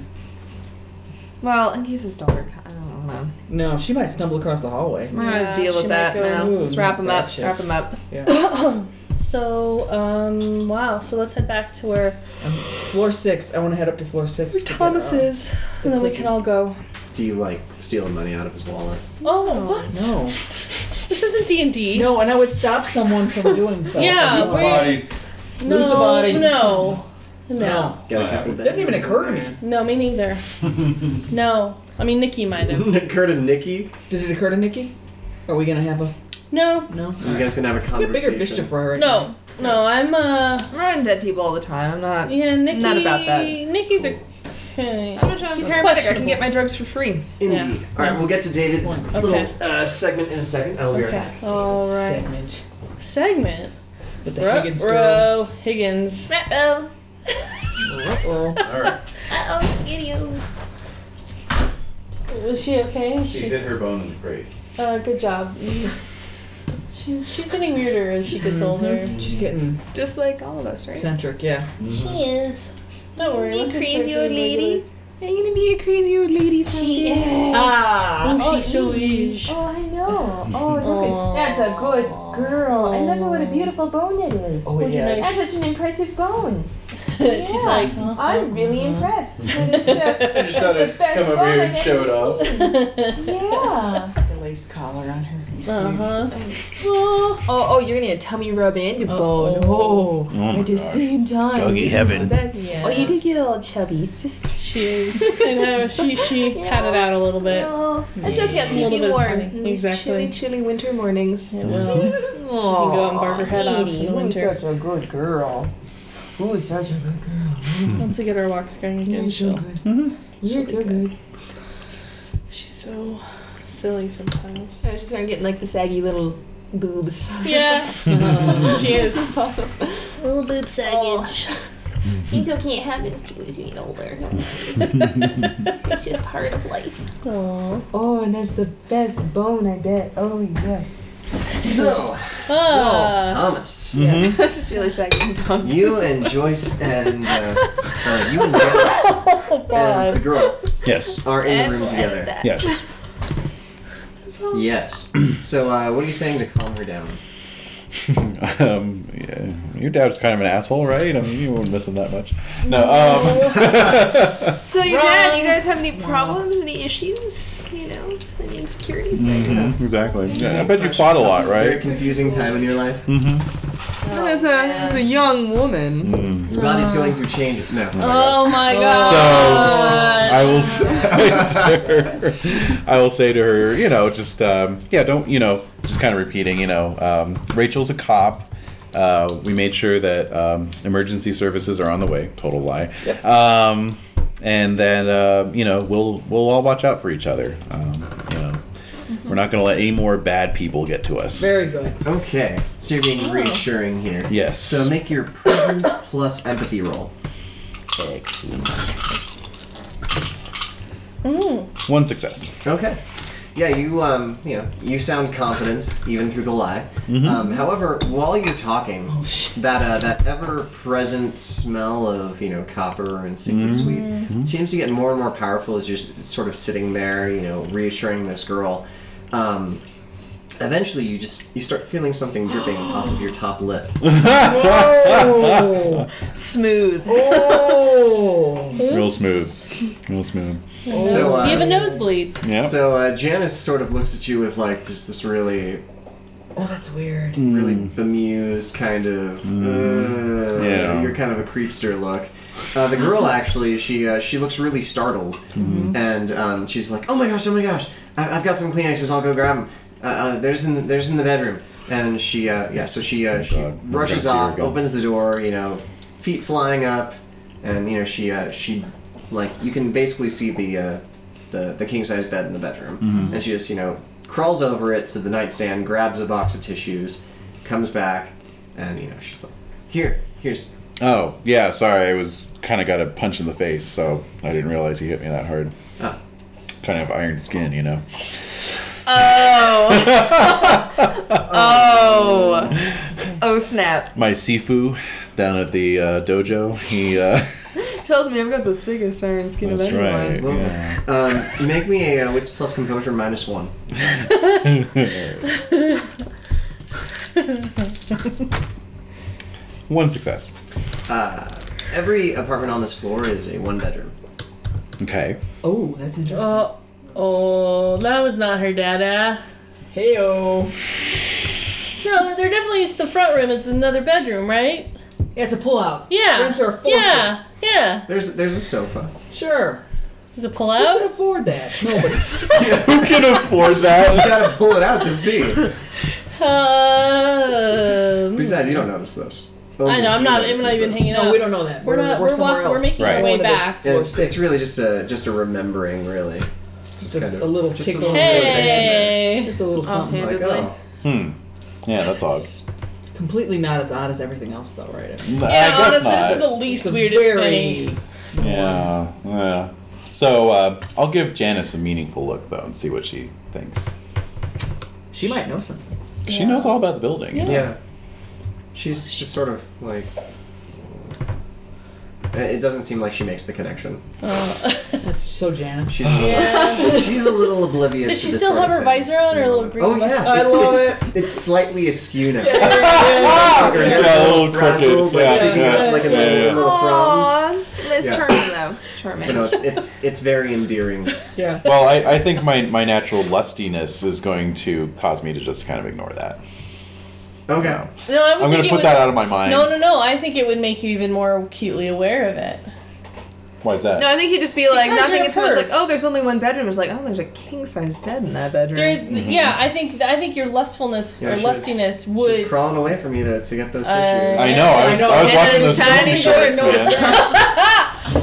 Well, in case his daughter, co- I don't know.
No, she might stumble across the hallway.
We're not
Yeah,
gonna deal
she
with that
might go,
now.
"Ooh,
Let's wrap him up.
that shit."
Wrap him up.
So, um, wow. So let's head back to where
Floor six. I want to head up to floor six. to get,
Thomas
uh,
is, and then we can all go.
Do you like steal money out of his wallet?
Oh, what?
No.
This isn't D and D.
No, and I would stop someone from doing so.
Yeah,
Full
we're,
body.
no,
Move the body.
no, no,
No.
Got a
What
couple
Doesn't even
bangers
occur to
in
me.
no, me neither. No, I mean Nikki might
there.
have.
Didn't occur to Nikki.
Did it occur to Nikki? Are we gonna have a
No,
no?
You guys can have a
We have
conversation.
bigger fish to fry right now.
no, no. I'm uh,
I'm around dead people all the time. I'm not.
yeah, Nikki.
Not about that.
Nikki's a. Okay.
I'm not a
He's
paramedic. I can get
questionable.
my drugs for free.
Indeed. All right, we'll get to David's
One.
little
Okay.
uh, segment in a second. I'll be right
Okay.
back.
All right.
Segment
Segment.
with the
Ruh,
Higgins girl.
Row Higgins.
Uh
Uh-oh.
All right.
oh, videos.
Was she okay?
She
She-
hit her bone in the crate.
uh, good job. She's she's getting weirder as she gets older.
She's getting
Just like all of us, right?
eccentric, yeah.
She is. Don't worry.
You
let's just
crazy
start
old
doing
lady. Are you gonna be a crazy old lady someday?
regular- She is.
Ah.
Oh, she's so huge.
Oh, I know. Oh, look at that's a good girl. And look at what a beautiful bone that is.
Oh yeah.
That's such an impressive bone.
She's like.
I'm really impressed. That is just Oh,
I just thought I'd
Uh-huh.
come over here and show it off.
yeah.
The lace collar on her.
Uh
Uh-huh.
huh.
Oh, oh, you're gonna tummy rub and bone. Oh,
Oh my
at the
gosh.
same time.
Doggy heaven.
Oh, you did get all chubby. Just
She is. I know. She she had it out a little bit.
oh, that's okay. I'll
A
keep
little bit
you
of
warm
honey.
in these
Exactly.
chilly, chilly winter mornings.
It will.
She can
go and barb her head off in the winter.
a good girl. Ooh, such a good girl.
Once we get our walks going again, she'll.
Mm-hmm.
You're so good.
She's so silly sometimes.
So she started getting like the saggy little boobs.
Yeah. she is. Little boob
saggage. It's okay. It happens to you as you get older. it's just part of life.
Oh.
Oh, and that's the best bone, I bet. Oh, yes.
So,
Ah.
well,
Uh,
Thomas,
Mhm.
that's just really saggy and tongue.
you and Joyce and uh, uh, you and Joyce
Oh
and the girl
Yes.
are in the room together.
Yes.
Yes. So, uh, what are you saying to calm her down?
um, yeah, your dad's kind of an asshole, right? I mean, you wouldn't miss him that much. No. Um,
So, your dad, you guys have any problems, any issues? You know, any insecurities?
Mhm, exactly. Yeah, I bet you fought a lot,
It's a Very
right?
confusing time in your life.
Mm-hmm.
as, a, as a young woman.
Your body's going through changes. No.
Oh my god.
So I will, say, I will say to her, you know, just um, yeah, don't you know, just kind of repeating, you know, um, Rachel's a cop. Uh, we made sure that um, emergency services are on the way. Total lie. Um, and then uh, you know we'll we'll all watch out for each other. Um, you know, we're not going to let any more bad people get to us.
Very good.
Okay. So you're being reassuring here.
Yes.
So make your presence plus empathy roll.
Excellent.
Mm.
One success.
Okay. Yeah, you um, you know, you sound confident even through the lie. Um, however, while you're talking, that uh, that ever-present smell of you know copper and secret sweet seems to get more and more powerful as you're s- sort of sitting there, you know, reassuring this girl. Um, eventually, you just you start feeling something dripping off of your top lip.
Oh.
Smooth.
oh.
Real smooth. Real smooth.
So uh,
you have a nosebleed.
Yeah.
So uh, Janice sort of looks at you with like just this really,
Oh, that's weird.
really bemused kind of, uh,
Yeah.
you're kind of a creepster look. Uh, the girl actually, she uh, she looks really startled, and um, she's like, "Oh my gosh, oh my gosh, I- I've got some Kleenexes. I'll go grab them. Uh, uh, there's in there's in the bedroom." And she, uh, yeah, so she uh, she
Oh God. We're
rushes
gonna see her
off,
again.
opens the door, you know, feet flying up, and you know she uh, she like you can basically see the uh, the, the king size bed in the bedroom, and she just you know crawls over it to the nightstand, grabs a box of tissues, comes back, and you know she's like, "Here, here's
Oh, yeah, sorry. I was kind of got a punch in the face, so I didn't realize he hit me that hard.
Ah.
Kind of iron skin, you know.
Oh. oh. Oh, snap.
My Sifu down at the uh, dojo, he. Uh,
Tells me I've got the thickest iron skin of
that's
anyone.
right. Yeah.
um, make me a uh, wits plus composure minus one."
One success.
Uh, every apartment on this floor is a one bedroom.
Okay.
Oh, that's interesting.
Oh, oh, that was not her dada.
Heyo.
No, there definitely is the front room. It's another bedroom, right?
Yeah, it's a pullout.
Yeah.
Rents are a fortune.
Yeah, yeah.
There's there's a sofa.
Sure.
Is it
Who can
pullout?
afford that? Nobody.
Who can afford
You
that?
gotta pull it out to see.
Um,
Besides, you don't notice this.
I know. I'm not.
Only he
I'm not
notices
even
this.
hanging out.
no, we don't know that.
We're not. We're,
somewhere
walk,
else.
we're making
Right.
our way
One of the-
back.
Yeah, it's,
Floor
it's
six.
really just a just a remembering, really.
Just a,
kind of-
a little
just a
tickle.
little
Hey.
Just a little something.
Like, oh,
Hmm. Yeah, that's odd.
It's completely not as odd as everything else, though, right? I mean,
Yeah,
I guess
honestly, this is
not.
the least
it's a
weirdest
very.
thing.
Yeah, yeah. So uh, I'll give Janice a meaningful look though and see what she thinks.
She might know something.
She knows all about the building. you know?
yeah. She's just sort of like. It it doesn't seem like she makes the connection.
That's so Janice.
She's a little,
Uh, Yeah.
she's a little oblivious.
Does she
to this
still
sort
have
of
her
thing.
visor on, her little green?
Oh yeah,
I
it's,
love
it's, it's slightly askew now.
Ah,
Her
yeah,
hair's
a
all
little crooked.
frazzled, like
Yeah,
sticking out
yeah,
like a
yeah,
little,
yeah.
little fronds.
it's
Yeah.
charming though. It's charming.
You know, it's it's it's very endearing.
Well, I, I think my, my natural lustiness is going to cause me to just kind of ignore that.
Okay.
No, I would
I'm going
think
to
it
put
would,
that out of my mind.
No, no, no. I think it would make you even more acutely aware of it.
Why is that?
No, I think he'd just be like,
Because
not
you're
thinking
a
so much
perv.
like, oh, there's only one bedroom. It's like, oh, there's a king size bed in that bedroom.
There's, yeah, I think I think your lustfulness
Yeah,
or
she was-
lustiness
She's
would.
crawling away from you to, to get those tissues.
Uh,
I know. I was, I was
And
watching
those
those
tiny
Disney
short
shorts,
noise.
man.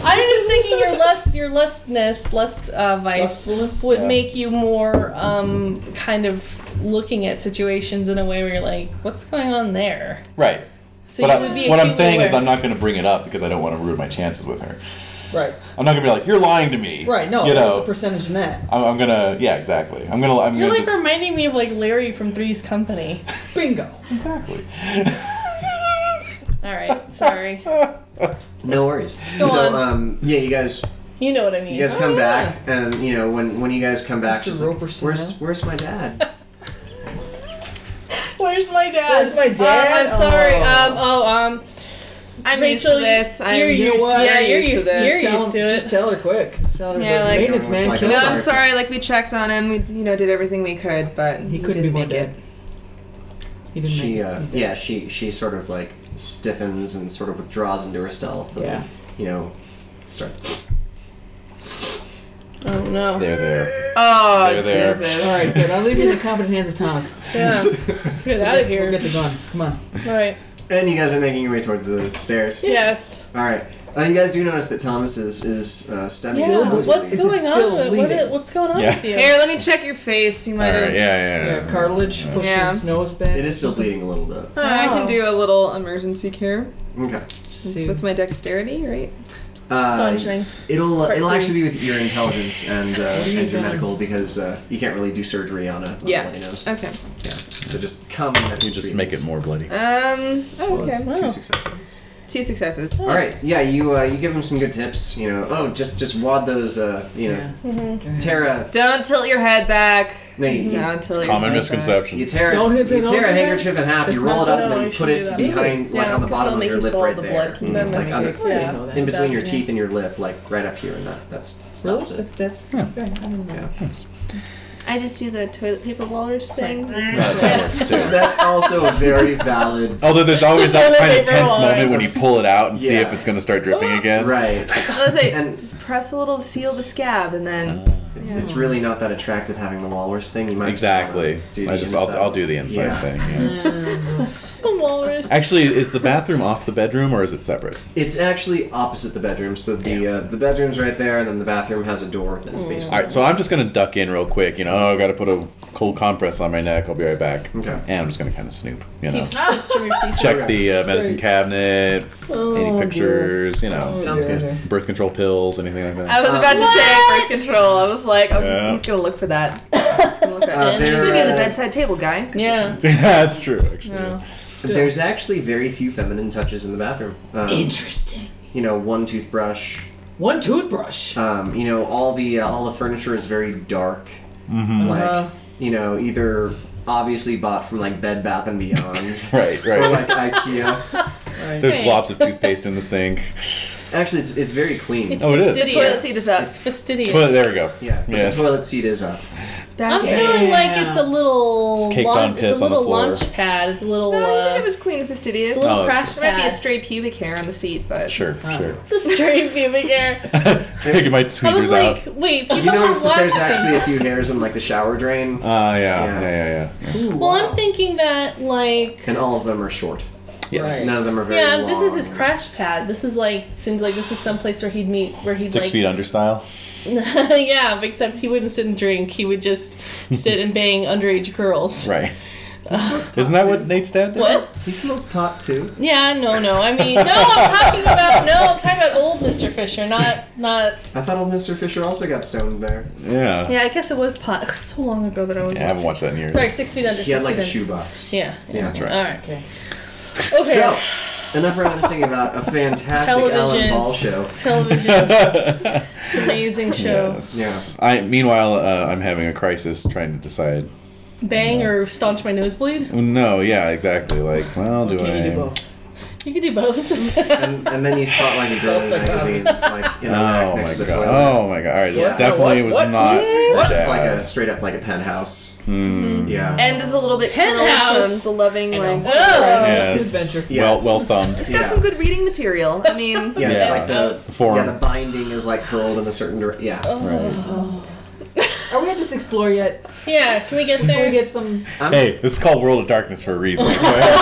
I'm just thinking your lust, your lustness, lust uh, vice
Lustfulness?
would
Yeah.
make you more um, kind of looking at situations in a way where you're like, what's going on there?
Right.
So
but
you
I,
would be
what I'm
acutely
saying is
aware.
I'm not going to bring it up because I don't want to ruin my chances with her.
Right.
I'm not going to be like, you're lying to me.
Right. No.
You
What's the
know,
percentage in that?
I'm, I'm going to, yeah, exactly. I'm going to, I'm
You're
going to
like
just,
reminding me of like Larry from Three's Company.
Bingo.
Um,
exactly.
All right, sorry.
no worries.
Go
so
on. Ah.
um, yeah, you guys
You know what I
you
mean.
guys come
yeah.
back, and you know when when you guys come back,
Mr.
she's like,
Roper
where's where's my dad?
Where's my dad?
Where's my dad?
Um, I'm sorry.
Oh.
Um. Oh. Um.
I'm
Rachel,
used to this. I'm
you're used to- yeah, you're used to
this.
You're
tell,
used to it.
Just tell her quick. Tell her
Yeah,
the
like-
maintenance man.
Like,
can't-
No,
sorry
I'm
for-
sorry. Like we checked on him. We, you know, did everything we could, but
He couldn't be
didn't
more
make it.
dead. He didn't make
She
it.
uh,
He's dead.
yeah she she sort of like stiffens and sort of withdraws into herself. And,
Yeah.
You know, starts.
Oh no.
there, there.
Oh
There, there.
Jesus!
All right, good. I'll leave you in the competent hands of Thomas.
Yeah. Get out of
We'll
here.
get the gun. Come on.
All right.
And you guys are making your way towards the stairs.
Yes.
All right. Uh, you guys do notice that Thomas is is uh, stepping.
Yeah.
Still
towards
What's
you.
bleeding.
going
Is it still
on? with- What
bleeding?
is, what's going on
Yeah.
with you?
Here, let me check your face. You might
All
have.
right, yeah, yeah,
Yeah,
yeah.
cartilage pushes
Yeah.
nose back.
It is still bleeding a little bit.
All right, I
Wow.
can do a little emergency care.
Okay.
It's
See.
with my dexterity, right?
Uh,
Staunching.
It'll uh,
Part
it'll
three.
actually be with your intelligence and uh,
do you
and your
got?
medical because uh, you can't really do surgery on a on
Yeah. Uh,
a bloody nose.
Okay.
Yeah. So just come. and
You just make it more bloody.
Um.
Well,
Oh,
that's
okay.
two
Wow.
successes.
Two successes.
All right. Yeah. You uh, you give him some good tips. You know. Oh, just just wad those. Uh, you know.
Yeah.
Mm-hmm. Tara.
Don't tilt your head back.
No, you, you,
Don't tilt your
Common
head back.
misconception.
you tear
Don't hit
you
it, don't
tear a
hit it.
handkerchief in half. You
That's
roll
not-
it up
no,
and then
you
you
should
put
do
it
that.
behind like
Yeah,
on the
'cause
bottom
they'll
of
make
your
you
lip
swallow
right
the
there.
blood.
Mm,
That
like
makes
on-
sense.
I didn't
Yeah.
know that.
in between your teeth and your lip, like right up here, and that that's
Really?
stops it.
That's, that's I don't know.
I just do the toilet paper walrus thing.
That's how it works, too.
That's also a very valid.
Although there's always that kind of tense
Overall,
moment when you pull it out and see
Yeah.
if it's going to start dripping again.
Right.
Let's say,
And-
just press a little, seal the scab, and then.
It's, it's really not that attractive having the walrus thing. You might just wanna
Exactly.
do the
I just I'll,
inside.
I'll do the inside
Yeah.
thing. yeah.
The walrus.
Actually, is the bathroom off the bedroom or is it separate?
It's actually opposite the bedroom, so the uh, the bedroom's right there, and then the bathroom has a door that is
All
basically.
right, so I'm just gonna duck in real quick. You know, oh, I gotta put a cold compress on my neck. I'll be right back.
Okay.
And I'm just gonna kind of snoop. You know,
Keeps slips from your seat.
check the uh, medicine cabinet, any pictures. You know,
Sounds good.
birth control pills, anything like that.
I was about to say birth control. I was like, oh, he's-
Yeah.
he's gonna look for that. He's gonna look for
Uh,
that. He's gonna be
there,
the
uh,
bedside table guy.
Yeah.
That's true, actually.
There's actually very few feminine touches in the bathroom. Um,
Interesting.
you know, one toothbrush.
One toothbrush.
Um, you know, all the uh, all the furniture is very dark. Like
Uh-huh.
you know, either obviously bought from like Bed Bath and Beyond
Right,
or
right.
like IKEA.
There's blobs of toothpaste in the sink.
Actually, it's, it's very clean.
It's
Oh, it is.
The
fastidious.
toilet seat is up.
fastidious.
Toilet, there we go.
yeah, but
Yes.
the toilet seat is uh, up.
I'm
That's
feeling like it's a little
It's caked
laun-
on piss
it's a
on the
little
floor.
launch pad. It's a little
No, I
uh,
think it was clean and fastidious.
it's a little
Oh,
crash
There might be a
pad.
stray pubic hair on the seat, but
Sure, sure.
uh, The stray pubic hair.
Taking my tweezers
I was
out.
like, wait, people
You notice
are
that there's
watching.
actually a few hairs in like the shower drain,
Ah, yeah,
Yeah.
yeah, yeah, yeah.
Ooh,
Well,
wow.
I'm thinking that like
and all of them are short.
Yes.
None of them are very
yeah,
long.
this is his crash pad. This is like seems like this is some place where he'd meet where he'd
Six
like
feet under style.
yeah, but except he wouldn't sit and drink. He would just sit and bang underage girls.
Right. Isn't that what Nate's dad did?
What?
He smoked pot too.
Yeah, no, no. I mean, no. I'm talking about no. I'm talking about old Mr. Fisher, not not.
I thought old Mr. Fisher also got stoned there.
Yeah.
Yeah, I guess it was pot. so long ago that I was.
I haven't watched that in years.
Sorry, six feet under.
He had
six
like
feet
a
under.
shoebox.
Yeah.
Yeah, that's right.
All right.
Okay.
Okay.
So, enough reminiscing about a fantastic Alan
Television.
Ball show.
Television, amazing show.
Yes. I meanwhile uh, I'm having a crisis trying to decide.
Bang or staunch my nosebleed.
No, yeah, exactly. Like, well, do
Can you do
I?
both?
You can do both.
And, and then you spot like a girly
False
magazine,
dichotomy.
like in a rack
Oh my
next to
god!
the toilet.
Oh my god! All right, this
What?
definitely
What?
was
What?
not.
Or just like a
jazz.
straight up like a penthouse.
Mm.
Yeah.
And just a little bit
Penthouse.
the loving
I know.
like.
Oh.
Just
Yes.
adventure.
Yes.
Well, well thumbed.
It's got
Yeah.
some good reading material. I mean,
yeah,
Yeah.
like the
Form.
yeah the binding is like curled in a certain direction. Yeah,
Oh.
Right.
Are we at this explore yet?
yeah, can we get
Can we
there?
get some?
Hey, this is called World of Darkness for a reason. Go ahead.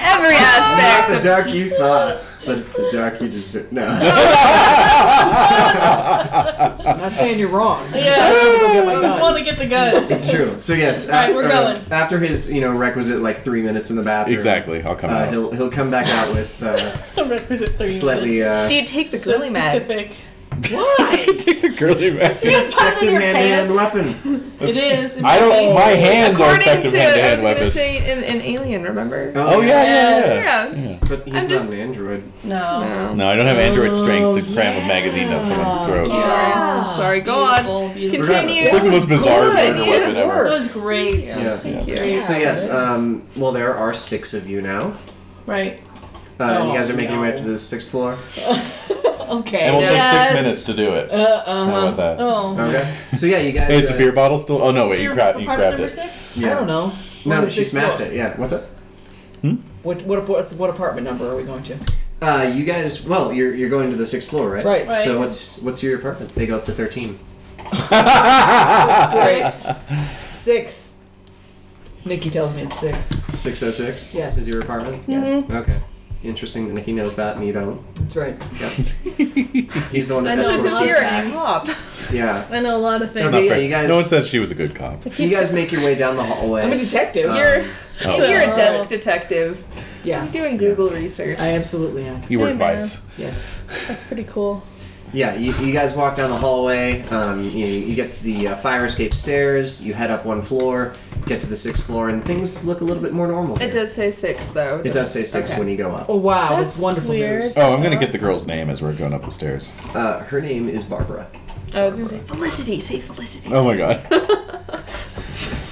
every
not the
aspect.
dark you thought, but it's the dark you deserve. No,
I'm not saying you're wrong. I just want to go
Yeah.
get my
I just
gun.
want to get the gun.
it's true. So yes,
All right,
af-
we're
uh,
going.
after his you know requisite like three minutes in the bathroom.
exactly. I'll come
Uh,
out.
he'll he'll come back out with uh,
Requisite three.
slightly uh,
Do you take the
so
girly mag?
specific.
I can take the girly back.
it's an effective hand-to-hand weapon.
It is.
I don't. My hands are
According
effective
to, I
hand-to-hand
was gonna
weapons.
say in, in Alien, remember?
oh yeah, yeah, yeah.
Yes.
Yeah.
Um, but he's
I'm just-
not an android.
No.
No.
No, I don't have android strength to cram a magazine down someone's throat.
Oh, Yeah.
Sorry. Sorry. Go on.
Beautiful, beautiful.
Continue.
It's like the most bizarre
Good,
murder
yeah,
weapon
it
ever.
That was great.
Yeah.
Thank you.
Yeah.
So yes,
it is.
um, well there are six of you now.
Right.
Uh, and you guys are
Oh,
making your way
no.
up to the sixth floor.
okay.
And we'll take
Yes.
six minutes to do it.
uh, uh-huh.
How about that?
Oh.
Okay. So yeah, you guys.
Hey, is the
uh,
beer bottle still? Oh no, wait, you,
Your
grab, you
apartment
grabbed
number
it.
six?
Yeah.
I don't know.
No,
We're
no,
at
she
sixth
smashed
floor.
it. Yeah. What's up?
What, what, what, what apartment number are we going to?
Uh, you guys. Well, you're you're going to the sixth floor, right?
Right.
Right.
So what's what's your apartment? They go up to thirteen.
Six. Six. Nikki tells me it's six.
Six oh six.
Yes.
Is your apartment?
Yes.
Mm-hmm.
Okay. Interesting that Nikki knows that and you don't.
That's right.
He's the one that
I know.
So
escorts
This
since
is
you.
you're a
Yes.
cop,
Yeah.
I know a lot of
No,
things.
but
Not
yeah,
fair.
you guys.
No one said she was a good cop.
you guys make your way down the hallway.
I'm a detective.
Um,
you're
Oh,
you're
wow.
a desk detective.
yeah.
You're doing Google research.
I absolutely am.
You work
Hey, man.
Vice.
Yes.
That's pretty cool.
Yeah, you, you guys walk down the hallway. Um, you, you get to the uh, fire escape stairs. You head up one floor, get to the sixth floor, and things look a little bit more normal.
It
here.
does say six though.
It does say six
Okay.
when you go up.
Oh wow, that's,
That's
wonderful
weird.
news.
Oh, I'm gonna get the girl's name as we're going up the stairs.
Uh, her name is Barbara.
I was gonna say Felicity. Say Felicity.
Oh my god.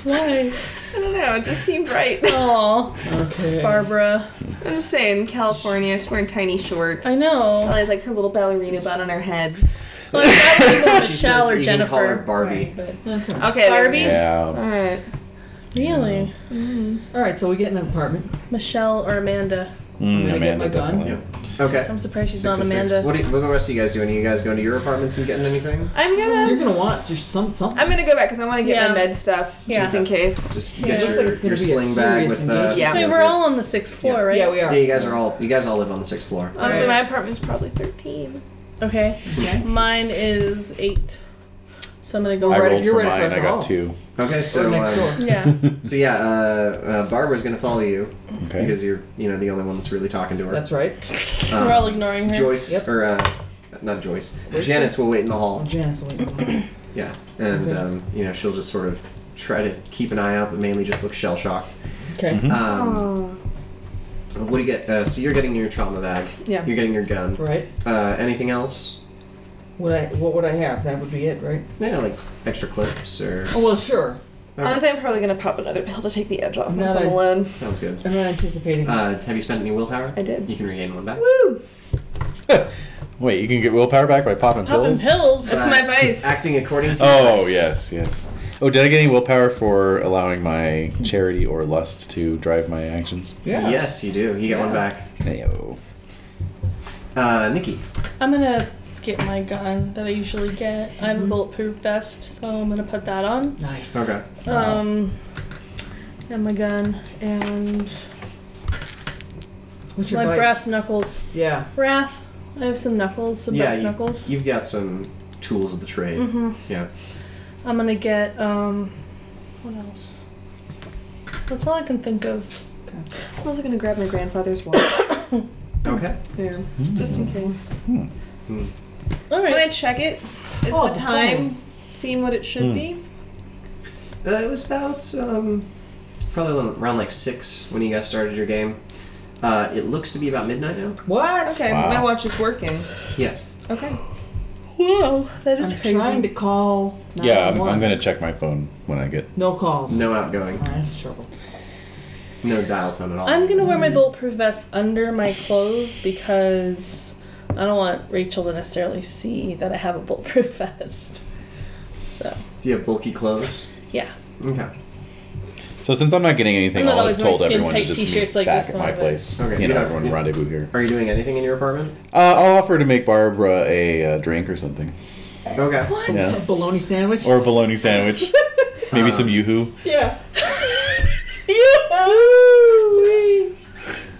Why?
I don't know. It just seemed right.
Aw,
Okay.
Barbara.
I'm just saying, California. She's wearing tiny shorts.
I know.
Probably has like her little ballerina bun on her head.
Well, I thought people
She says that
Michelle or
you can
Jennifer.
call her Barbie.
Sorry,
That's right.
Okay. there we
Barbie?
go.
Yeah.
All right.
but really?
All right, so we get in the apartment.
Michelle or Amanda.
Mm,
gonna get
Amanda
my gun.
definitely.
Okay.
I'm surprised she's
Six
not
to six.
Amanda.
What, do you, what are the rest of you guys doing? Are you guys going to your apartments and getting anything?
I'm
You're
gonna.
gonna want just some something.
I'm gonna go back because I want to get
Yeah.
my med stuff
Yeah.
just in case.
Just
Yeah.
get
Looks
your,
like it's gonna
your
be a
sling bag
serious
with the.
engagement.
Yeah.
Wait, we're all on the sixth floor, right?
Yeah, we
Yeah,
are.
you guys are all. You guys all live on the sixth floor.
Honestly,
Right.
my apartment's probably 13.
Okay.
Okay.
Mine is eight. So I'm gonna go
I
Right,
right.
rolled
you're
for
right
mine.
across
I
the
got
hall.
two.
Okay,
Or
so
next
um,
door.
Yeah.
so yeah, uh, uh, Barbara's gonna follow you
Okay.
because you're you know the only one that's really talking to her.
That's right.
Um,
we're all ignoring her.
Joyce
Yep.
or uh, not Joyce. Janice will wait in the
Oh,
hall.
Janice, wait.
Yeah, and
Okay.
um, you know she'll just sort of try to keep an eye out, but mainly just look shell shocked.
Okay.
Mm-hmm.
Um, what do you get? Uh, so you're getting your trauma bag.
Yeah.
You're getting your gun.
Right.
Uh, anything else?
Would I? What would I have? That would be it, right?
Yeah, like extra clips or
Oh well, sure.
Honestly, I'm probably gonna pop another pill to take the edge off once
No,
I'm
I-
alone.
sounds good.
I'm not anticipating.
Uh, have you spent any willpower?
I did.
You can regain one back.
Woo!
Wait, you can get willpower back by popping
Popping
pills.
pills.
That's my vice.
Acting according to. your
Oh
vice.
yes, yes. Oh, did I get any willpower for allowing my charity or lust to drive my actions?
Yes, you do. You get one back.
Heyo.
Uh, Nikki.
I'm gonna get my gun that I usually get. I
Mm-hmm.
have a bulletproof vest, so I'm gonna put that on.
Nice.
Okay.
Wow.
Um, and my gun and
What's your
my
vice?
brass knuckles.
Yeah.
Wrath. I have some knuckles, some
Yeah,
brass
you-
knuckles.
You've got some tools of the trade.
Mhm.
Yeah.
I'm gonna get um, what else? That's all I can think of.
I'm also gonna grab my grandfather's watch
Okay.
here, just in case.
Mm. All
When I
right.
check it, is
Oh,
the
the
time seem what it should
Hmm.
be?
Uh, it was about um, probably around like six when you guys started your game. Uh, it looks to be about midnight now.
What?
Okay,
Wow.
my watch is working.
Yeah.
Okay.
Whoa, that
I'm trying to call.
Yeah, I'm,
911.
I'm gonna check my phone when I get.
No calls.
No outgoing.
Oh, that's trouble.
No dial tone at all.
I'm gonna wear my bulletproof vest under my clothes because I don't want Rachel to necessarily see that I have a bulletproof vest. So
Do you have bulky clothes?
yeah,
Okay.
So since I'm not getting anything,
I'm not
I'll have
always
told
wearing
everyone to
skin-tight
just meet
t-shirts like
back
this
at
one,
my
but-
place.
Okay,
you
you
know,
don't-
everyone
you-
rendezvous here.
Are you doing anything in your apartment?
Uh, I'll offer to make Barbara a uh, drink or something,
Okay. What?
Yeah.
A bologna sandwich.
or a bologna sandwich, maybe some yoo-hoo.
Yeah.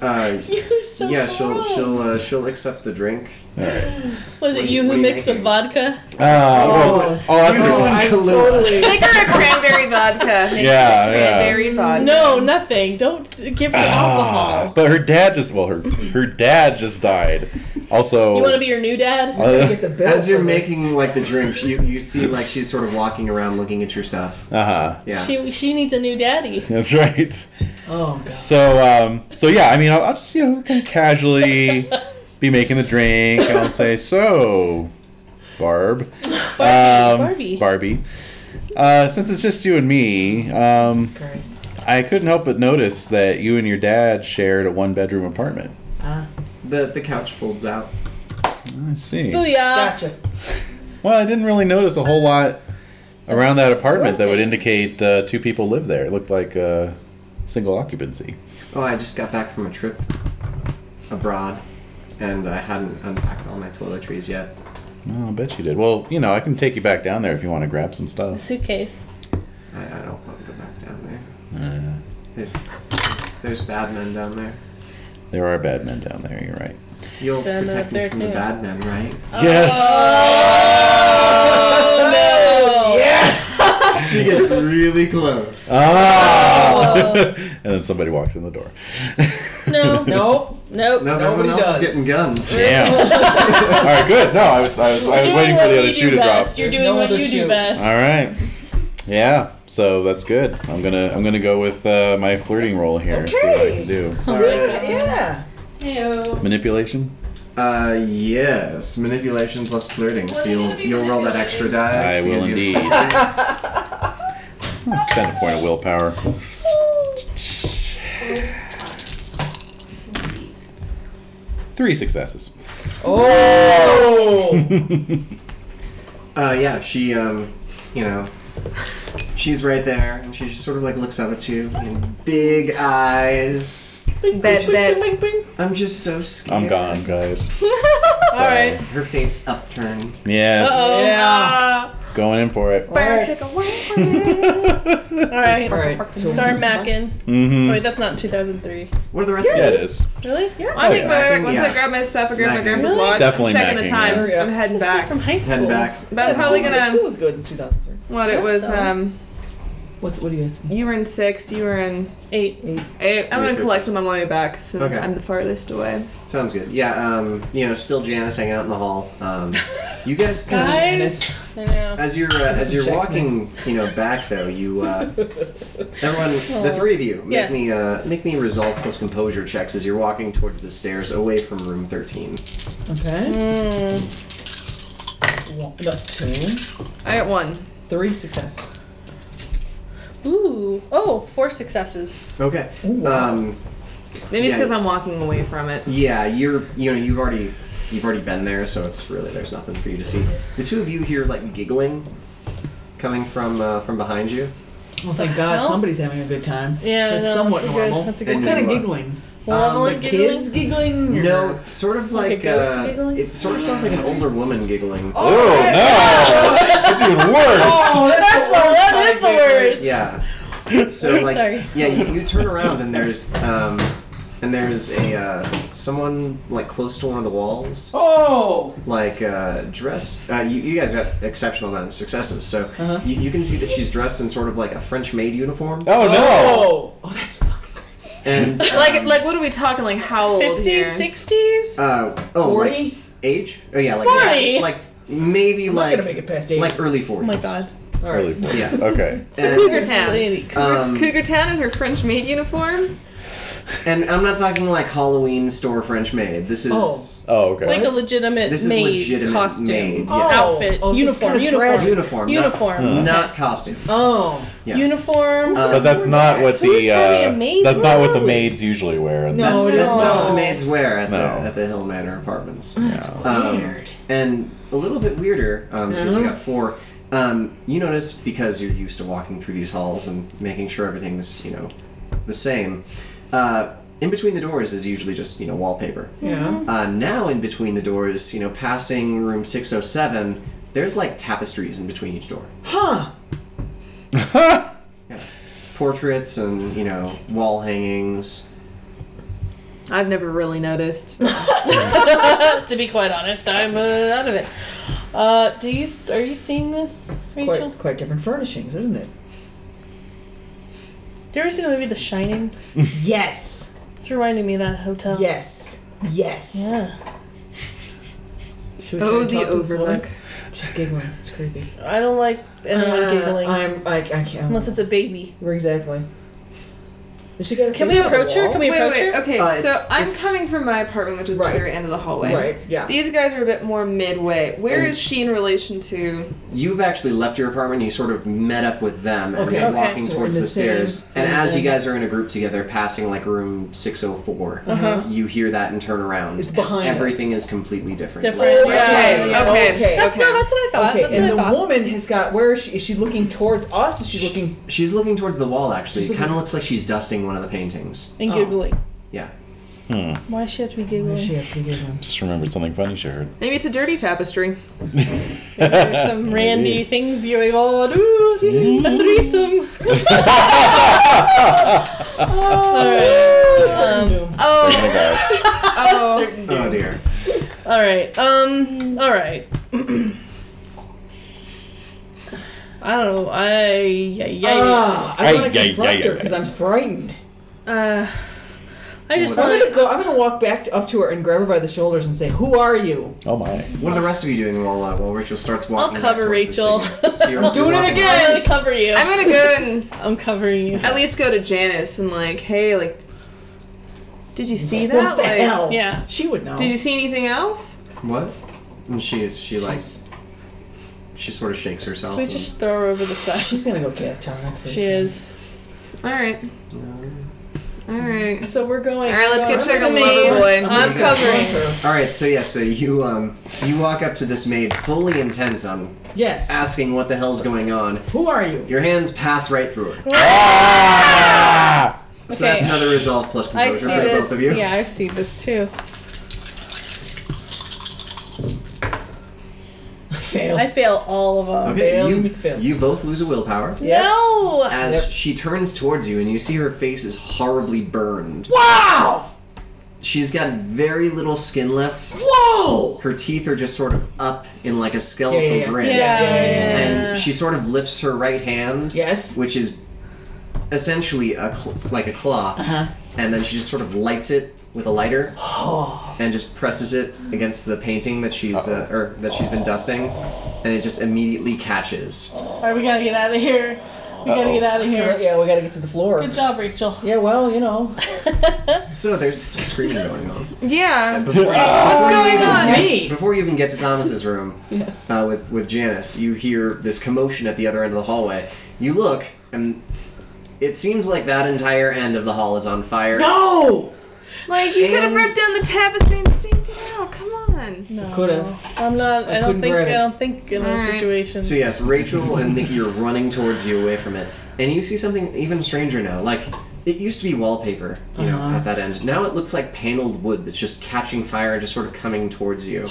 Uh,
you so
yeah, she'll
gross.
she'll uh, she'll accept the drink.
All right.
What
Was it
do you-
you
what
who
do you
mixed
making?
with vodka?
Oh.
Uh,
Oh,
well, I'll ask her-
and Kahlua.
Make her a cranberry vodka. Make
Yeah,
her a
yeah.
Cranberry vodka.
No, nothing. Don't give her
Ah,
alcohol.
but her dad just well her her dad just died. Also, uh,
You want to be your new dad?
I'll
Gotta
ask-
get the bill
As you're
for this.
making like the drink, you you see like she's sort of walking around looking at your stuff.
Uh-huh.
Yeah.
She she needs a new daddy.
That's right.
Oh god.
So um so yeah, I mean I'll, I'll just you know kind of casually be making the drink and I'll say so Barb um,
Barbie.
Barbie uh, since it's just you and me um,
Jesus Christ.
I couldn't help but notice that you and your dad shared a one bedroom apartment
Ah,
The the couch folds out.
I see
Booyah!
gotcha.
well I didn't really notice a whole lot around that apartment that would indicate uh, two people live there it looked like uh, single occupancy
Oh, I just got back from a trip abroad, and I hadn't unpacked all my toiletries yet.
oh, I bet you did well you know I can take you back down there if you want to grab some
A
stuff
suitcase.
I, I don't want to go back down there.
uh,
Mm. There's, there's bad men down there.
there are bad men down there you're right
You'll
Bad men
protect
up
me
there,
from the
too.
bad men, right?
Yes.
Oh no!
She gets really close.
Ah. and then somebody walks in the door.
No.
Nope.
Nope.
no,
nobody
everyone else
does.
is getting guns.
Damn. All right, good. No, I was, I was, I was
You're
waiting for
doing what
the other
we
shoe
do
to drop.
best. You're
There's
doing
no
what
other
you
shoe.
do best.
All right. Yeah. So that's good. I'm gonna, I'm gonna go with uh, my flirting role here. and See what I can do.
Yeah.
Heyo.
Manipulation.
Uh, yes, manipulation plus flirting. so you'll you'll roll that extra die.
I will
because you-
indeed. I'll spend a point of willpower. Three successes.
Oh.
Uh, yeah, she um, you know, she's right there, and she just sort of like looks up at you, and big eyes.
Bet, bet.
I'm just so scared.
I'm gone, guys.
All right.
Her face upturned.
Yes.
Uh-oh.
Yeah.
Ah.
Going in for it. Mm-hmm.
Better take a
All right.
All right. So
Sorry, Mackin.
hmm
Wait, that's not 2003.
What are the rest
Yeah,
of
it
us?
is.
Really?
Well, I
Oh,
think my
Macking,
once
yeah.
I grab my stuff, I grab my
Macking.
grandpa's watch.
Definitely
I'm checking the
macking, yeah.
time.
Yeah.
I'm heading back.
From high
Heading
school.
back.
But I'm
That's
probably
still- that
gonna
still was good in 2003.
what it was. Um,
What's what are you asking?
you were in six. You were in
Eight.
eight. I'm
You're
gonna
good.
collect them on my way back since
Okay.
I'm the farthest away.
Sounds good. Yeah. Um, you know, still Janice hanging out in the hall. Um, you guys kind of
Guys. I know.
As you're uh, as you're
checks
walking, you know, back though, you uh, everyone, the three of you, make
Yes.
me uh, make me resolve plus composure checks as you're walking towards the stairs away from room thirteen.
Okay.
Mm.
One, no, two,
I got one.
three success.
Ooh. Oh, four successes.
Okay.
Ooh, wow.
Um,
Maybe it's
Yeah.
because I'm walking away from it.
yeah, you're you know you've already you've already been there, so it's really there's nothing for you to see. The two of you hear like giggling coming from uh, from behind you.
well, thank God
hell?
somebody's having a good time.
Yeah,
That's
no,
somewhat
that's a good-
normal.
that's a
good-
what kind of
Anyway.
giggling?
Um,
Leveling
Like
giggling.
kids giggling? or-
No, sort of
Like a
like,
ghost
uh,
giggling?
it sort of sounds like an older woman giggling.
Oh,
Oh,
no! it's even worse.
Oh, that's, the worst kind
that
of
is the
giggling.
worst.
Yeah. So like,
Sorry.
yeah, you, you turn around and there's um, and there's a uh, someone like close to one of the walls,
Oh.
like uh, dressed. Uh, you, you guys got exceptional amount of successes, so
Uh-huh.
you, you can see that she's dressed in sort of like a French maid uniform.
Oh no!
Oh, oh that's fucking great.
And
Like,
um,
like, what are we talking? Like, how old
50s,
here?
60s?
uh, oh, like
Forty.
age? Oh yeah, like
40?
like maybe
I'm not
like
gonna make it past eighty.
like early
Oh
forties.
my god.
All
Early
right.
forties.
Yeah.
Okay.
So
And,
Cougar Town.
Lady.
um,
Cougar Town in her French maid uniform.
And I'm not talking like Halloween store French maid. This is
Oh.
Oh, okay.
Like a legitimate
This is
maid
legitimate
costume,
maid, yeah.
outfit,
Oh, so it's
uniform,
kinda
uniform,
tragic.
uniform, not-
uniform,
not,
Huh.
costume.
Oh.
yeah.
uniform.
Uh,
but that's not what
Who's
the
having a
uh,
maid?
that's
Where
not
are
what the
we?
maids usually wear. in
No,
that's,
it
that's
is
not what the
not.
maids wear at,
No.
the, at the Hill Manor apartments.
That's
Um,
weird.
And a little bit weirder, um, because you
Yeah.
got four. Um, you notice because you're used to walking through these halls and making sure everything's, you know, the same. Uh, in between the doors is usually just, you know, wallpaper.
Mm-hmm.
Yeah.
Uh, now, in between the doors, you know, passing room 607, there's like tapestries in between each door.
Huh.
no.
Portraits and, you know, wall hangings.
I've never really noticed.
to be quite honest, I'm uh, out of it. Uh, do you are you seeing this, Rachel?
Quite, quite different furnishings, isn't it?
Do you ever see the movie The Shining?
Yes.
It's reminding me of that
Oh.
hotel.
Yes. Yes.
Yeah.
Should we
oh,
try
the
and talk to this woman?
overlook.
She's giggling. It's creepy.
I don't like anyone
Uh,
giggling
I'm. I, I can't.
unless it's a baby.
We're exactly. Is she got a
Can
face
we
on the
approach her?
wall?
Can we
wait,
approach
wait,
her?
okay,
Uh,
so
it's-
I'm
it's-
coming from my apartment, which is
Right.
the very end of the hallway.
Right. Yeah.
These guys are a bit more midway. Where
And-
is she in relation to?
You've actually left your apartment and you sort of met up with them and
Okay.
you're
Okay.
walking
So we're
towards
in
the,
the same-
stairs. And
and
as you
then-
guys are in a group together, passing like room 604,
Uh-huh.
you hear that and turn around.
It's behind us.
Everything is completely different.
Different.
Okay.
Oh, Okay,
Yeah.
okay,
Okay.
That's- no, that's
what I
Okay, and the woman has got. Where is she? Is she looking towards us? Is she looking?
She's looking towards the wall, actually.
She's
It kind of
looking-
looks like she's dusting one of the paintings.
and
Oh.
giggling.
Yeah.
Hmm.
Why does she have to be
Where
giggling?
is she? I forget her.
Just remembered something funny she heard.
Maybe it's a dirty tapestry.
There's some randy things going on. Ooh, a threesome.
Oh
All right. Um,
Oh, oh.
Oh dear.
all right. Um. All right. I don't know. I yeah yeah.
Ah, I want
Ay,
to
ay,
confront
ay,
her
ay,
because
ay.
I'm frightened.
Uh, I just
Well,
I'm gonna
want
go. I'm gonna walk back to, up to her and grab her by the shoulders and say, "Who are you?"
Oh my.
What are the rest of you doing while uh, while Rachel starts walking? back
cover
towards the
Rachel.
studio? So you're,
I'm doing
you're
it
walking-
again.
I'm gonna cover you.
I'm gonna go and
I'm covering you.
at least go to Janice and like, hey, like, did you see that?
What the
like,
hell?
Yeah.
She would know.
Did you see anything else?
What? And she is she like
She's,
she sort of shakes herself.
We
and-
just throw her over the side.
she's gonna go get Tom.
She is.
All right. All right.
So we're going.
All right, let's go
I'm
check
gonna
on
make-
Lover Boy.
I'm covering.
All right, so yeah, so you um you walk up to this maid fully intent on
Yes.
asking what the hell's going on.
Who are you?
Your hands pass right through her.
Ah!
So
Okay.
that's another resolve plus
I
composure
see
for
this.
both of you.
Yeah, I see this too.
Fail.
I fail all of them.
Okay,
Fail,
you,
you fails.
you both lose a willpower.
No.
As
Yep.
she turns towards you and you see her face is horribly burned.
Wow!
She's got very little skin left.
Whoa!
Her teeth are just sort of up in like a skeletal
Yeah, yeah, yeah.
grin.
yeah,
And she sort of lifts her right hand,
Yes.
which is essentially a cl- like a claw,
Uh-huh.
and then she just sort of lights it with a lighter
Oh.
and just presses it against the painting that she's uh, or that she's been dusting, and it just immediately catches.
All right, we gotta get out of here. We gotta
Uh-oh.
get out of here.
Yeah, we gotta get to the floor.
Good job, Rachel.
Yeah, well, you know.
So there's some screaming going on.
Yeah.
And before you, what's
going on?
Me.
Before you even get to Thomas's room
Yes.
uh, with with Janice, you hear this commotion at the other end of the hallway. You look, and it seems like that entire end of the hall is on fire.
No!
Like you could have
And-
ripped down the tapestry and staked it out. Come on.
No.
Coulda.
I'm not. I,
I
don't
couldn't
think.
grab
I
it.
don't think in those
All right.
situations.
So yes, Rachel and Nikki are running towards you away from it, and you see something even stranger now. Like it used to be wallpaper, you know,
Uh-huh.
at that end. Now it looks like paneled wood that's just catching fire and just sort of coming towards you.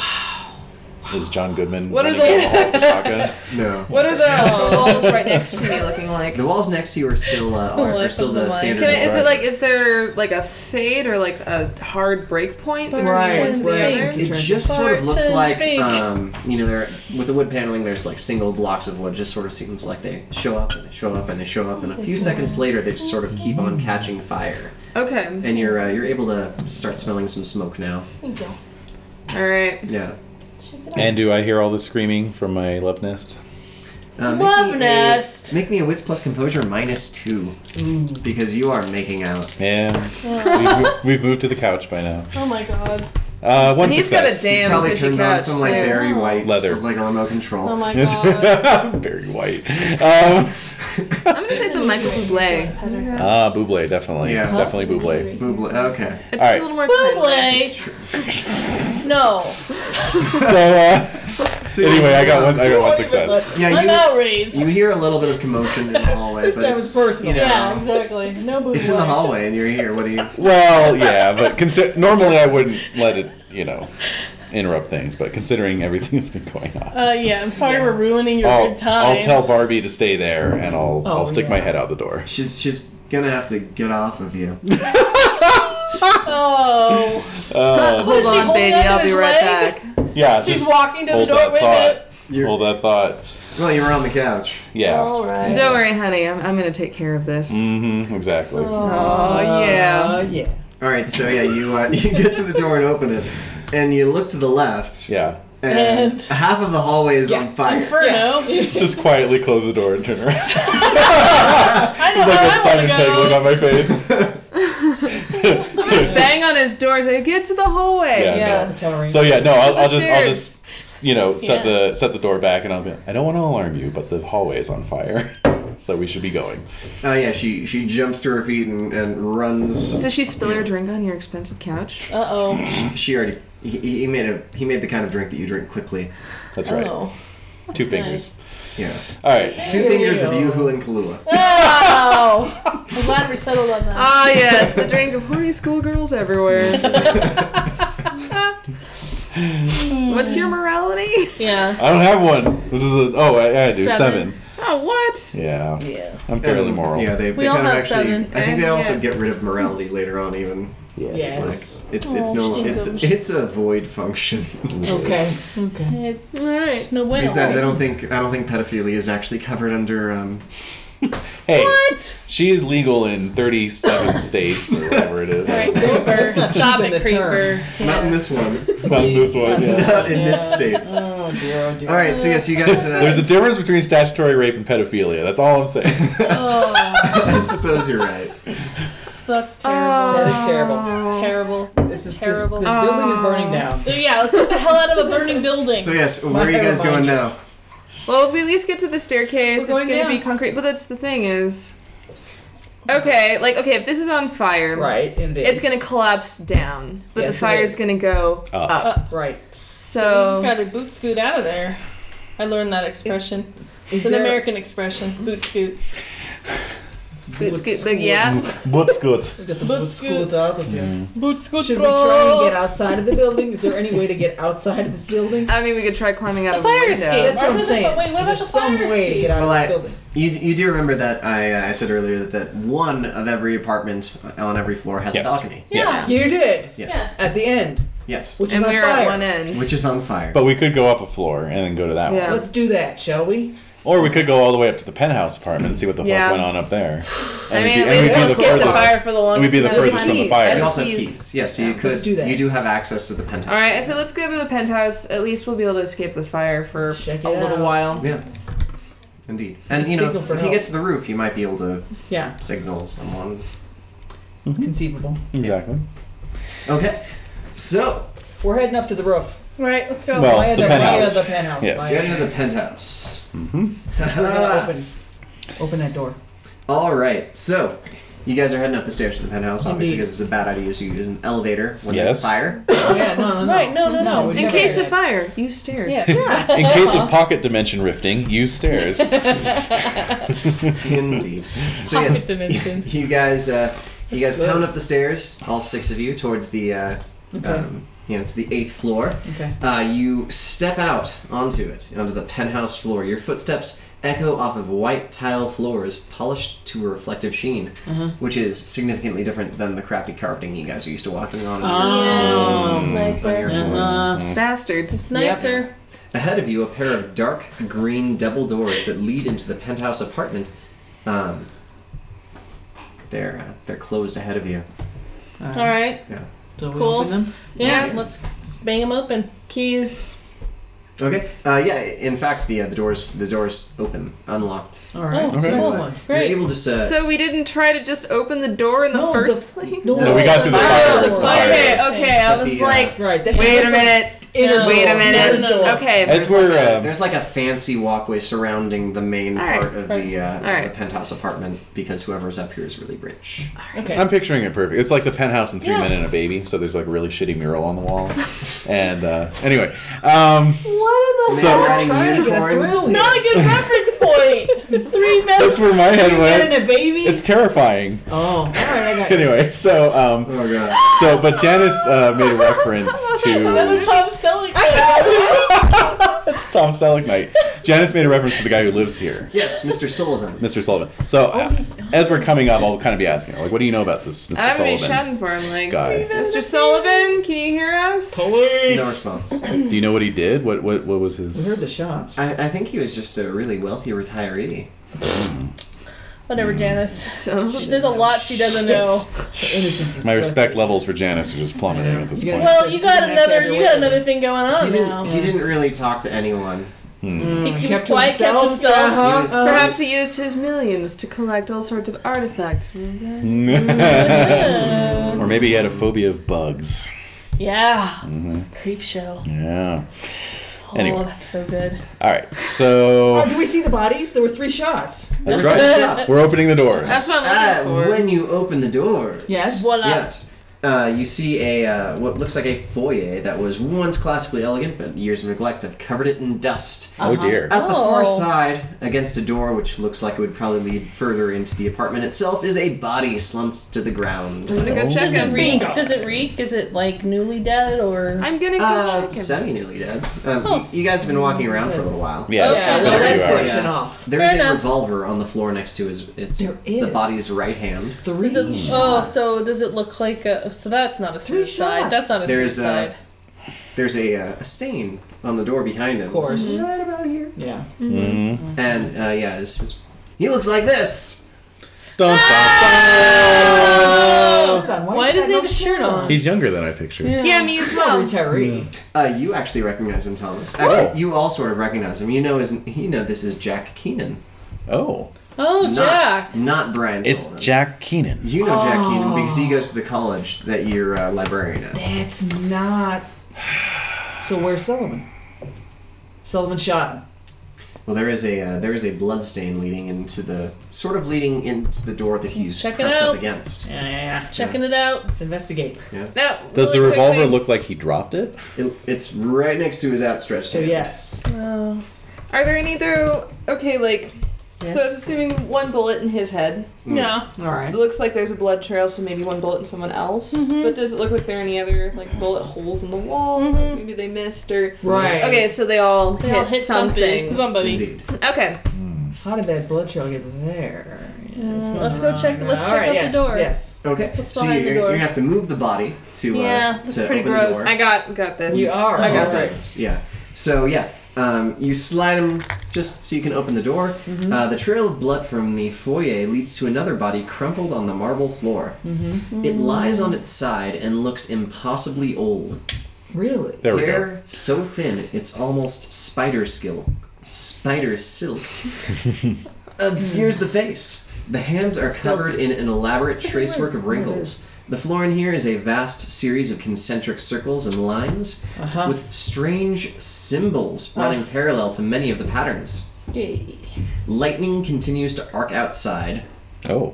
Is John Goodman?
What are
running down
the-
hall with a shotgun?
No.
What are the walls right next to me looking like?
The walls next to you are still uh, are, are
Life
still
of
the
the
standard.
Can I, is
ones.
there like is there like a fade or like a hard break point between one to
right.
the other?
it just sort of
Far
looks
too
like
big.
um, you know, there with the wood paneling. There's like single blocks of wood. Just sort of seems like they show up and they show up and they show up, and
Oh
a few seconds later they just sort of keep on catching fire.
Okay.
And you're uh, you're able to start smelling some smoke now.
All right.
Yeah.
And do I hear all the screaming from my left nest?
Uh, make
Love
me a-
nest.
Make me a wits plus composure minus two because you are making out.
And we've, mo- we've moved to the couch by now.
Oh my god.
Uh, one
And he's got
success.
a damn
Probably
cushy
turned on
couch
some like
too.
very white
Leather.
like remote control.
Oh my god.
Yes. Very white. Um,
I'm gonna say some Michael Bublé.
ah, Buble, definitely.
Yeah.
Definitely Buble.
Bubble- okay.
It's
All right.
a little more.
No.
So, uh,
So
anyway, I got one. I got one success.
I'm
Yeah,
outraged.
you, you hear a little bit of commotion in the hallway,
This
but
time
it's
it's personal.
you know,
Yeah, exactly. No boo.
it's in the hallway and you're here. What do you?
Well, yeah, but consi- normally I wouldn't let it, you know, interrupt things. But considering everything that's been going on,
Uh, yeah, I'm sorry we're ruining your
I'll,
good time.
Oh, I'll tell Barbie to stay there, and I'll
Oh,
I'll stick my
yeah.
head out the door.
She's she's gonna have to get off of you.
Oh.
Uh,
Hold
she
on,
holding
baby.
onto
I'll be
his
right
leg?
back.
yeah,
She's
just
walking to the
hold
door.
that
Wait a minute.
thought.
You're,
Hold that thought.
well, you were on the couch.
Yeah.
All right.
Don't worry, honey. I'm, I'm gonna take care of this.
Mm-hmm. Exactly.
Oh
Uh,
yeah.
yeah.
All right, so yeah, you uh, you get to the door and open it, and you look to the left,
Yeah.
and,
And-
half of the hallway is on fire.
Inferno.
Just quietly close the door and turn around.
I know
like
where I
a
want
Simon
to
Pegg look
go.
on my face.
Bang on his door. Say, get to the hallway.
Yeah,
yeah.
no.
Tell her.
So yeah, no, I'll,
the
I'll just I'll
stairs.
just you know set
Yeah.
the set the door back, and I'll be. Like, I don't want to alarm you, but the hallway is on fire, so we should be going.
Oh yeah, she she jumps to her feet and, and runs.
Does she spill her drink on your expensive couch?
Uh oh.
She already he, he made a he made the kind of drink that you drink quickly.
That's right.
Oh.
Two fingers.
Yeah,
All right.
two fingers of Yoo-Hoo and Kahlua.
Oh. I'm glad we settled on that.
Ah, yes, the drink of horny schoolgirls everywhere. What's your morality?
Yeah.
I don't have one. This is a oh I, I do seven.
Seven.
Oh, what?
Yeah,
Yeah.
I'm fairly
And,
moral.
Yeah, they, they
We all
kind of
have
actually.
seven.
I think they
Uh,
also
yeah.
get rid of morality later on, even. Like,
Yes.
it's it's no it's it's a void function.
Okay. Okay.
It's
Alright.
no bueno.
Besides, I don't think I don't think pedophilia is actually covered under um,
Hey,
What?
she is legal in 37 states or whatever it is.
Let's not
Stop
cheapen
it,
the term.
creeper.
not in this one,
Not in this one. yeah.
not in this state.
Oh dear. Oh dear.
All right, so yes, you guys. Uh,
There's a difference between statutory rape and pedophilia. That's all I'm saying.
I suppose you're right.
Oh, That's terrible.
That is terrible.
Oh. terrible.
This is terrible. This, building is burning down.
Yeah, let's get the hell out of a burning building.
So yes, where are you guys going now?
Well, if we at least get to the staircase,
We're
it's
going
gonna be
down.
concrete. But that's the thing is, okay, like okay, if this is on fire,
Right. and it
it's
is.
gonna collapse down, but
Yes,
the
it
fire's
is. Uh,
gonna go
Up.
up.
Right.
We
So,
just gotta boot scoot out of there. I learned that expression. It's an
there-
American expression. Boot scoot.
Boot scoot, like, yeah,
What's good?
We got the
But
wood
scoot.
scoot out of here.
Mm.
Boot scoot,
Should we
bro.
try and get outside of the building? Is there any way to get outside of this building?
I mean, we could try climbing out of a
fire
window.
escape.
That's what
Why
I'm
would the-
saying.
wait, what
Is
about
there
the
some
fire
way to get out
Well,
of
I-
this building?
You, you do remember that I uh, I said earlier that, that one of every apartment on every floor has
Yes.
a balcony.
Yes.
You did.
Yes.
At the end,
Yes.
which is
and
on
we're
fire.
at one end.
Which is on fire.
But we could go up a floor and then go to that
Yeah.
one.
Let's do that, shall we?
Or we could go all the way up to the penthouse apartment and see what the
Yeah.
fuck went on up there.
I
And
mean,
we'd
at least
be- and we'd be
we'll
the
escape the
furthest-
fire for the longest
we'd be the
amount of
furthest from the
keys.
And you
fire.
also have
keys.
keys. Yes, so you could
do that.
you do have access to the penthouse.
All right, I said let's go to the penthouse. At least we'll be able to escape the fire for
Check
a
it
little
out.
while.
Yeah. Indeed. And you know,
Signal
if,
for
if you
help.
get to the roof, you might be able to
Yeah,
signal someone.
Mm-hmm.
conceivable.
Exactly.
Okay. So,
We're heading up to the roof.
Right, let's go.
Well,
Via
Oh, it's
the,
a
via
penthouse.
the penthouse.
Yes.
get
Via-
into the penthouse.
Mhm.
We're gonna open, open that door.
All right. So, you guys are heading up the stairs to the penthouse, obviously,
Indeed.
because it's a bad idea to use an elevator when there's
Yes.
a fire.
yeah, no, no, no.
Right, no, no, no.
No, we
In
never
case
did.
of fire, use stairs.
In case of pocket dimension rifting, use stairs.
Uh,
Indeed. So yes,
Pocket dimension.
you guys, uh, you guys pound up the stairs, all six of you, towards the, uh, um, you know, to the eighth floor.
Okay.
Uh, you step out onto it, onto the penthouse floor. Your footsteps echo off of white tile floors polished to a reflective sheen, which is significantly different than the crappy carpeting you guys are used to walking on. in
Ah,
your-
Yeah, it's
on your
nicer.
floors.
Bastards.
It's nicer.
Ahead of you, a pair of dark green double doors that lead into the penthouse apartment. Um, they're uh, they're closed ahead of you.
All right.
So we
Cool.
open them.
Yeah,
Yeah.
let's bang them open.
Keys.
Okay. Uh, yeah. In fact, the uh, the doors the doors open, unlocked.
All right.
Oh,
so
Okay.
next one.
Great.
You're able just to.
So we didn't try to just open the door in the
No,
first
the-
place? Oh,
No,
No, we got through the fire. It's the fire.
Okay, okay. I
But
was
the, uh,
like,
Right. that's
wait a
different
minute.
inner
Wait a
door.
minute.
Inner door.
Okay.
As we're um,
there's like a fancy walkway surrounding the main
All right,
part of the, uh,
right.
the penthouse apartment because whoever's up here is really rich.
Okay.
I'm picturing it perfect. It's like the penthouse and three
Yeah.
men and a baby. So there's like a really shitty mural on the wall. and uh, anyway, um,
So maybe
So-
we're adding
Trying to get a
unicorn.
thrill here.
Not a good reference point. Three men
that's where my head went.
and a baby.
It's terrifying.
oh, all right. I got it.
Anyway, so um,
Oh god.
so but Janice uh, made a reference to
Tom Selleck.
It's Tom Selleck night. Janice made a reference to the guy who lives here.
Yes, Mr. Sullivan.
Mr. Sullivan. So uh, as we're coming up, I'll kind of be asking her, like, what do you know about this Mr.
I'm gonna be
Sullivan
shouting for him, like,
guy?
Mr. Sullivan, can you hear us?
No response.
Do you know what he did? What what what was
We
his?
heard the shots.
I, I think he was just a really wealthy retiree.
Whatever, Janice.
So,
There's a lot she doesn't know.
Innocence is
My
broken.
respect levels for Janice are just plummeting at this
You
point.
gotta-
Well, you
You're
got
gonna have to
another.
have
You
your
got
way.
another thing going
He
on
didn't,
now.
he didn't really talk to anyone.
Hmm.
He
Kept
keeps
to
quiet, kept
himself?
himself.
He was-
perhaps he used his millions to collect all sorts of artifacts.
Yeah.
or maybe he had a phobia of bugs.
Yeah.
hmm
Creep show.
Yeah.
Oh,
Anyway.
that's so good.
All right. So
Oh, do we see the bodies? There were three shots.
that's
Good
right.
shots.
We're opening the doors.
That's what
Ah,
I'm looking for.
when you open the door.
Yes.
Voila.
Yes. Uh, you see a uh, what looks like a foyer that was once classically elegant, but years of neglect have covered it in dust.
Oh dear.
At the
Oh.
far side, against a door which looks like it would probably lead further into the apartment itself, is a body slumped to the ground.
I'm gonna go
Oh.
check
Does it
him.
reek? Does it reek? Is it like newly dead or?
I'm gonna go
Uh,
check him.
semi nearly dead. Um, you guys have been walking around for a little while.
Yeah.
Okay,
it's been
well,
a few
that's
hours.
section off.
There is
Fair
a
enough.
revolver on the floor next to his it's
There
the
is.
body's right hand.
Three
Is it, oh,
shots.
so does it look like a? So that's not a
Three
suicide.
shots.
That's not a
There's a-
suicide.
There's a, uh, a stain on the door behind him.
Of course.
Right about here.
Yeah.
Mhm.
And uh, yeah, it's just he looks like this.
Dun, dun, dun.
Hold on,
Why
is
does he
that no
have a shirt on?
He's younger than I pictured.
Yeah, me as
He's not a
well.
retiree.
Uh, you actually recognize him, Thomas. Actually,
Oh.
you all sort of recognize him. You know, isn't you know this is Jack Keenan,
Oh,
oh,
not
Jack.
not Brian.
it's
Sullivan.
Jack Keenan.
You know Jack Keenan because
Oh.
he goes to the college that you're uh, librarian at.
That's not. So where's Sullivan? Sullivan shot him.
Well, there is a uh, there is a blood stain leading into the sort of leading into the door that he's
Check it
pressed up
out.
against.
Yeah, yeah, yeah.
Checking it out.
Let's investigate.
No,
Does
really
the revolver
quickly.
look like he dropped it?
It, it's right next to his outstretched
So
hand.
yes.
Oh.
Are there any though? Okay, like.
Yes.
So I was assuming one bullet in his head.
Yeah.
All right.
It looks like there's a blood trail, so maybe one bullet in someone else. But does it look like there are any other like bullet holes in the walls? Like maybe they missed or
Right.
Okay, so they all
They
hit,
all hit something.
something.
Somebody.
Indeed.
Okay.
How did that blood trail get there? Yeah, it's
Let's
going
go check-
around.
let's
All
check
right,
out the
yes,
door.
Yes.
Okay. so you're,
behind the
you're
door?
gonna have to move the body to
Yeah,
uh,
that's
to
pretty
open
gross.
the door.
I got got this.
You are.
I got
all right.
this.
Oh, Yeah. So yeah, um, you slide him just so you can open the door.
Mm-hmm.
Uh, the trail of blood from the foyer leads to another body crumpled on the marble floor.
Mm-hmm.
It lies on its side and looks impossibly old.
Really?
There we go.
Hair so thin it's almost spider skill, spider silk, obscures the face. The hands are covered in an elaborate tracework of wrinkles. The floor in here is a vast series of concentric circles and lines
Uh-huh. Oh.
with strange symbols running parallel to many of the patterns.
Yay.
Lightning continues to arc outside,
Oh,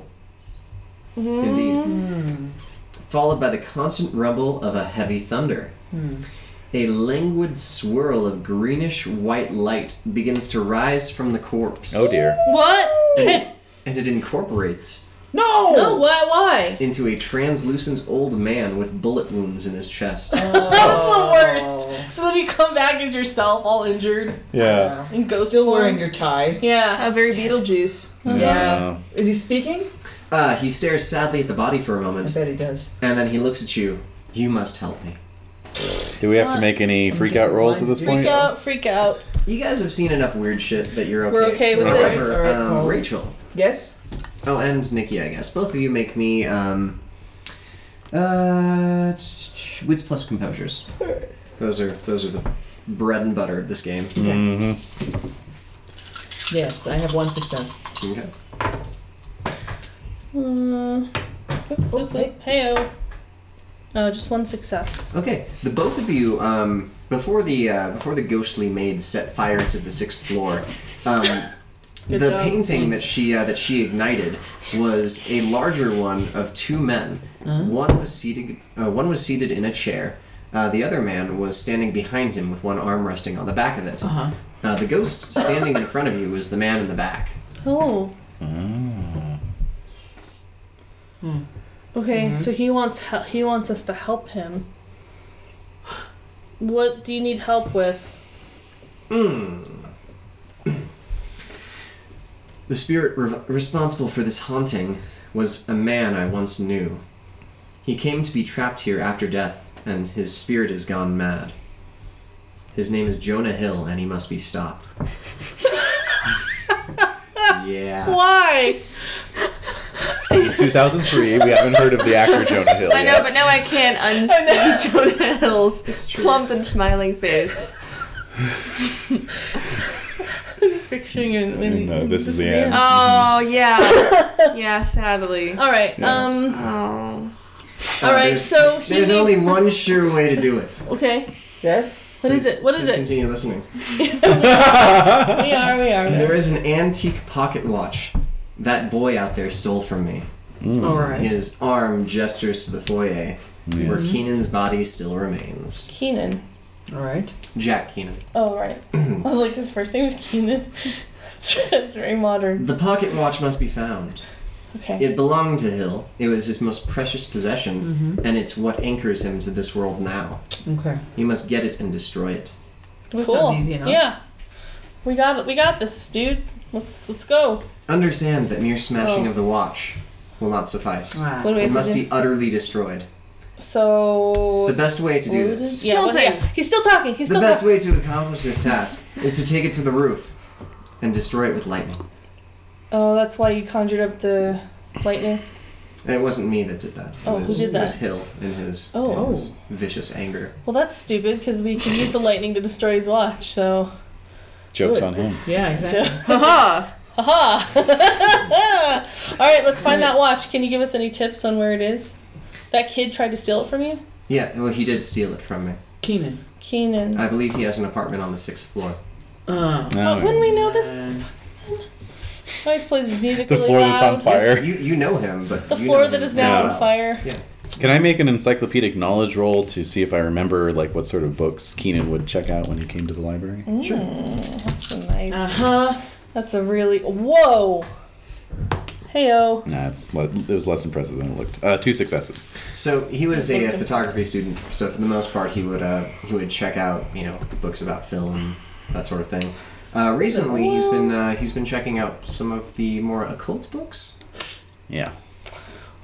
indeed,
Hmm.
followed by the constant rumble of a heavy thunder.
Hmm.
A languid swirl of greenish white light begins to rise from the corpse.
oh dear.
What?
And,
Hey.
and it incorporates
No.
No, why? Why?
into a translucent old man with bullet wounds in his chest.
Oh.
Oh.
That's the worst. So then you come back as yourself, all injured.
Yeah.
And ghost
Still
form.
wearing your tie.
Yeah.
A very Beetlejuice.
Uh-huh.
Yeah. Is he speaking?
Uh, he stares sadly at the body for a
I
moment,
bet he does.
and then he looks at you. You must help me.
Do we have to make any freak out rolls at this
Freak
point?
Freak out, freak out.
You guys have seen enough weird shit that you're okay.
We're okay with
However,
this. Alright,
um,
well-
Rachel.
Yes.
Oh, and Nikki, I guess. Both of you make me um, uh, t- t- wits plus composures. Those are those are the bread and butter of this game.
Mhm.
Yes, I have one success.
Okay.
Uh, oop, oop, oop. Heyo. Oh, just one success.
Okay, the both of you, um, before the uh, before the ghostly maid set fire to the sixth floor, um, the
Good job.
painting that she uh, that she ignited was a larger one of two men.
Uh-huh.
One was seated uh, one was seated in a chair. Uh, the other man was standing behind him with one arm resting on the back of it.
Uh-huh.
Uh, the ghost standing in front of you was the man in the back.
Oh.
Mm.
Okay, so he wants hel- he wants us to help him. What do you need help with?
The spirit re- responsible for this haunting was a man I once knew. He came to be trapped here after death, and his spirit has gone mad. His name is Jonah Hill, and he must be stopped. yeah.
Why?
This is 2003. We haven't heard of the actor Jonah Hill
I know,
yet.
but now I can't unsee Jonah Hill's
It's true.
plump and smiling face.
I'm just picturing it. Maybe
No, this is the end.
Oh yeah, yeah. Sadly.
Ah. All right.
Yes.
Um.
Oh.
Uh,
All right.
there's-
So he
There's
need-
only one sure way to do it.
Okay.
Yes?
What is
Please-
it? What is
please
it?
Continue listening.
We are. We are.
There is an antique pocket watch that boy out there stole from me.
Alright.
His arm gestures to the foyer, where Keenan's body still remains.
Keenan.
Alright.
Jack Keenan.
Oh right. I was like, his first name is Keenan. It's very modern.
The pocket watch must be found.
Okay.
It belonged to Hill. It was his most precious possession,
Mm-hmm.
and it's what anchors him to this world now.
Okay.
You must get it and destroy it.
That
cool.
sounds easy enough.
Yeah. We got it. We got this, dude. Let's let's go.
Understand that mere smashing
Oh.
of the watch will not suffice.
Ah.
What do we
It
have
must
to do?
be utterly destroyed.
So.
The best way to do this,
Yeah, what-
Smelting.
yeah. He's still talking. He's
the
still
best
talking.
way to accomplish this task is to take it to the roof and destroy it with lightning.
Oh, that's why you conjured up the lightning.
It wasn't me that did that.
Oh,
it
who
was,
did
It was
that?
Hill in his,
Oh.
in his vicious anger.
Well, that's stupid because we can use the lightning to destroy his watch. So.
Jokes on him.
Yeah, exactly.
Haha.
Haha. All right, let's find that watch. Can you give us any tips on where it is? That kid tried to steal it from you,
Yeah, well, he did steal it from me.
Keenan.
Keenan. Uh,
I believe he has an apartment on the sixth floor.
Uh,
Oh,
Wouldn't we know this?
uh,
Always plays his music
The
really
floor
loud.
that's on fire.
Yes, you, you know him, but
The
you
floor
know
that
him
is now
very
Yeah.
on
well.
fire.
Can I make an encyclopedic knowledge roll to see if I remember like what sort of books Keenan would check out when he came to the library?
That's a nice.
Uh-huh.
That's a really. Whoa. Heyo.
Nah, it's le- it was less impressive than it looked. Uh, two successes.
So he was a, uh, photography student. So for the most part, he would uh, he would check out you know books about film, that sort of thing. Uh, recently, he's been uh, he's been checking out some of the more occult books.
Yeah.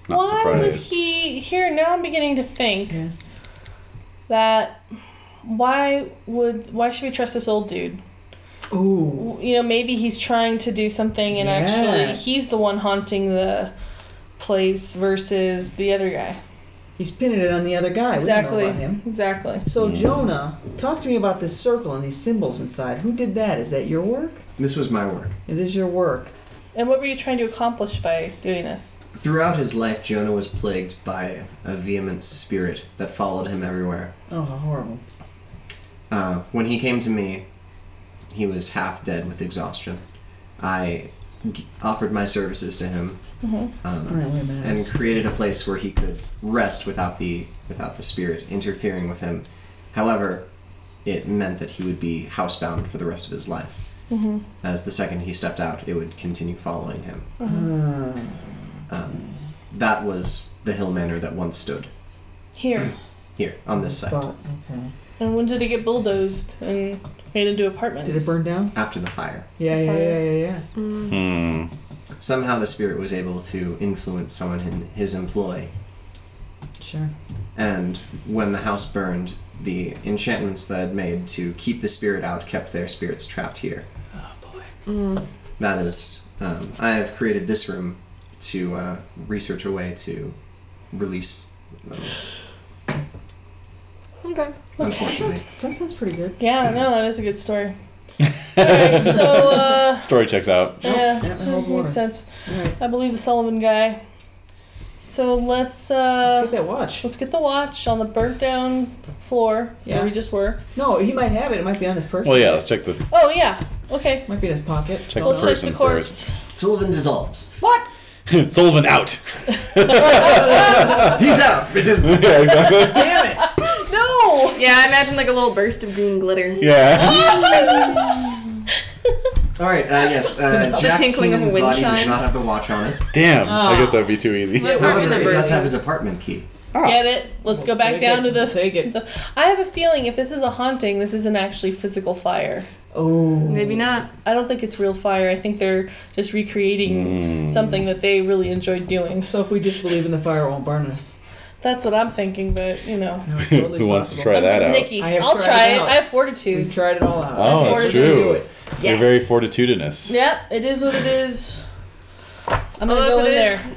Not
Why would
surprised.
he? Here now, I'm beginning to think
Yes.
that why would why should we trust this old dude?
Ooh.
You know, maybe he's trying to do something, and actually
Yes.
he's the one haunting the place versus the other guy.
He's pinning it on the other guy. We don't
Exactly.
know about him.
Exactly.
So Jonah, talk to me about this circle and these symbols inside. Who did that? Is that your work?
This was my work.
It is your work.
And what were you trying to accomplish by doing this?
Throughout his life, Jonah was plagued by a vehement spirit that followed him everywhere.
Oh, how horrible.
Uh, when he came to me, he was half dead with exhaustion. I g- offered my services to him
All right, wait a minute.
and created a place where he could rest without the without the spirit interfering with him. However, it meant that he would be housebound for the rest of his life. As the second he stepped out, it would continue following him. Um, that was the hill manor that once stood
Here.
Hmm.
here on this site
Spot. Okay.
And when did it get bulldozed and made into apartments?
Did it burn down?
after the fire.
Yeah, yeah, yeah, yeah, yeah.
Hmm.
Somehow the spirit was able to influence someone in his employ
Sure.
and when the house burned, the enchantments that I'd made to keep the spirit out kept their spirits trapped here.
Mm.
Oh boy. That is, um, I have created this room to uh, research a way to release um,
Okay.
unfortunately.
That sounds pretty good.
Yeah, no, that is a good story. Alright, so, uh,
Story checks out.
yeah,
Yeah, it
that
holds
makes
water.
sense.
Alright.
I believe the Sullivan guy. So let's,
Let's
uh,
get that watch.
let's get the watch on the burnt down floor
Yeah.
where we just were.
No, he might have it. It might be on his person.
Well, yeah. Let's check the
Oh, yeah, okay.
It might be in his pocket.
check
Let's
the
check
person
the corpse.
Sullivan dissolves.
first. Sullivan out.
He's out, bitches.
yeah, exactly.
Damn it!
No!
Yeah, I imagine like a little burst of green glitter.
Yeah.
All right. Uh, yes. Uh, Jack
tinkling of a
Keenan's
wind
body does
chime.
not have the watch on it.
Damn. I guess that would be too easy. Ah.
What
However,
apartment
it
number
does
is
have his
it?
apartment key.
Get it? Let's go back
Take
down
it.
to the.
Take it.
the- I have a feeling if this is a haunting, this isn't actually physical fire.
Oh.
Maybe not.
I don't think it's real fire. I think they're just recreating
Mm.
something that they really enjoyed doing.
So if we disbelieve in the fire, it won't burn us.
That's what I'm thinking, but you know.
No, it's totally
Who wants to
possible.
try
I'm
that
just
out?
Nikki.
I have
I'll
tried
try
it
it.
out.
I have fortitude.
We've tried it all out.
Oh,
Okay,
that's
we're gonna
true.
Do it.
You're
Yes.
very fortitudinous.
Yep, it is what it is.
I'm gonna
Although
go
if
in
it
there.
is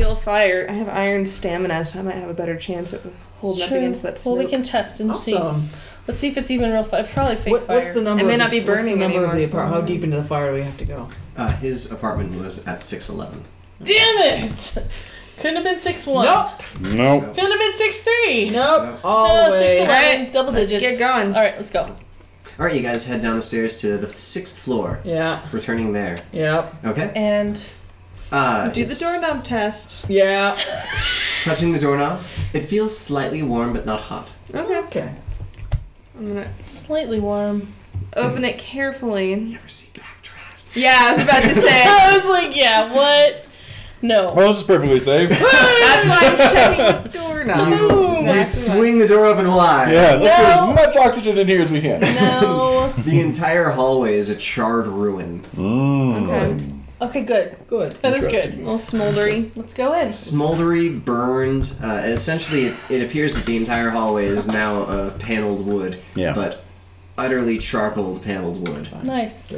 real fire, I have iron stamina, so I might have a better chance at holding up
True.
against that
Well,
smoke.
we can test and see.
Awesome.
Let's see if it's even real fire. Probably fake
What,
fire.
what's the number?
It may
of
not
the-
be
what's
burning
the number of the
anymore.
apartment? How deep into the fire do we have to go?
Uh, his apartment was at 611.
Damn it! Couldn't have been six one.
Nope.
Nope.
Couldn't have been six three.
Nope. All
No,
the
six
way.
eleven.
Alright,
Double digits.
Get going.
All right, let's go.
All right, you guys head down the stairs to the sixth floor.
Yeah.
Returning there.
Yep.
Okay.
And
Uh,
Do the
it's
doorknob test.
Yeah.
Touching the doorknob. It feels slightly warm but not hot.
Okay.
Okay.
I'm gonna
slightly warm.
open it carefully.
Never see backdrafts.
Yeah, I was about to say.
I was like, yeah, what? No.
Well, this is perfectly safe.
That's why I'm checking the doorknob.
You swing the door open wide.
Yeah, let's get
No.
as much oxygen in here as we can.
No.
The entire hallway is a charred ruin.
Mm.
Okay.
Okay, good.
Good.
That is good.
Interesting.
A little smoldery.
Let's go in.
Smoldery, burned. Uh, essentially, it, it appears that the entire hallway is now of paneled wood,
Yeah.
but utterly charcoaled paneled wood.
Nice.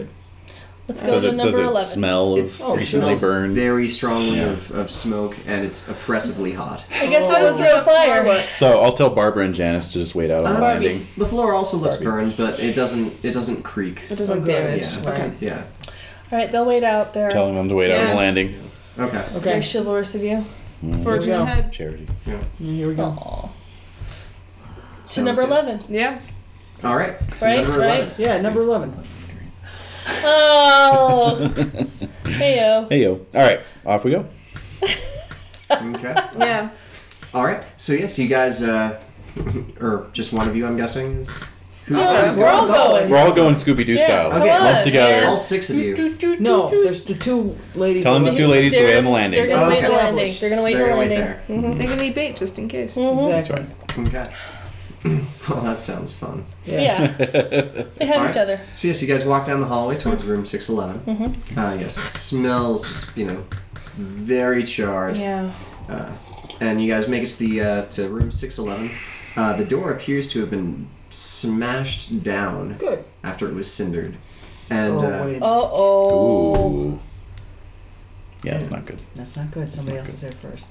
Let's go
Does
to
it,
number
does it
11.
smell of
It's, it
recently
smells
burned?
very strongly of, of smoke, and it's oppressively hot.
I guess it
Oh.
was real fire.
So I'll tell Barbara and Janice to just wait out on the
Uh,
landing.
the floor also looks
Barbie.
burned, but it doesn't. It doesn't creak.
It doesn't
Oh, good.
damage.
Yeah.
Right.
Yeah.
Alright, they'll wait out there.
Telling them to wait out on
Yeah.
the landing.
Okay.
Very
Okay.
chivalrous of you.
Forge
Here we go.
ahead.
Charity.
Here we go.
Aww. To
sounds
number
good.
11.
Yeah.
All right. So
Right,
number
right.
11.
Yeah, number eleven.
Oh. Heyo.
Hey yo. All right, off we go.
Okay.
Yeah.
All right. So yes, you guys, uh, or just one of you, I'm guessing. Who's,
All right,
who's
Oh, we're all going.
We're all going Scooby Doo
Yeah.
style.
Okay,
Come
Uh, all
on,
together.
man.
All six of you.
Do, do, do,
No,
do.
there's the two ladies.
Tell them the
left.
two ladies to
They're-
wait on the
They're
landing.
gonna wait on the
Okay.
landing. They're gonna
So
wait
they're
on the
gonna wait
landing.
there.
They can leave bait just in case.
Exactly.
Okay. Well, that sounds fun.
Yes.
Yeah, they have
All right.
each other.
So yes, you guys walk down the hallway towards room 611. Mm-hmm. Uh, yes, it smells just you know very charred.
Yeah.
Uh, and you guys make it to the uh, to room 611. Uh, the door appears to have been smashed down
Good.
after it was cindered. And
Oh
uh,
wait,
Uh oh.
Ooh. Yeah, it's not good.
that's not good. Somebody else is there first.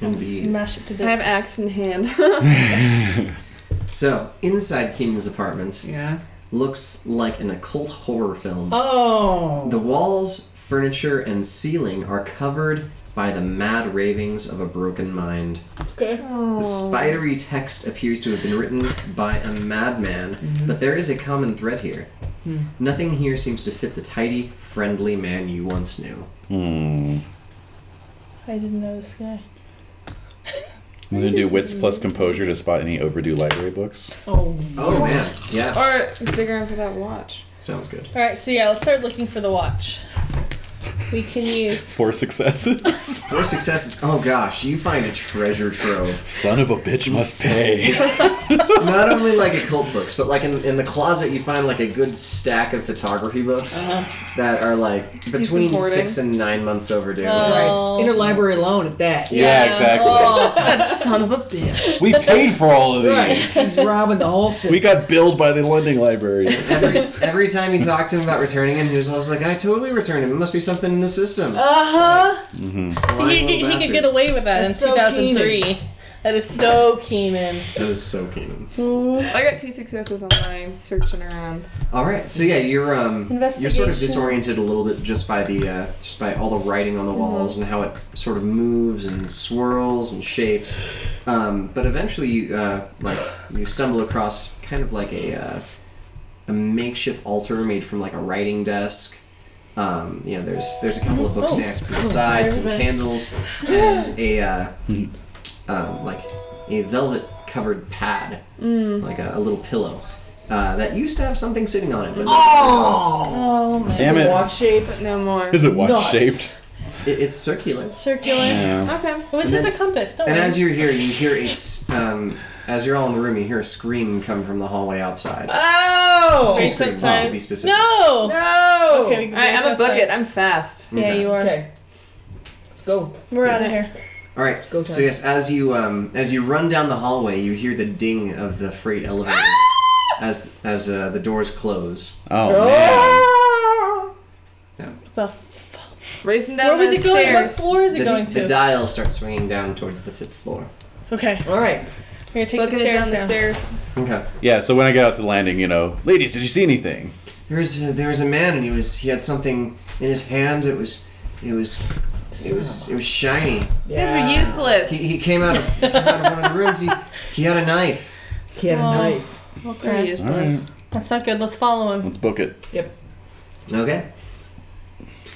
indeed.
Smash it to
I have axe
bits.
in hand.
So inside Keenan's apartment
Yeah.
looks like an occult horror film.
Oh.
The walls, furniture, and ceiling are covered by the mad ravings of a broken mind.
Okay.
The spidery text appears to have been written by a madman,
Mm-hmm.
but there is a common thread here.
Hmm.
Nothing here seems to fit the tidy, friendly man you once knew.
Hmm.
I didn't know this guy.
I'm gonna do wits plus composure to spot any overdue library books.
Oh.
Oh man, yeah,
or dig around for that watch.
sounds good.
All right, so yeah, let's start looking for the watch. We can use.
Four successes.
Four successes. Oh gosh, you find a treasure trove.
Son of a bitch must pay.
Not only like occult books, but like in, in the closet, you find like a good stack of photography books
Uh-huh.
that are like between
hoarding.
six and nine months overdue.
Oh.
Interlibrary loan at that.
Yeah, exactly.
Oh,
That son of a bitch.
We paid for all of these.
Right. He's robbing the whole system.
We got billed by the London Library.
Every, every time you talk to him about returning him, he was always like, I totally returned him. It must be something in the system.
Uh huh.
see,
Lying little
he, he could
bastard.
get away with that
That's
in
so
2003. That is so Keenan.
That is so Keenan.
I got two successes on my searching around.
All right, so yeah, you're um, you're sort of
Investigation.
disoriented a little bit just by the uh, just by all the writing
Mm-hmm.
on the walls and how it sort of moves and swirls and shapes. Um, but eventually, you uh, like you stumble across kind of like a uh, a makeshift altar made from like a writing desk. Um, you know, there's there's a couple of books
Oh,
stacked to the
oh,
side, some
everybody.
candles, and a uh, um, like a velvet covered pad,
Mm.
like a, a little pillow. Uh, that used to have something sitting on it, but
Oh my.
Damn it.
Watch shape.
But no more.
Is it watch
Nuts.
shaped?
It, it's circular.
Circular.
Yeah.
Okay.
It was
And
just a
then-
compass. Don't
And
worry.
as you're here, you hear a s- um, as you're all in the room, you hear a scream come from the hallway outside.
Oh!
Two
Breaks
screams
outside.
to be specific.
no.
No!
Okay, we can
All right,
race
Oh, I'm a
outside.
bucket. I'm fast.
Yeah, you are.
Okay. Let's go.
We're out of here.
All right.
Go
so
time.
yes, as you um, as you run down the hallway, you hear the ding of the freight elevator
Ah!
as as uh, the doors close.
Oh, man.
The f-
Racing down
Where was
the
it going? What
stairs.
floor is it
the,
going
the
to?
dial starts swinging down towards the fifth floor.
okay,
Ah! All right.
we're gonna take the
Looking
stairs
down the
down.
stairs.
Okay.
Yeah, so when I got out to the landing, you know, ladies, did you see anything?
There was a, there was a man, and he was he had something in his hand. It was it was it was it was shiny.
These are useless.
He, he came out of, came out of one of the rooms. He, he had a knife.
He had a
Oh.
knife.
They're
Okay.
useless.
That's not good. Let's follow him.
Let's book it.
Okay.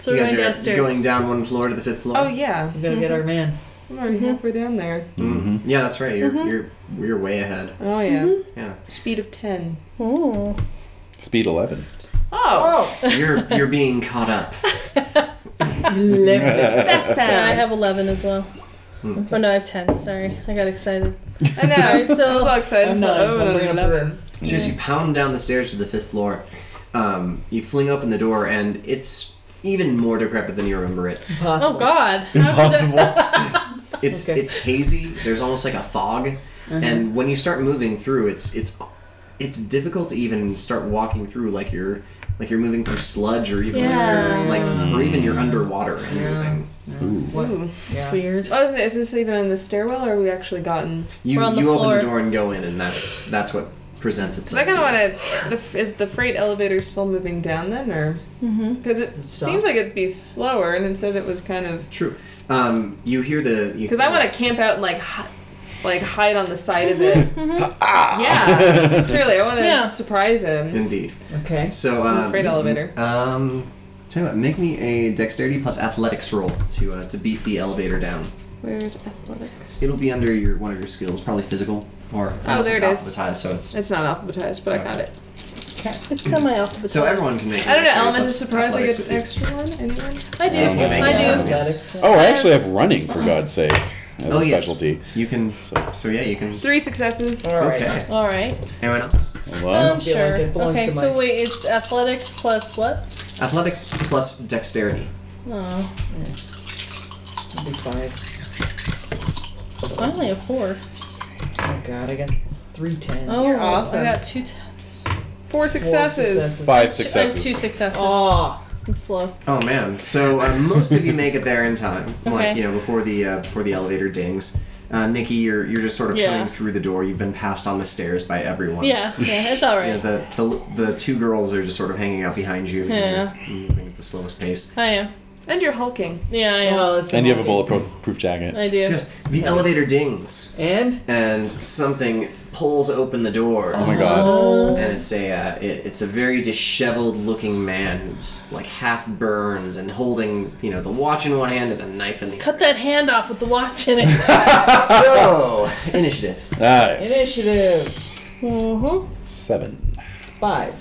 So we're
you guys
going
are
downstairs.
going down one floor to the fifth floor.
Oh yeah.
We're gonna get our man.
I'm already halfway down there.
Mhm. Yeah, that's right. You're
Mm-hmm.
you're you're way ahead.
Oh yeah.
Yeah.
Speed of ten.
Ooh.
Speed 11.
Oh.
You're you're being caught up.
Fast pound.
Yeah, I have 11 as well. Oh no, I have 10. Sorry, I got excited.
I know.
Alright, so-
I'm so excited.
I'm
to-
not,
oh,
I'm
no, no,
bringing
no,
up
no.
her.
So as you pound down the stairs to the fifth floor, um, you fling open the door and it's even more decrepit than you remember it.
Possible.
Oh god. How could
Impossible.
It's
Okay.
it's hazy. There's almost like a fog,
Uh-huh.
and when you start moving through, it's it's it's difficult to even start walking through like you're like you're moving through sludge or even
Yeah.
like you're, like or even you're underwater and moving.
It's weird.
Oh, is, it, is this even in the stairwell, or have we actually gotten?
You
We're on the
you open
floor.
the door and go in, and that's that's what presents
Because
itself.
I kind
to
of
you.
want to. Is the freight elevator still moving down then, or?
Mm-hmm.
Because it
stop.
seems like it'd be slower, and instead it was kind of.
True. Um, you hear the
Because I want to camp out and like, hi- like hide on the side of it.
Mm-hmm.
Yeah, truly, I want to
Yeah.
surprise him.
Indeed.
Okay.
So um,
freight elevator.
Um, tell you what, make me a dexterity plus athletics roll to uh, to beat the elevator down.
Where's athletics?
It'll be under your one of your skills, probably physical or unless
Oh, there
it's
it is.
alphabetized, so it's
It's not alphabetized, but I found it.
It's semi alphabetized.
so everyone can make. a
I don't know.
dexterity
Element
plus
of surprise. I
athletics
get
if
an
you-
extra one. Anyone?
I do.
Oh my
I
God.
do.
Athletics.
Oh, I actually have running, for God's sake, as
Oh
a
yes.
specialty.
You can. So, yeah, you can.
Three successes.
All right.
Okay.
All right.
Anyone else?
Well,
Um,
feel like
sure.
it belongs
Okay,
to
so
mine.
wait, it's athletics plus what?
Athletics plus dexterity.
Oh,
It'll be five.
I only have four.
Oh god, I got three tens.
Oh,
You're awesome.
I got two. T-
Four successes.
five
I have two
successes.
successes.
Oh,
I'm slow.
Oh man! So uh, most of you make it there in time, like
Okay.
you know before the uh, before the elevator dings. Uh, Nikki, you're you're just sort of
Yeah.
coming through the door. You've been passed on the stairs by everyone.
Yeah, yeah, it's all
Yeah,
right.
the, the the two girls are just sort of hanging out behind you. because
Yeah.
you're Moving at the slowest pace.
I am.
And you're hulking.
Yeah, I am.
well, it's
And you have a
not good.
bulletproof jacket.
I do.
So yes, the elevator dings
And
and something pulls open the door.
Oh my God.
oh,
And it's a uh, it, it's a very disheveled looking man who's like half burned and holding you know the watch in one hand and a knife in the
Cut that hand off with the watch in it.
other. So initiative.
Nice.
initiative
mm-hmm.
Seven.
five.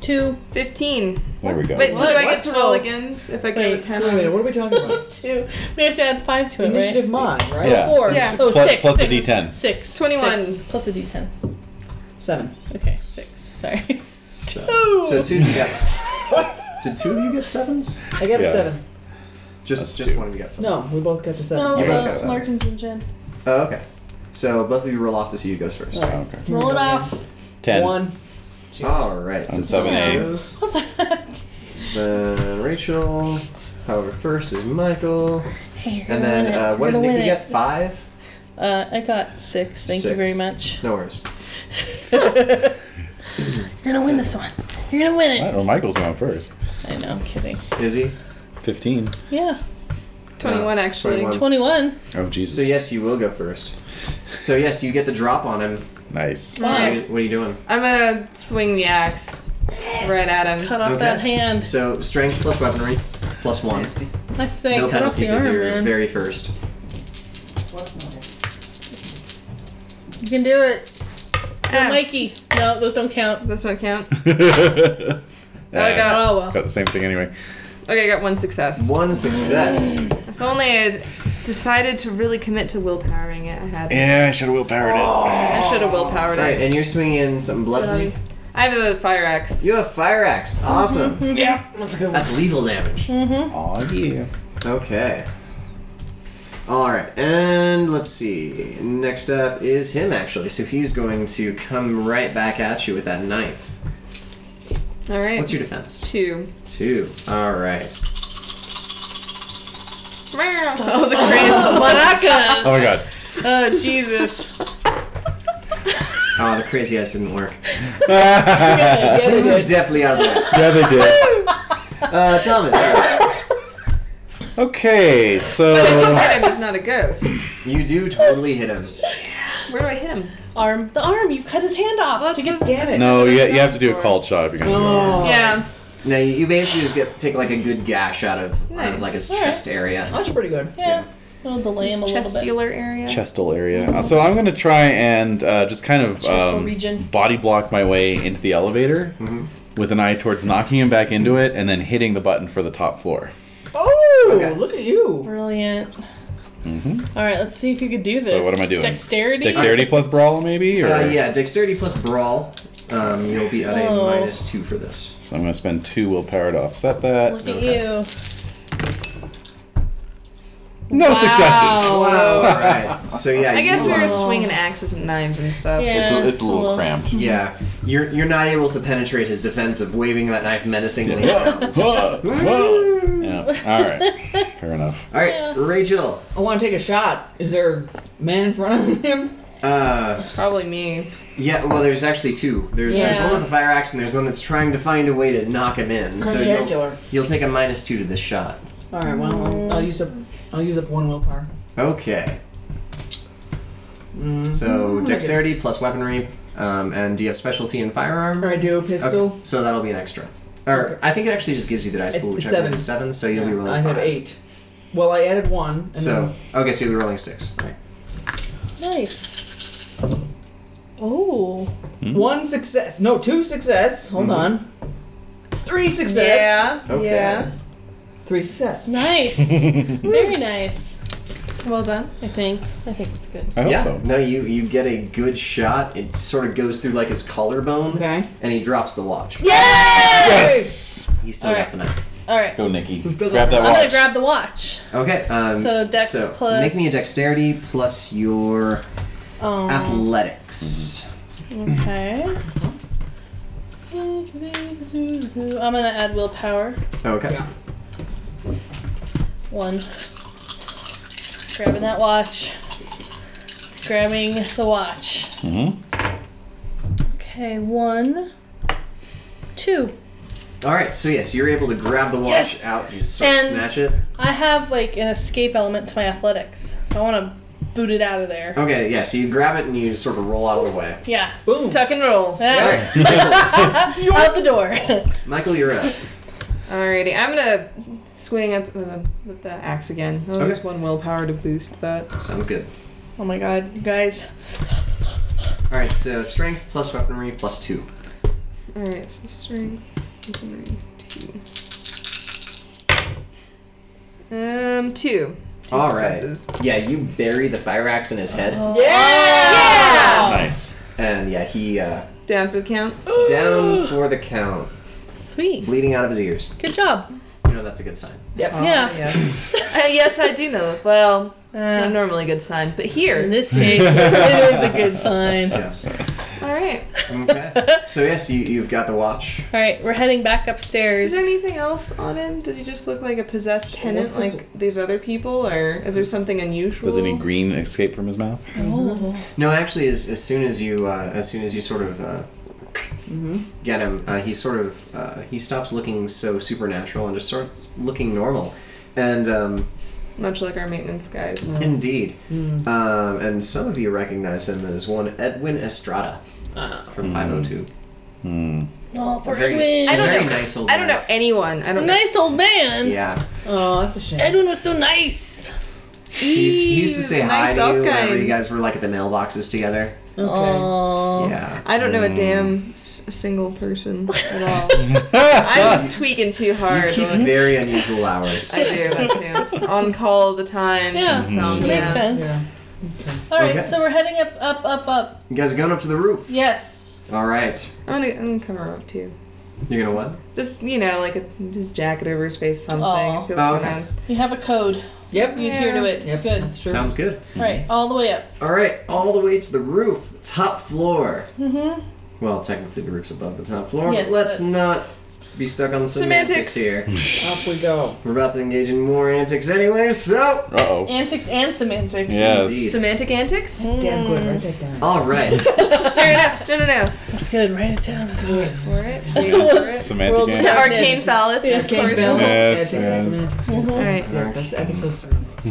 Two,
Fifteen.
There we go.
Wait, so do I get
What?
to roll again if I get a
Wait,
ten?
Wait a minute, what are we talking about?
two. We have to add five to it,
Initiative
right?
mod, right?
Yeah.
Four.
Yeah.
Oh,
Plus-
six,
plus a
six,
D10.
Six.
21.
six, plus a D10.
Seven.
Okay, six. Sorry.
So, so two of you got.
What?
Did two of you get sevens?
I got
Yeah.
a seven.
Just
Us
just
two.
one of you got seven.
No, we both got the seven.
No,
You both got
uh,
seven.
Larkins and Jen.
Oh, okay. So both of you roll off to see who goes first.
Alright.
Ah, Okay.
Here we
Roll it
go again.
off.
Ten.
One.
All right.
I'm seven,
first
eight.
goes-
What the heck?
Then Rachel. However, first is Michael.
Hey, you're
And
gonna
then
win it.
uh, what
You're
did
gonna
Nikki
win it.
get? Five.
Uh, I got six. Thank you
Six.
very much.
No worries.
You're gonna win this one. You're gonna win it.
Well, Michael's going first.
I know. I'm kidding.
Is he?
15.
Yeah.
21 actually.
21.
Twenty-one.
Oh, Jesus.
So yes, you will go first. So yes, you get the drop on him.
Nice.
So
Fine.
what- what are you doing?
I'm gonna swing the axe right at him.
Cut off
Okay.
that hand.
So strength plus weaponry plus one.
I say,
No
cut off
penalty
the
because
arm,
you're
man.
very first.
You can do it. Yo,
Ah,
Mikey. No, those don't count.
This one count.
oh,
I got-
Oh well.
the same thing anyway.
Okay, I got one success.
One success.
If only I had decided to really commit to willpowering it, I had.
Yeah, I should have willpowered
I should have willpowered
All right,
it.
and you're swinging something bloody.
Sorry. I have a fire axe.
You have a fire axe. Awesome.
Yeah.
That's a good one. That's lethal damage.
it. Aw, yeah.
Okay. All right, and let's see. Next up is him actually. So he's going to come right back at you with that knife.
All right.
What's your defense?
two?
Two. All right.
That was the craziest.
Maracas.
Oh my god.
oh Jesus!
Oh, the crazy eyes didn't work.
yeah,
They were definitely out of there.
they did.
Uh, Thomas,
Okay,
If you
so
hit him, he's not a ghost.
you do totally hit him.
Where do I hit him?
Arm, the arm. You cut his hand off.
Well,
to
it's
get
with-
damage.
no, you, you have to do a called shot if you're gonna
Oh.
Oh,
do
Yeah.
Now you, you basically just get take like a good gash out of, out of, like his
Nice.
chest area.
Oh, That's pretty good.
Yeah. It'll delay him a little bit.
Chestular area.
it. Chestal area. Uh, So I'm gonna try and uh, just kind of
Chestal
um,
region.
body block my way into the elevator
Mhm.
with an eye towards knocking him back into it and then hitting the button for the top floor.
Oh,
Okay.
look at you.
Brilliant.
hmm
All right, let's see if you could do this.
what am I doing?
Dexterity.
Dexterity plus brawl, maybe? Or...
Uh, yeah, dexterity plus brawl. Um, you'll be at a
Oh.
minus two for this.
So I'm gonna spend two willpower to offset that.
Oh, Look at you.
No successes.
Wow.
All right. So yeah,
Oh. I guess
you
we were
are-
swinging axes and knives and stuff.
Yeah.
It's, a, it's
it's
a
a
little
little-
cramped.
Yeah, you're you're not able to penetrate his defense of waving that knife menacingly. around.
Whoa, whoa. yeah. All right. Fair enough.
All right,
Yeah.
Rachel.
I want to take a shot. Is there a man in front of him?
Uh,
Probably me.
yeah. Well, there's actually two. There's there's
Yeah.
one with a fire axe, and there's one that's trying to find a way to knock him in. So you'll,
Spectacular.
you'll take a minus two to this shot.
All right. Well, I'll, I'll use up. I'll use up one willpower.
Okay.
Mm.
So
I
dexterity
guess.
plus weaponry, um, and do you have specialty in firearm?
I do a
Okay,
pistol.
So that'll be an extra. Or I think it actually just gives you the dice
It-
pool, which I
seven.
believe is seven. So you'll be rolling
I
five.
have eight. Well, I added one. And
So okay, so you'll be rolling six. Right.
Nice. Oh.
Hmm?
then one success. No, two success. Hold
Mhm.
on. Three success.
Yeah.
Okay.
Yeah.
Three success.
Nice. Very nice.
Well done.
I think. I think it's good.
I hope
yeah.
so.
No, you you get a good shot. It sort of goes through like his collarbone,
Okay.
and he drops the watch.
Yes.
He still
All
got the knife.
All right.
Go, Nikki.
got
Grab that
I'm gonna
watch.
grab the watch.
Okay. Um,
So dex
so
plus-
Make me a dexterity plus your
Um,
athletics.
Okay. I'm gonna add willpower.
Okay.
Yeah.
One. Grabbing that watch. Grabbing the watch.
Mhm.
Okay, one, two.
All right. So yes, you're able to grab the watch
Yes!
out. You just sort of
And-
snatch it.
I have like an escape element to my athletics, so I want to boot it out of there.
Okay. Yeah. So you grab it and you sort of roll out of the way.
Yeah.
Boom.
Tuck and roll.
Yeah.
All right,
out the door.
Michael, Michael, you're up.
Alrighty, I'm gonna swing up with the, with the axe again. I'll use one willpower to boost that.
Sounds good.
oh my god, you guys.
All right, so strength plus weaponry plus two.
Alright, so strength, weaponry, two. Um, two. Two
All right.
successes.
Yeah, you bury the fire axe in his head,
Oh.
Yeah!
Nice.
and yeah, he uh,
Down for the count.
down for the count,
Sweet.
bleeding out of his ears.
Good job.
You know that's a good sign.
Yep.
Oh, Yeah.
Yes.
Uh, yes, I do know. Well, it's not
Uh,
normally a good sign, but
in
here.
this case, it is a good sign.
Yes.
All right.
Okay. So yes, you, you've got the watch.
All right, we're heading back
Is
upstairs.
there anything else on him? Does he just look like a possessed tenant,
What's his-
like these other people, or is there something unusual?
Does any green escape from his mouth?
No, actually, as, as soon as you uh, as soon as you sort of uh,
Mm-hmm.
get him, uh, he sort of uh, he stops looking so supernatural and just starts looking normal. And um,
Much like our maintenance guys.
indeed,
Mm.
um, and some of you recognize him as one Edwin Estrada from 502.
Hmm.
Oh,
Uh-huh.
poor
A very,
Edwin.
Mm. I don't
very
know.
nice old
I don't
man.
know anyone. I don't know.
Nice old man.
Yeah,
Oh, that's a shame.
Edwin was so nice.
he used, he used to say hi
Ew, nice
to you whenever
outcomes.
you guys were like at the mailboxes together.
Oh.
Yeah.
I don't know a damn s- single person at all. I'm just tweaking too hard.
You keep
I
very unusual hours.
do, I do. On call all the time.
Yeah,
insomnia.
makes sense.
Yeah.
All right,
Okay.
so we're heading up, up, up, up.
You guys are going up to the roof.
Yes.
All right.
I'm gonna, I'm gonna cover her up too.
You're gonna what?
Just you know, like a his jacket over his face, something.
Aw.
if it was
Oh, okay.
going on.
You have a code.
Yep.
You adhere to it.
Yep.
It's good.
That's true.
Sounds good.
All right, all the way up.
All right, all the way to the roof, top floor.
Mm-hmm.
Well, technically the roof's above the top floor,
Yes,
but let's
but-
not be stuck on the semantics.
Semantics.
here.
Off we go.
We're about to engage in more antics anyway, so.
Uh oh.
Antics and semantics.
Yes.
Indeed.
Semantic antics?
That's damn good. Write that down.
All right. Oh,
Fair enough. No, no, no.
That's good. Write it down. That's good.
For it. For
Yeah.
it.
Semantic
World
The
game.
without-
arcane phallus. of
Arcane
course.
Bells,
Yes,
Antics and
yes.
Semantics,
All
yes.
right.
Yes, that's episode three.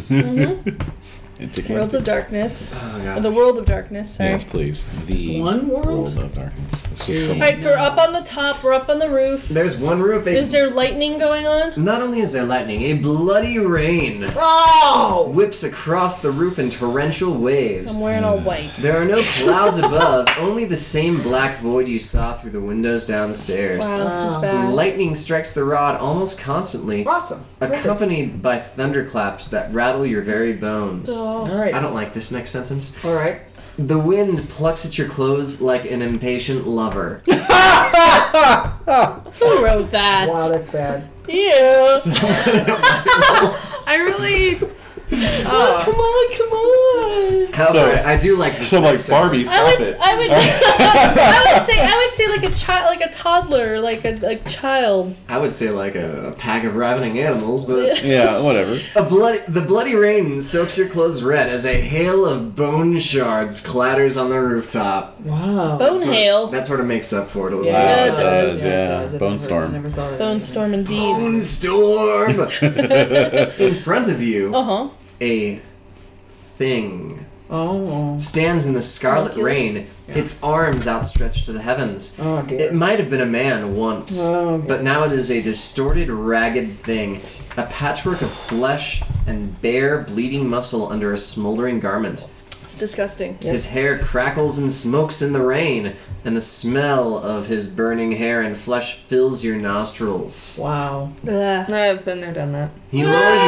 Semantic
Worlds
game.
of Darkness.
Oh,
Or
God.
the World of Darkness. Sorry.
Yes, please. The
Just one world?
world of darkness. It's just
Two.
the
All right, so we're up on the top. We're up on the roof.
There's one roof. a-
Is there lightning going on?
Not only is there lightning, a bloody rain
Oh!
whips across the roof in torrential waves.
I'm wearing all white.
There are no clouds above, only the same black void you saw through the windows downstairs.
Wow, this is
Wow.
bad.
Lightning strikes the rod almost constantly,
Awesome.
accompanied by thunderclaps that rattle your very bones.
Oh.
All right.
I don't like this next sentence.
All right.
The wind plucks at your clothes like an impatient lover.
Who wrote that?
Wow, that's bad.
Yeah.
So I'm gonna-
I really. Oh.
Come on, come on.
However,
So-
I do like this.
So like
next
Barbie,
sentence.
I
stop
would,
it.
I would, I would say, I would say like a child, like a toddler, like a like child.
I would say like a, a pack of ravening animals, but
yeah, whatever.
a bloody, the bloody rain soaks your clothes red as a hail of bone shards clatters on the rooftop.
Wow.
Bone hail,
That sort of makes up for it a little
Wow,
Yeah, it
it does.
does.
Yeah,
I
bone
never- I
storm.
never thought of
bone
that.
storm
bit.
indeed.
Bone storm! In front of you,
Uh huh.
a thing
Oh,
stands in the scarlet
Homunculus?
rain, its arms outstretched to the heavens.
oh dear.
It might have been a man once,
Oh,
but now it is a distorted, ragged thing, a patchwork of flesh and bare, bleeding muscle under a smoldering garment.
It's disgusting.
His hair crackles and smokes in the rain, and the smell of his burning hair and flesh fills your nostrils.
wow.
Oh. Ugh.
I've been there, done that.
He lowers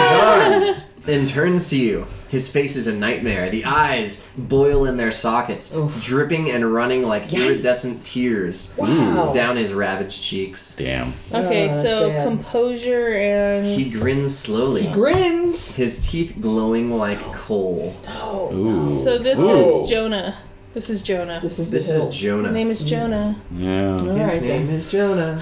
his arms and turns to you. His face is a nightmare. The eyes boil in their sockets,
Oof.
dripping and running like iridescent tears
Wow.
down his ravaged cheeks.
Damn.
Okay,
that's
so
bad.
composure and
He grins slowly,
Grins.
his teeth glowing like coal.
No.
Ooh.
so this
Ooh.
is Jonah. This is Jonah.
This is
This
the
is
hill.
His
Jonah.
name is Jonah.
Yeah.
All right
His name
then.
is Jonah.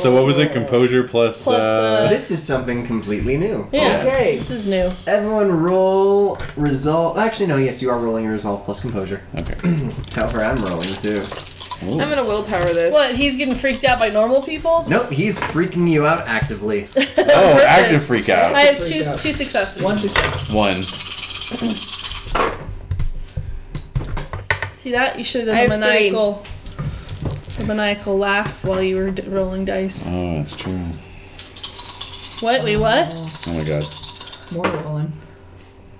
So what was it? Composure plus.
Plus, uh,
This is something completely new.
Yeah.
Okay.
This is new.
Everyone roll resolve. Actually, no, yes, you are rolling resolve plus composure.
uh, okay.
However, I'm rolling too.
Ooh.
I'm gonna willpower this.
What? He's getting freaked out by normal people?
Nope, he's freaking you out actively.
Oh,
purpose.
active freak out.
I have
freaked
two,
out.
two successes.
One success.
One.
See that? You should have
I
done the
have three.
maniacal, the maniacal laugh while you were d- rolling dice.
Oh, that's true.
What? Wait, what?
Oh my god.
More rolling.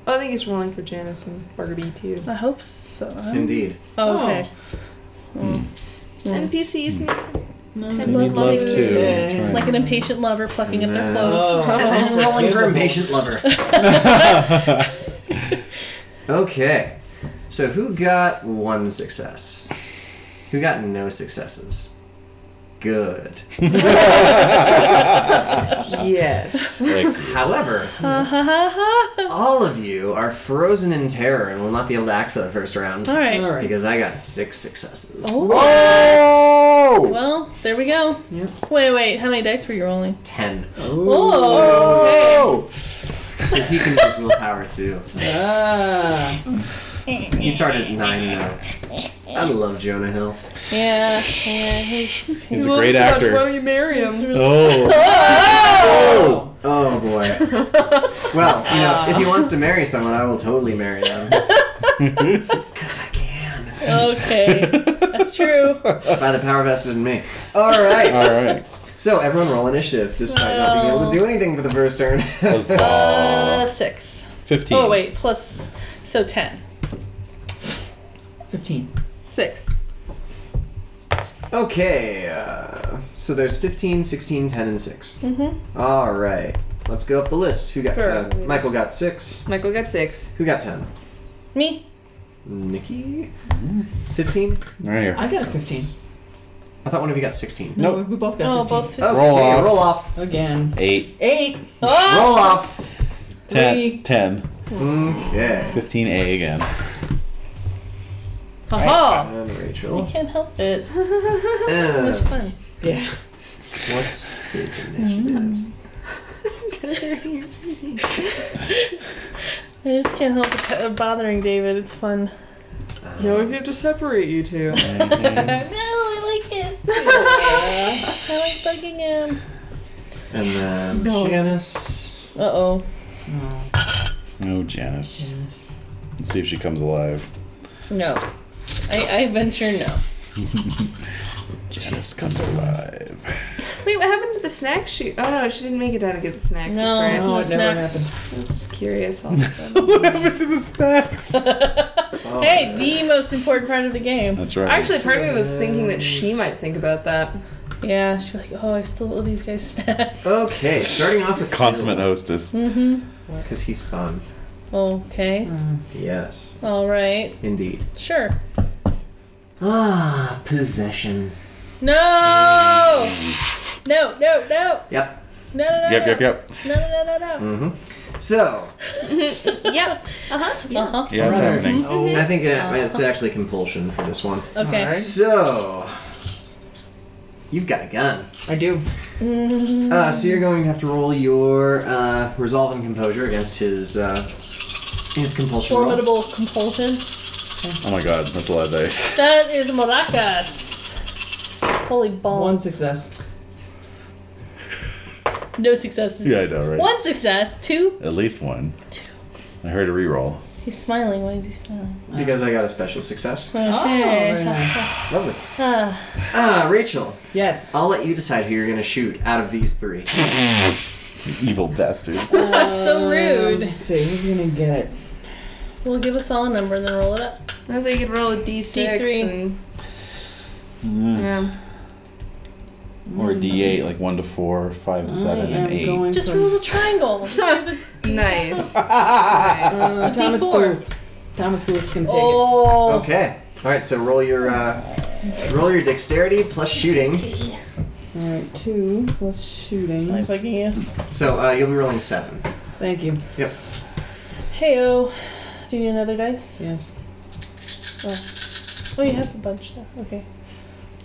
Oh, I think he's rolling for Janice and Barnaby too.
I hope so.
Indeed.
Oh, okay.
Mm. NPCs need
They need love too. That's right.
Like an impatient lover plucking up their clothes.
I'm rolling for impatient lover. okay, so who got one success? Who got no successes? good.
Yes.
Excellent.
However, all of you are frozen in terror and will not be able to act for the first round
All right.
All right.
because I got six successes.
Oh!
Well, there we go.
Yep.
Wait, wait. How many dice were you rolling?
Ten.
Oh.
Oh!
Because he can use willpower too.
Ah.
He started at nine though. I love Jonah Hill.
Yeah. Yeah. He's,
He's a great
Why don't
actor.
you marry him?
Oh. Oh!
Oh boy. well, you know,
Uh.
if he wants to marry someone, I will totally marry them. Because I can.
okay. That's true.
By the power vested in me. All right.
All right.
So everyone roll initiative, despite not being able to do anything for the first turn.
Uh, six.
Fifteen.
Oh wait, plus so ten.
15.
Six.
okay. Uh, so there's 15, 16, 10, and 6.
Mhm.
All right. Let's go up the list. Who got?
Sure.
Uh, Michael got six.
Michael got six.
Who got ten?
Me.
Nikki. Fifteen.
Right here.
I got a 15.
I thought one of you got sixteen.
No,
Nope.
we both
Oh,
got 15.
both.
Okay,
Roll off.
Roll off.
Again.
Eight.
Eight.
Oh!
Roll off.
Ten.
Three.
Ten.
Okay.
Fifteen A again.
Haha.
And
You
Rachel.
can't help it. So much
Uh,
fun.
Yeah.
what's his initiative?
I just can't help it uh, bothering David. It's fun.
Yeah,
Uh,
we have to separate you two.
I like it. I like bugging him.
And then Janice.
Uh oh.
Oh, Janice. Let's see if she comes alive.
No. I, I venture no.
Janice comes alive.
Wait, what happened to the snacks? She oh no, she didn't make it down to get the snacks. That's
No,
right.
no,
No, it never
snacks.
I was just curious all of a sudden.
what happened to the stacks?
Oh,
hey,
man.
the most important part of the game.
That's right.
Actually, part of me was thinking that she might think about that.
Yeah, she's like, oh, I still owe these guys snacks.
Oh. Okay, starting off with
consummate hostess.
Mm-hmm.
because he's fun.
Okay.
Yes,
All right.
indeed.
Sure.
Ah, possession.
No! No, no, no.
Yep.
No, no, no.
Yep, yep, Mm.
no.
yep.
No, no, no, no, no.
hmm
Mm-hmm.
So,
Yep. Uh-huh.
Uh huh.
Yeah, it's
Brother. Oh.
happening.
I think it, it's actually compulsion for this one.
Okay.
All right.
So, you've got a gun.
I do.
Mm,
Uh, so you're going to have to roll your uh, resolve and composure against his uh, his compulsion roll.
Formidable compulsion.
Oh my god, that's a lot of dice.
That is maracas. Holy balls.
One success.
No successes.
Yeah, I know, right?
One success. Two.
At least one.
Two.
I heard a reroll.
He's smiling. Why is he smiling?
Because I got a special success.
Oh,
Oh,
Okay.
very nice.
Lovely.
Ah,
Ah, Rachel,
Yes.
I'll let you decide who you're going to shoot out of these three.
You evil bastard.
that's
Um,
so rude.
Let's see. Who's gonna get it?
Well, give us all a number and then roll it up.
That's how you could roll a D6
D3.
and
Mm.
yeah.
Or a D8, like 1 to 4, 5 to 7, and 8.
going
Just
for
roll the triangle. Just give it-
nice.
uh, Thomas
D4.
Booth. Thomas Booth's gonna take
oh.
Okay. All right. So roll your uh, roll your dexterity plus shooting.
it. All right, two plus shooting.
I'm bugging you.
So uh, you'll be rolling seven.
Thank you.
Heyo. Do you need another dice?
Yes.
Oh, you have a bunch now. Okay.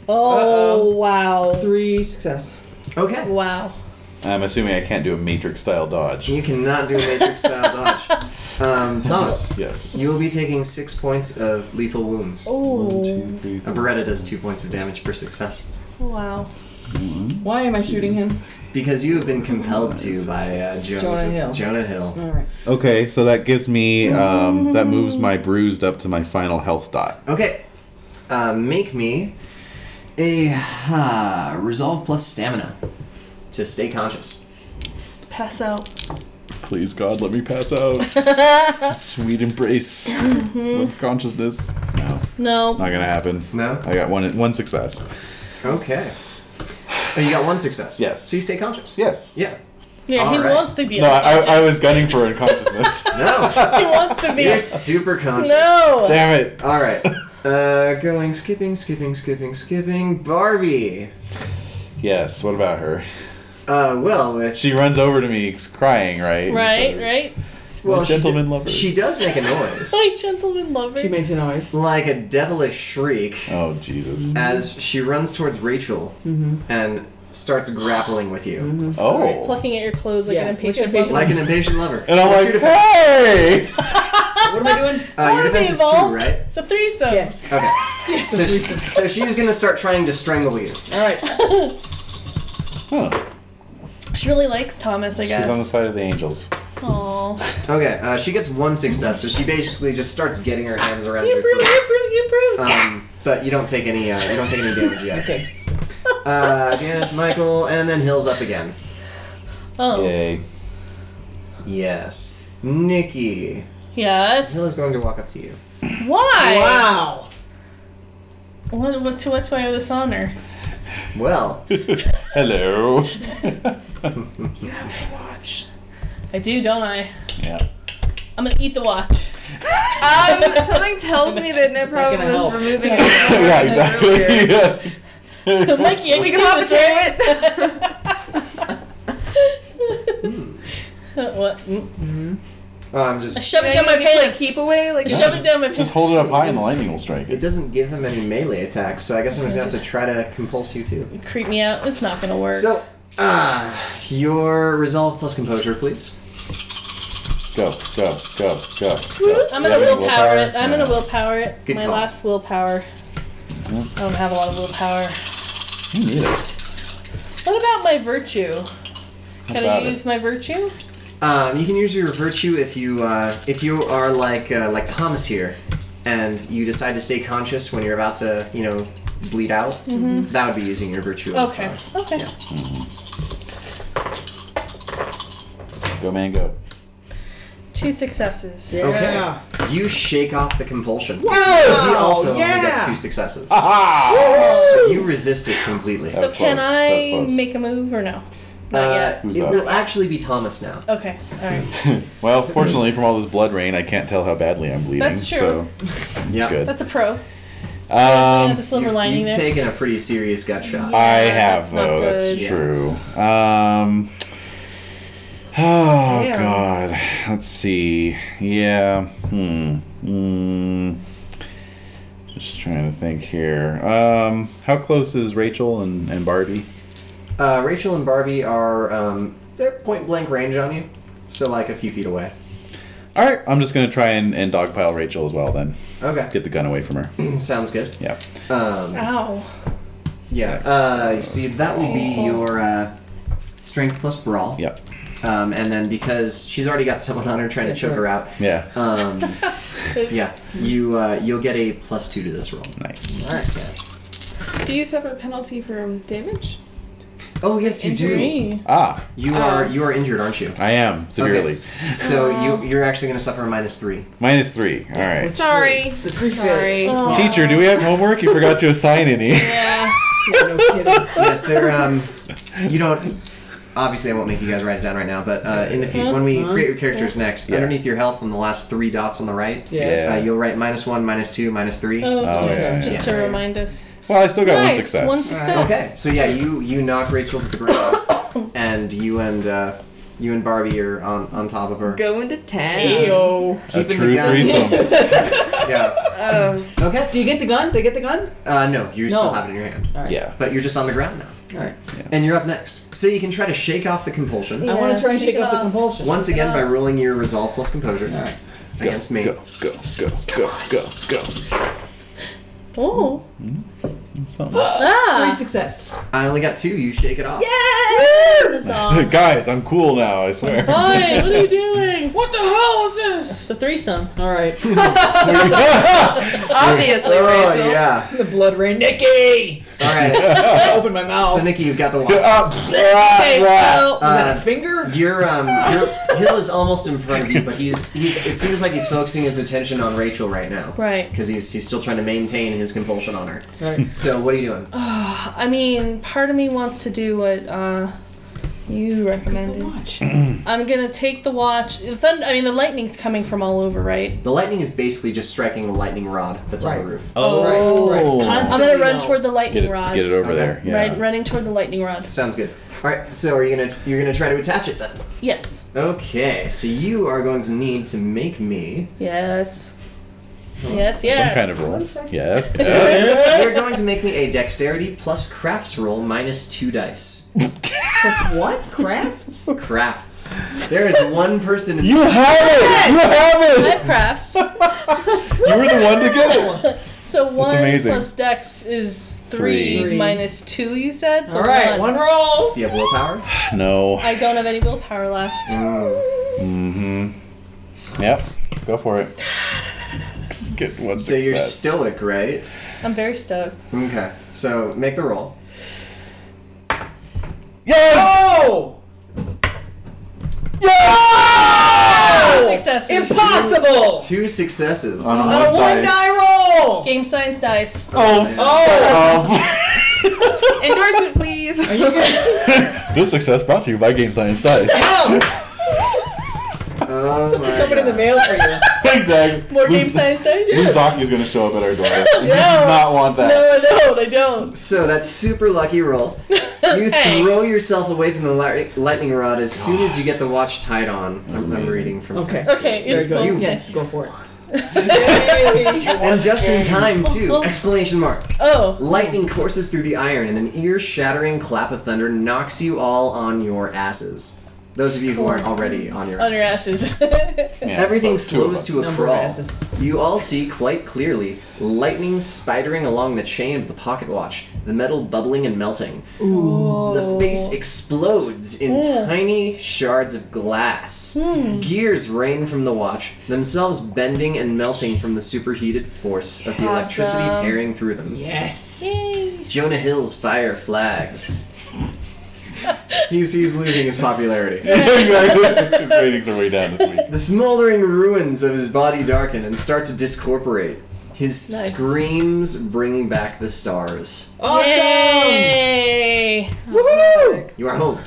Oh wow.
Three success.
Okay.
Wow.
I'm assuming I can't do a matrix style dodge.
You cannot do a matrix style dodge. Um, Thomas,
Yes.
you will be taking six points of lethal wounds.
One,
Oh
two, three,
A
four.
Beretta does two points of damage per success
wow.
Why am I shooting him?
because you have been compelled to by uh, Jones,
Jonah Hill.
Jonah Hill.
All right.
Okay, so that gives me, um, that moves my bruised up to my final health dot.
Okay. Uh, make me a uh, resolve plus stamina to stay conscious.
Pass out.
Please, God, let me pass out. Sweet embrace
Mm-hmm.
of consciousness. No,
No.
not gonna happen.
No.
I got one one success.
Okay. Oh, you got one success.
Yes.
So you stay conscious.
Yes.
Yeah.
Yeah, he
All right.
wants to be.
No, I, I
unconscious.
was gunning for unconsciousness.
No.
He wants to be.
You're super conscious.
No.
Damn it.
All right. Uh, going skipping, skipping, skipping, skipping. Barbie.
Yes. What about her?
Uh, well, if
She runs over to me crying, right? and
Right,
says,
right.
well,
"My
she
gentleman
d-
lover."
She does make a noise,
My gentleman lover.
She makes a noise.
like a devilish shriek,
Oh Jesus!
as she runs towards Rachel and starts grappling with you,
Right,
Oh.
plucking at your clothes like
Yeah,
an impatient
which
lover.
like an impatient lover.
And I'm
What's
like,
your defen-
hey!
What am I doing?
uh, your defense is two,
involved.
right?
It's a threesome.
Yes.
Okay. So, she, so she's gonna start trying to strangle you.
All right.
Huh.
She really likes Thomas, I
She's on the
guess.
side of the angels.
Aww.
Okay, uh, she gets one success, so she basically just starts getting her hands around your
You brew,
throat.
you brew, you brew.
Um, but you don't take any. Uh, you don't take any damage yet.
Okay.
Uh, Janice, Michael, and then Hill's up again.
Oh.
Yay.
Yes. Nikki.
Yes.
Hill is going to walk up to you.
Why?
Wow.
What, what, to what do I owe this honor?
Well,
Hello.
Watch. I do, don't I?
yeah.
I'm gonna eat the watch.
Um, something tells me that no problem
gonna help.
with removing it.
yeah, exactly.
Mikey, I
We can
can do
hop
this,
into
right? what?
I'm
I
just.
shove it down my pants.
Like keep away, like
I shove it down my pants.
Just hold it up high and the lightning will strike
It
it.
doesn't give him any melee attacks, so I guess I'm gonna have to try to compulse you too.
Creep me out. It's not gonna work.
So, uh, your resolve plus composure, please.
Go, go, go, go.
I'm gonna
Having
willpower
willpower?
it. I'm gonna
Yeah.
willpower it.
Good
my
call.
last willpower.
Mm-hmm.
I don't have a lot of willpower.
You need it.
What about my virtue?
How
Can I
about
use
it?
my virtue?
Um, you can use your virtue if you uh, if you are like uh, like Thomas here, and you decide to stay conscious when you're about to you know bleed out. That would be using your virtue. at the
Mm-hmm. Okay.
time.
Okay.
Go, man, go.
Two successes.
Okay. You shake off the compulsion. He also only gets two successes.
Ah!
So you resist it completely.
That
So
was
can
close. That was
I
close.
make a move or no? Not
Uh,
yet.
Who's
it
up?
will actually be Thomas now.
Okay. All right.
well, fortunately, from all this blood rain, I can't tell how badly I'm bleeding.
That's true.
So
Yeah.
it's good.
That's a pro. yeah,
Um,
the silver lining
You've
there.
taken a pretty serious gut shot.
I
Yeah,
have
that's not
though. That's
good.
Yeah.
true. Um. Oh God. Let's see. Yeah. Hmm. Hmm. Just trying to think here. Um. How close is Rachel and, and Barbie?
Mm-hmm.
Uh, Rachel and Barbie are um, they're point blank range on you, so like a few feet away.
All right. I'm just gonna try and, and dogpile Rachel as well. Then
Okay.
get the gun away from her.
Sounds good.
Yeah.
Um,
Ow.
Yeah. Uh, you see, that will be your uh, strength plus brawl.
Yep.
Um, and then because she's already got someone on her trying to choke her out,
Yeah.
um, yeah, you uh, you'll get a plus two to this roll.
Nice.
All right. Yeah.
Do you suffer a penalty from damage?
Oh yes, you do.
Three.
Ah,
You are you are injured, aren't you?
I am severely Oh,
So you you're actually going to suffer a minus three.
minus three. All right.
Sorry.
The three
Sorry.
failures.
Oh.
Teacher, do we have homework? You forgot to assign any.
Yeah.
No kidding.
yes, they're um, you don't. Obviously, I won't make you guys write it down right now, but uh, in the future, when we create your characters next,
Uh-huh. Yeah.
underneath your health on the last three dots on the right,
Yes.
uh,
Yeah.
you'll write minus one, minus two, minus three.
Oh,
Oh, yeah,
just to remind us.
Well, I still got one
Nice,
success.
One success.
Okay, so yeah, you you knock Rachel to the ground, and you and uh, you and Barbie are on, on top of her.
Going to town.
Yo.
A
Keeping the
true
gun.
threesome.
Yeah.
Oh.
Okay.
Do you get the gun? They get the gun?
Uh, no, you
No.
still have it in your hand,
yeah.
but you're just on the ground now,
All right.
and you're up next. So you can try to shake off the compulsion
I want to try and shake
it
off the
off.
compulsion.
once again by rolling your resolve plus composure
Alright.
Go,
against me.
Go, go, go, go, go, go.
Oh.
Something.
Three
Ah.
success.
I only got two. You shake it off.
That's all.
Guys, I'm cool now, I swear.
Why? What are you doing? What the hell is this? It's a threesome.
All right.
Hmm.
Obviously,
Oh
Rachel.
yeah.
the blood rain. Nikki!
All right.
I opened my mouth.
So Nikki, you've got the watch.
Okay, so
that a
Uh,
finger?
You're um, you're, Hill is almost in front of you, but he's he's. It seems like he's focusing his attention on Rachel right now.
right.
Because he's he's still trying to maintain his compulsion on her.
Right.
So what are you doing?
I mean, part of me wants to do what uh, You recommend it.
Watch.
I'm gonna take the watch. The thunder. I mean, the lightning's coming from all over, right?
The lightning is basically just striking a lightning rod that's on
Right.
the roof.
Oh,
I'm
Constantly
gonna run
though.
toward the lightning
get it,
rod.
get it over
Okay.
there. Yeah.
Right, running toward the lightning rod.
Sounds good. All right, so are you gonna you're gonna try to attach it then?
Yes.
Okay, so you are going to need to make me.
Yes. Yes. Yes.
Some kind of roll.
One
Yes.
second.
yes.
You're going to make me a dexterity plus crafts roll minus two dice.
Plus what? Crafts?
Crafts. There is one person. In
You have it! You
I
have
have crafts.
it! You were the one to get it.
So one
amazing.
plus dex is three,
Three.
minus two. You said. So
All right, one roll.
Do you have willpower? Hmm.
No.
I don't have any willpower left.
Mm. Mm-hmm. Yep. Go for it. Just get one
So you're
success.
stoic, right?
I'm very stoked.
Okay. So make the roll.
Yes!
Oh!
Successes.
Impossible!
Two successes.
On
On a one die roll!
Game science dice.
Oh, oh.
Endorsement, please. Are you
this success brought to you by Game Science Dice.
Oh my
Coming in the
God.
mail for you.
exactly.
More game science dice.
Luzaki's gonna show up at our door. You do not want that.
No, no, they don't.
So that's super lucky roll. You
Hey.
throw yourself away from the li- lightning rod as soon as you get the watch tied on. I'm, I'm
amazing.
reading from
Okay.
text.
Okay,
Very
it's
good.
full.
Yes, go for it.
And just in time too! Exclamation mark.
Oh,
Lightning courses through the iron, and an ear-shattering clap of thunder knocks you all on your asses. Those of you who aren't already on your
on your
asses.
ashes.
Yeah,
Everything
so two
slows
of us.
to a
Number of
crawl.
asses.
You all see quite clearly lightning spidering along the chain of the pocket watch, the metal bubbling and melting.
Oh.
The face explodes in tiny shards of glass.
Hmm.
Gears rain from the watch, themselves bending and melting from the superheated force of the electricity
Awesome.
tearing through them.
Yes.
Jonah Hill's fire flags. he's, he's losing his popularity.
exactly. His ratings are way down this week.
The smoldering ruins of his body darken and start to discorporate. His
Nice.
screams bring back the stars.
Awesome!
Yay!
Woohoo!
You are home.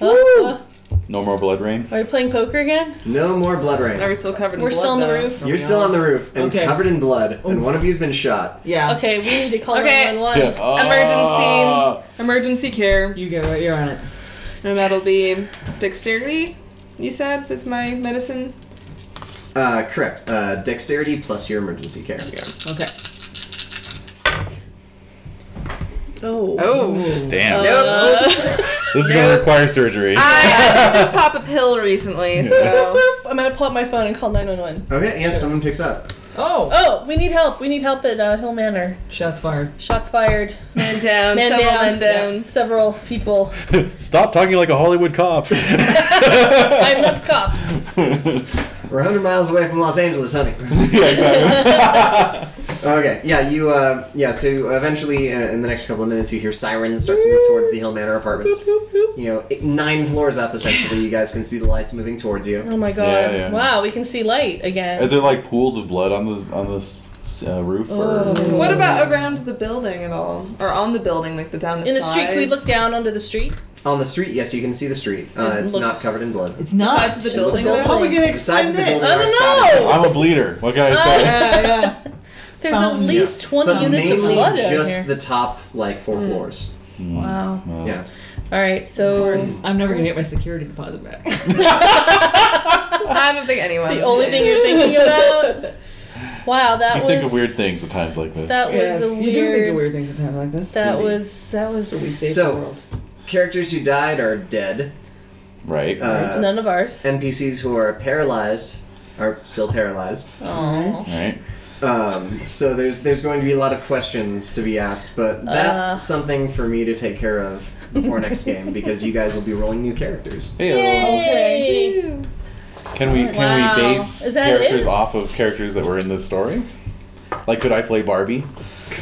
Uh,
No more blood rain.
are we playing poker again?
No more blood rain.
still covered in
We're
blood,
still on the
though?
roof.
You're still on the roof and
Okay.
covered in blood, and one of you's been shot.
Yeah.
Okay, we need to call
Okay.
911.
Yeah.
Ah.
Emergency. Emergency care.
You go. You're on it.
And that'll be dexterity, you said, with my medicine.
Uh, correct. Uh, dexterity plus your emergency care.
Okay.
Oh.
Oh.
Damn.
Uh,
This is gonna require surgery.
I did just pop a pill recently, so.
I'm gonna pull up my phone and call 911.
Okay, yes, someone picks up.
Oh!
Oh, we need help. We need help at uh, Hill Manor.
Shots fired.
Shots fired.
Man down,
Man
several
down.
men down.
Several people.
Stop talking like a Hollywood cop.
I'm not the cop.
We're 100 miles away from Los Angeles, honey.
yeah, exactly.
Okay, yeah, you, uh, yeah, so eventually uh, in the next couple of minutes you hear sirens start to move towards the Hill Manor apartments. You know, eight- nine floors up essentially, you guys can see the lights moving towards you.
Oh my god.
Yeah, yeah.
Wow, we can see light
Are
again.
there like pools of blood on this on this uh, roof? Or...
Oh.
What about around the building at all? Or on the building, like the down the
In the street, can we
sides?
look down onto the street?
On the street, yes, you can see the street. Uh,
It
it's
looks-
not covered in blood.
It's not.
Sides of the
Just
building.
looks
though?
How are we gonna
The sides
explain
of the
this?
building
I
are
don't
spotted.
know.
I'm a bleeder. What
Uh,
can I say?
Yeah, yeah.
There's
Fountains.
at least 20
But
units of
mainly
blood out
just
here. Hmm.
the top like four floors.
Wow.
Wow.
Yeah.
All right, so
I'm never gonna get my security deposit back.
I don't think anyone.
the only thing you're thinking about. Wow, that
You
was.
think of weird things at times like this.
That was
yes,
a
you do think of
weird.
weird things at times like this.
That
Indeed.
was that was
so we save
So-
the world.
Characters who died are dead.
right.
it's
Uh,
none of ours.
NPCs who are paralyzed are still paralyzed.
Oh,
right.
Um, so there's there's going to be a lot of questions to be asked, but that's
Uh.
something for me to take care of before next game because you guys will be rolling new characters.
Ew.
Okay.
Can we can
Wow.
we base
Is that
characters
it?
off of characters that were in this story? Like, could I play Barbie?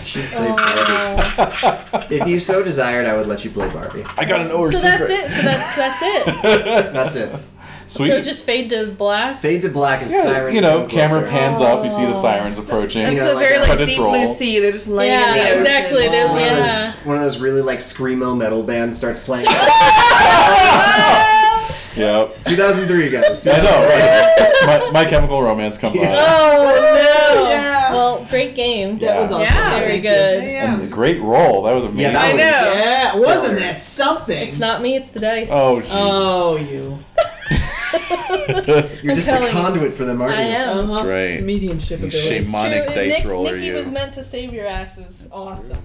I
If you so desired, I would let you play Barbie.
gotta know her
So that's
secret.
it. So that's that's it.
That's it.
Sweet.
So just fade to black.
Fade to black is
Yeah,
sirens.
you know,
come closer. Oh.
camera pans up. You see the sirens approaching.
And
You know,
so
like
very
a
like
credit
deep
roll.
blue sea. They're just laying in the
Yeah,
ocean.
exactly. They're
One, of
yeah.
those, one of those really like screamo metal bands starts playing.
up.
2003, guys.
I know, right? my, my Chemical Romance come by.
Oh no!
Yeah.
Well, great game.
That was awesome.
Yeah,
Thank
Very
you.
good.
And great roll. That was amazing.
Yeah, that
I
was.
know.
Yeah, wasn't
Stellar.
that something?
It's not me. It's the dice.
Oh, jeez.
Oh, you.
You're
I'm
just a
telling you.
conduit for them, aren't
I
you?
am.
Uh-huh.
right.
It's mediumship
You
ability.
shape- Demonic
True,
dice
Nick,
roller
Nikki
you.
was meant to save your asses.
Awesome.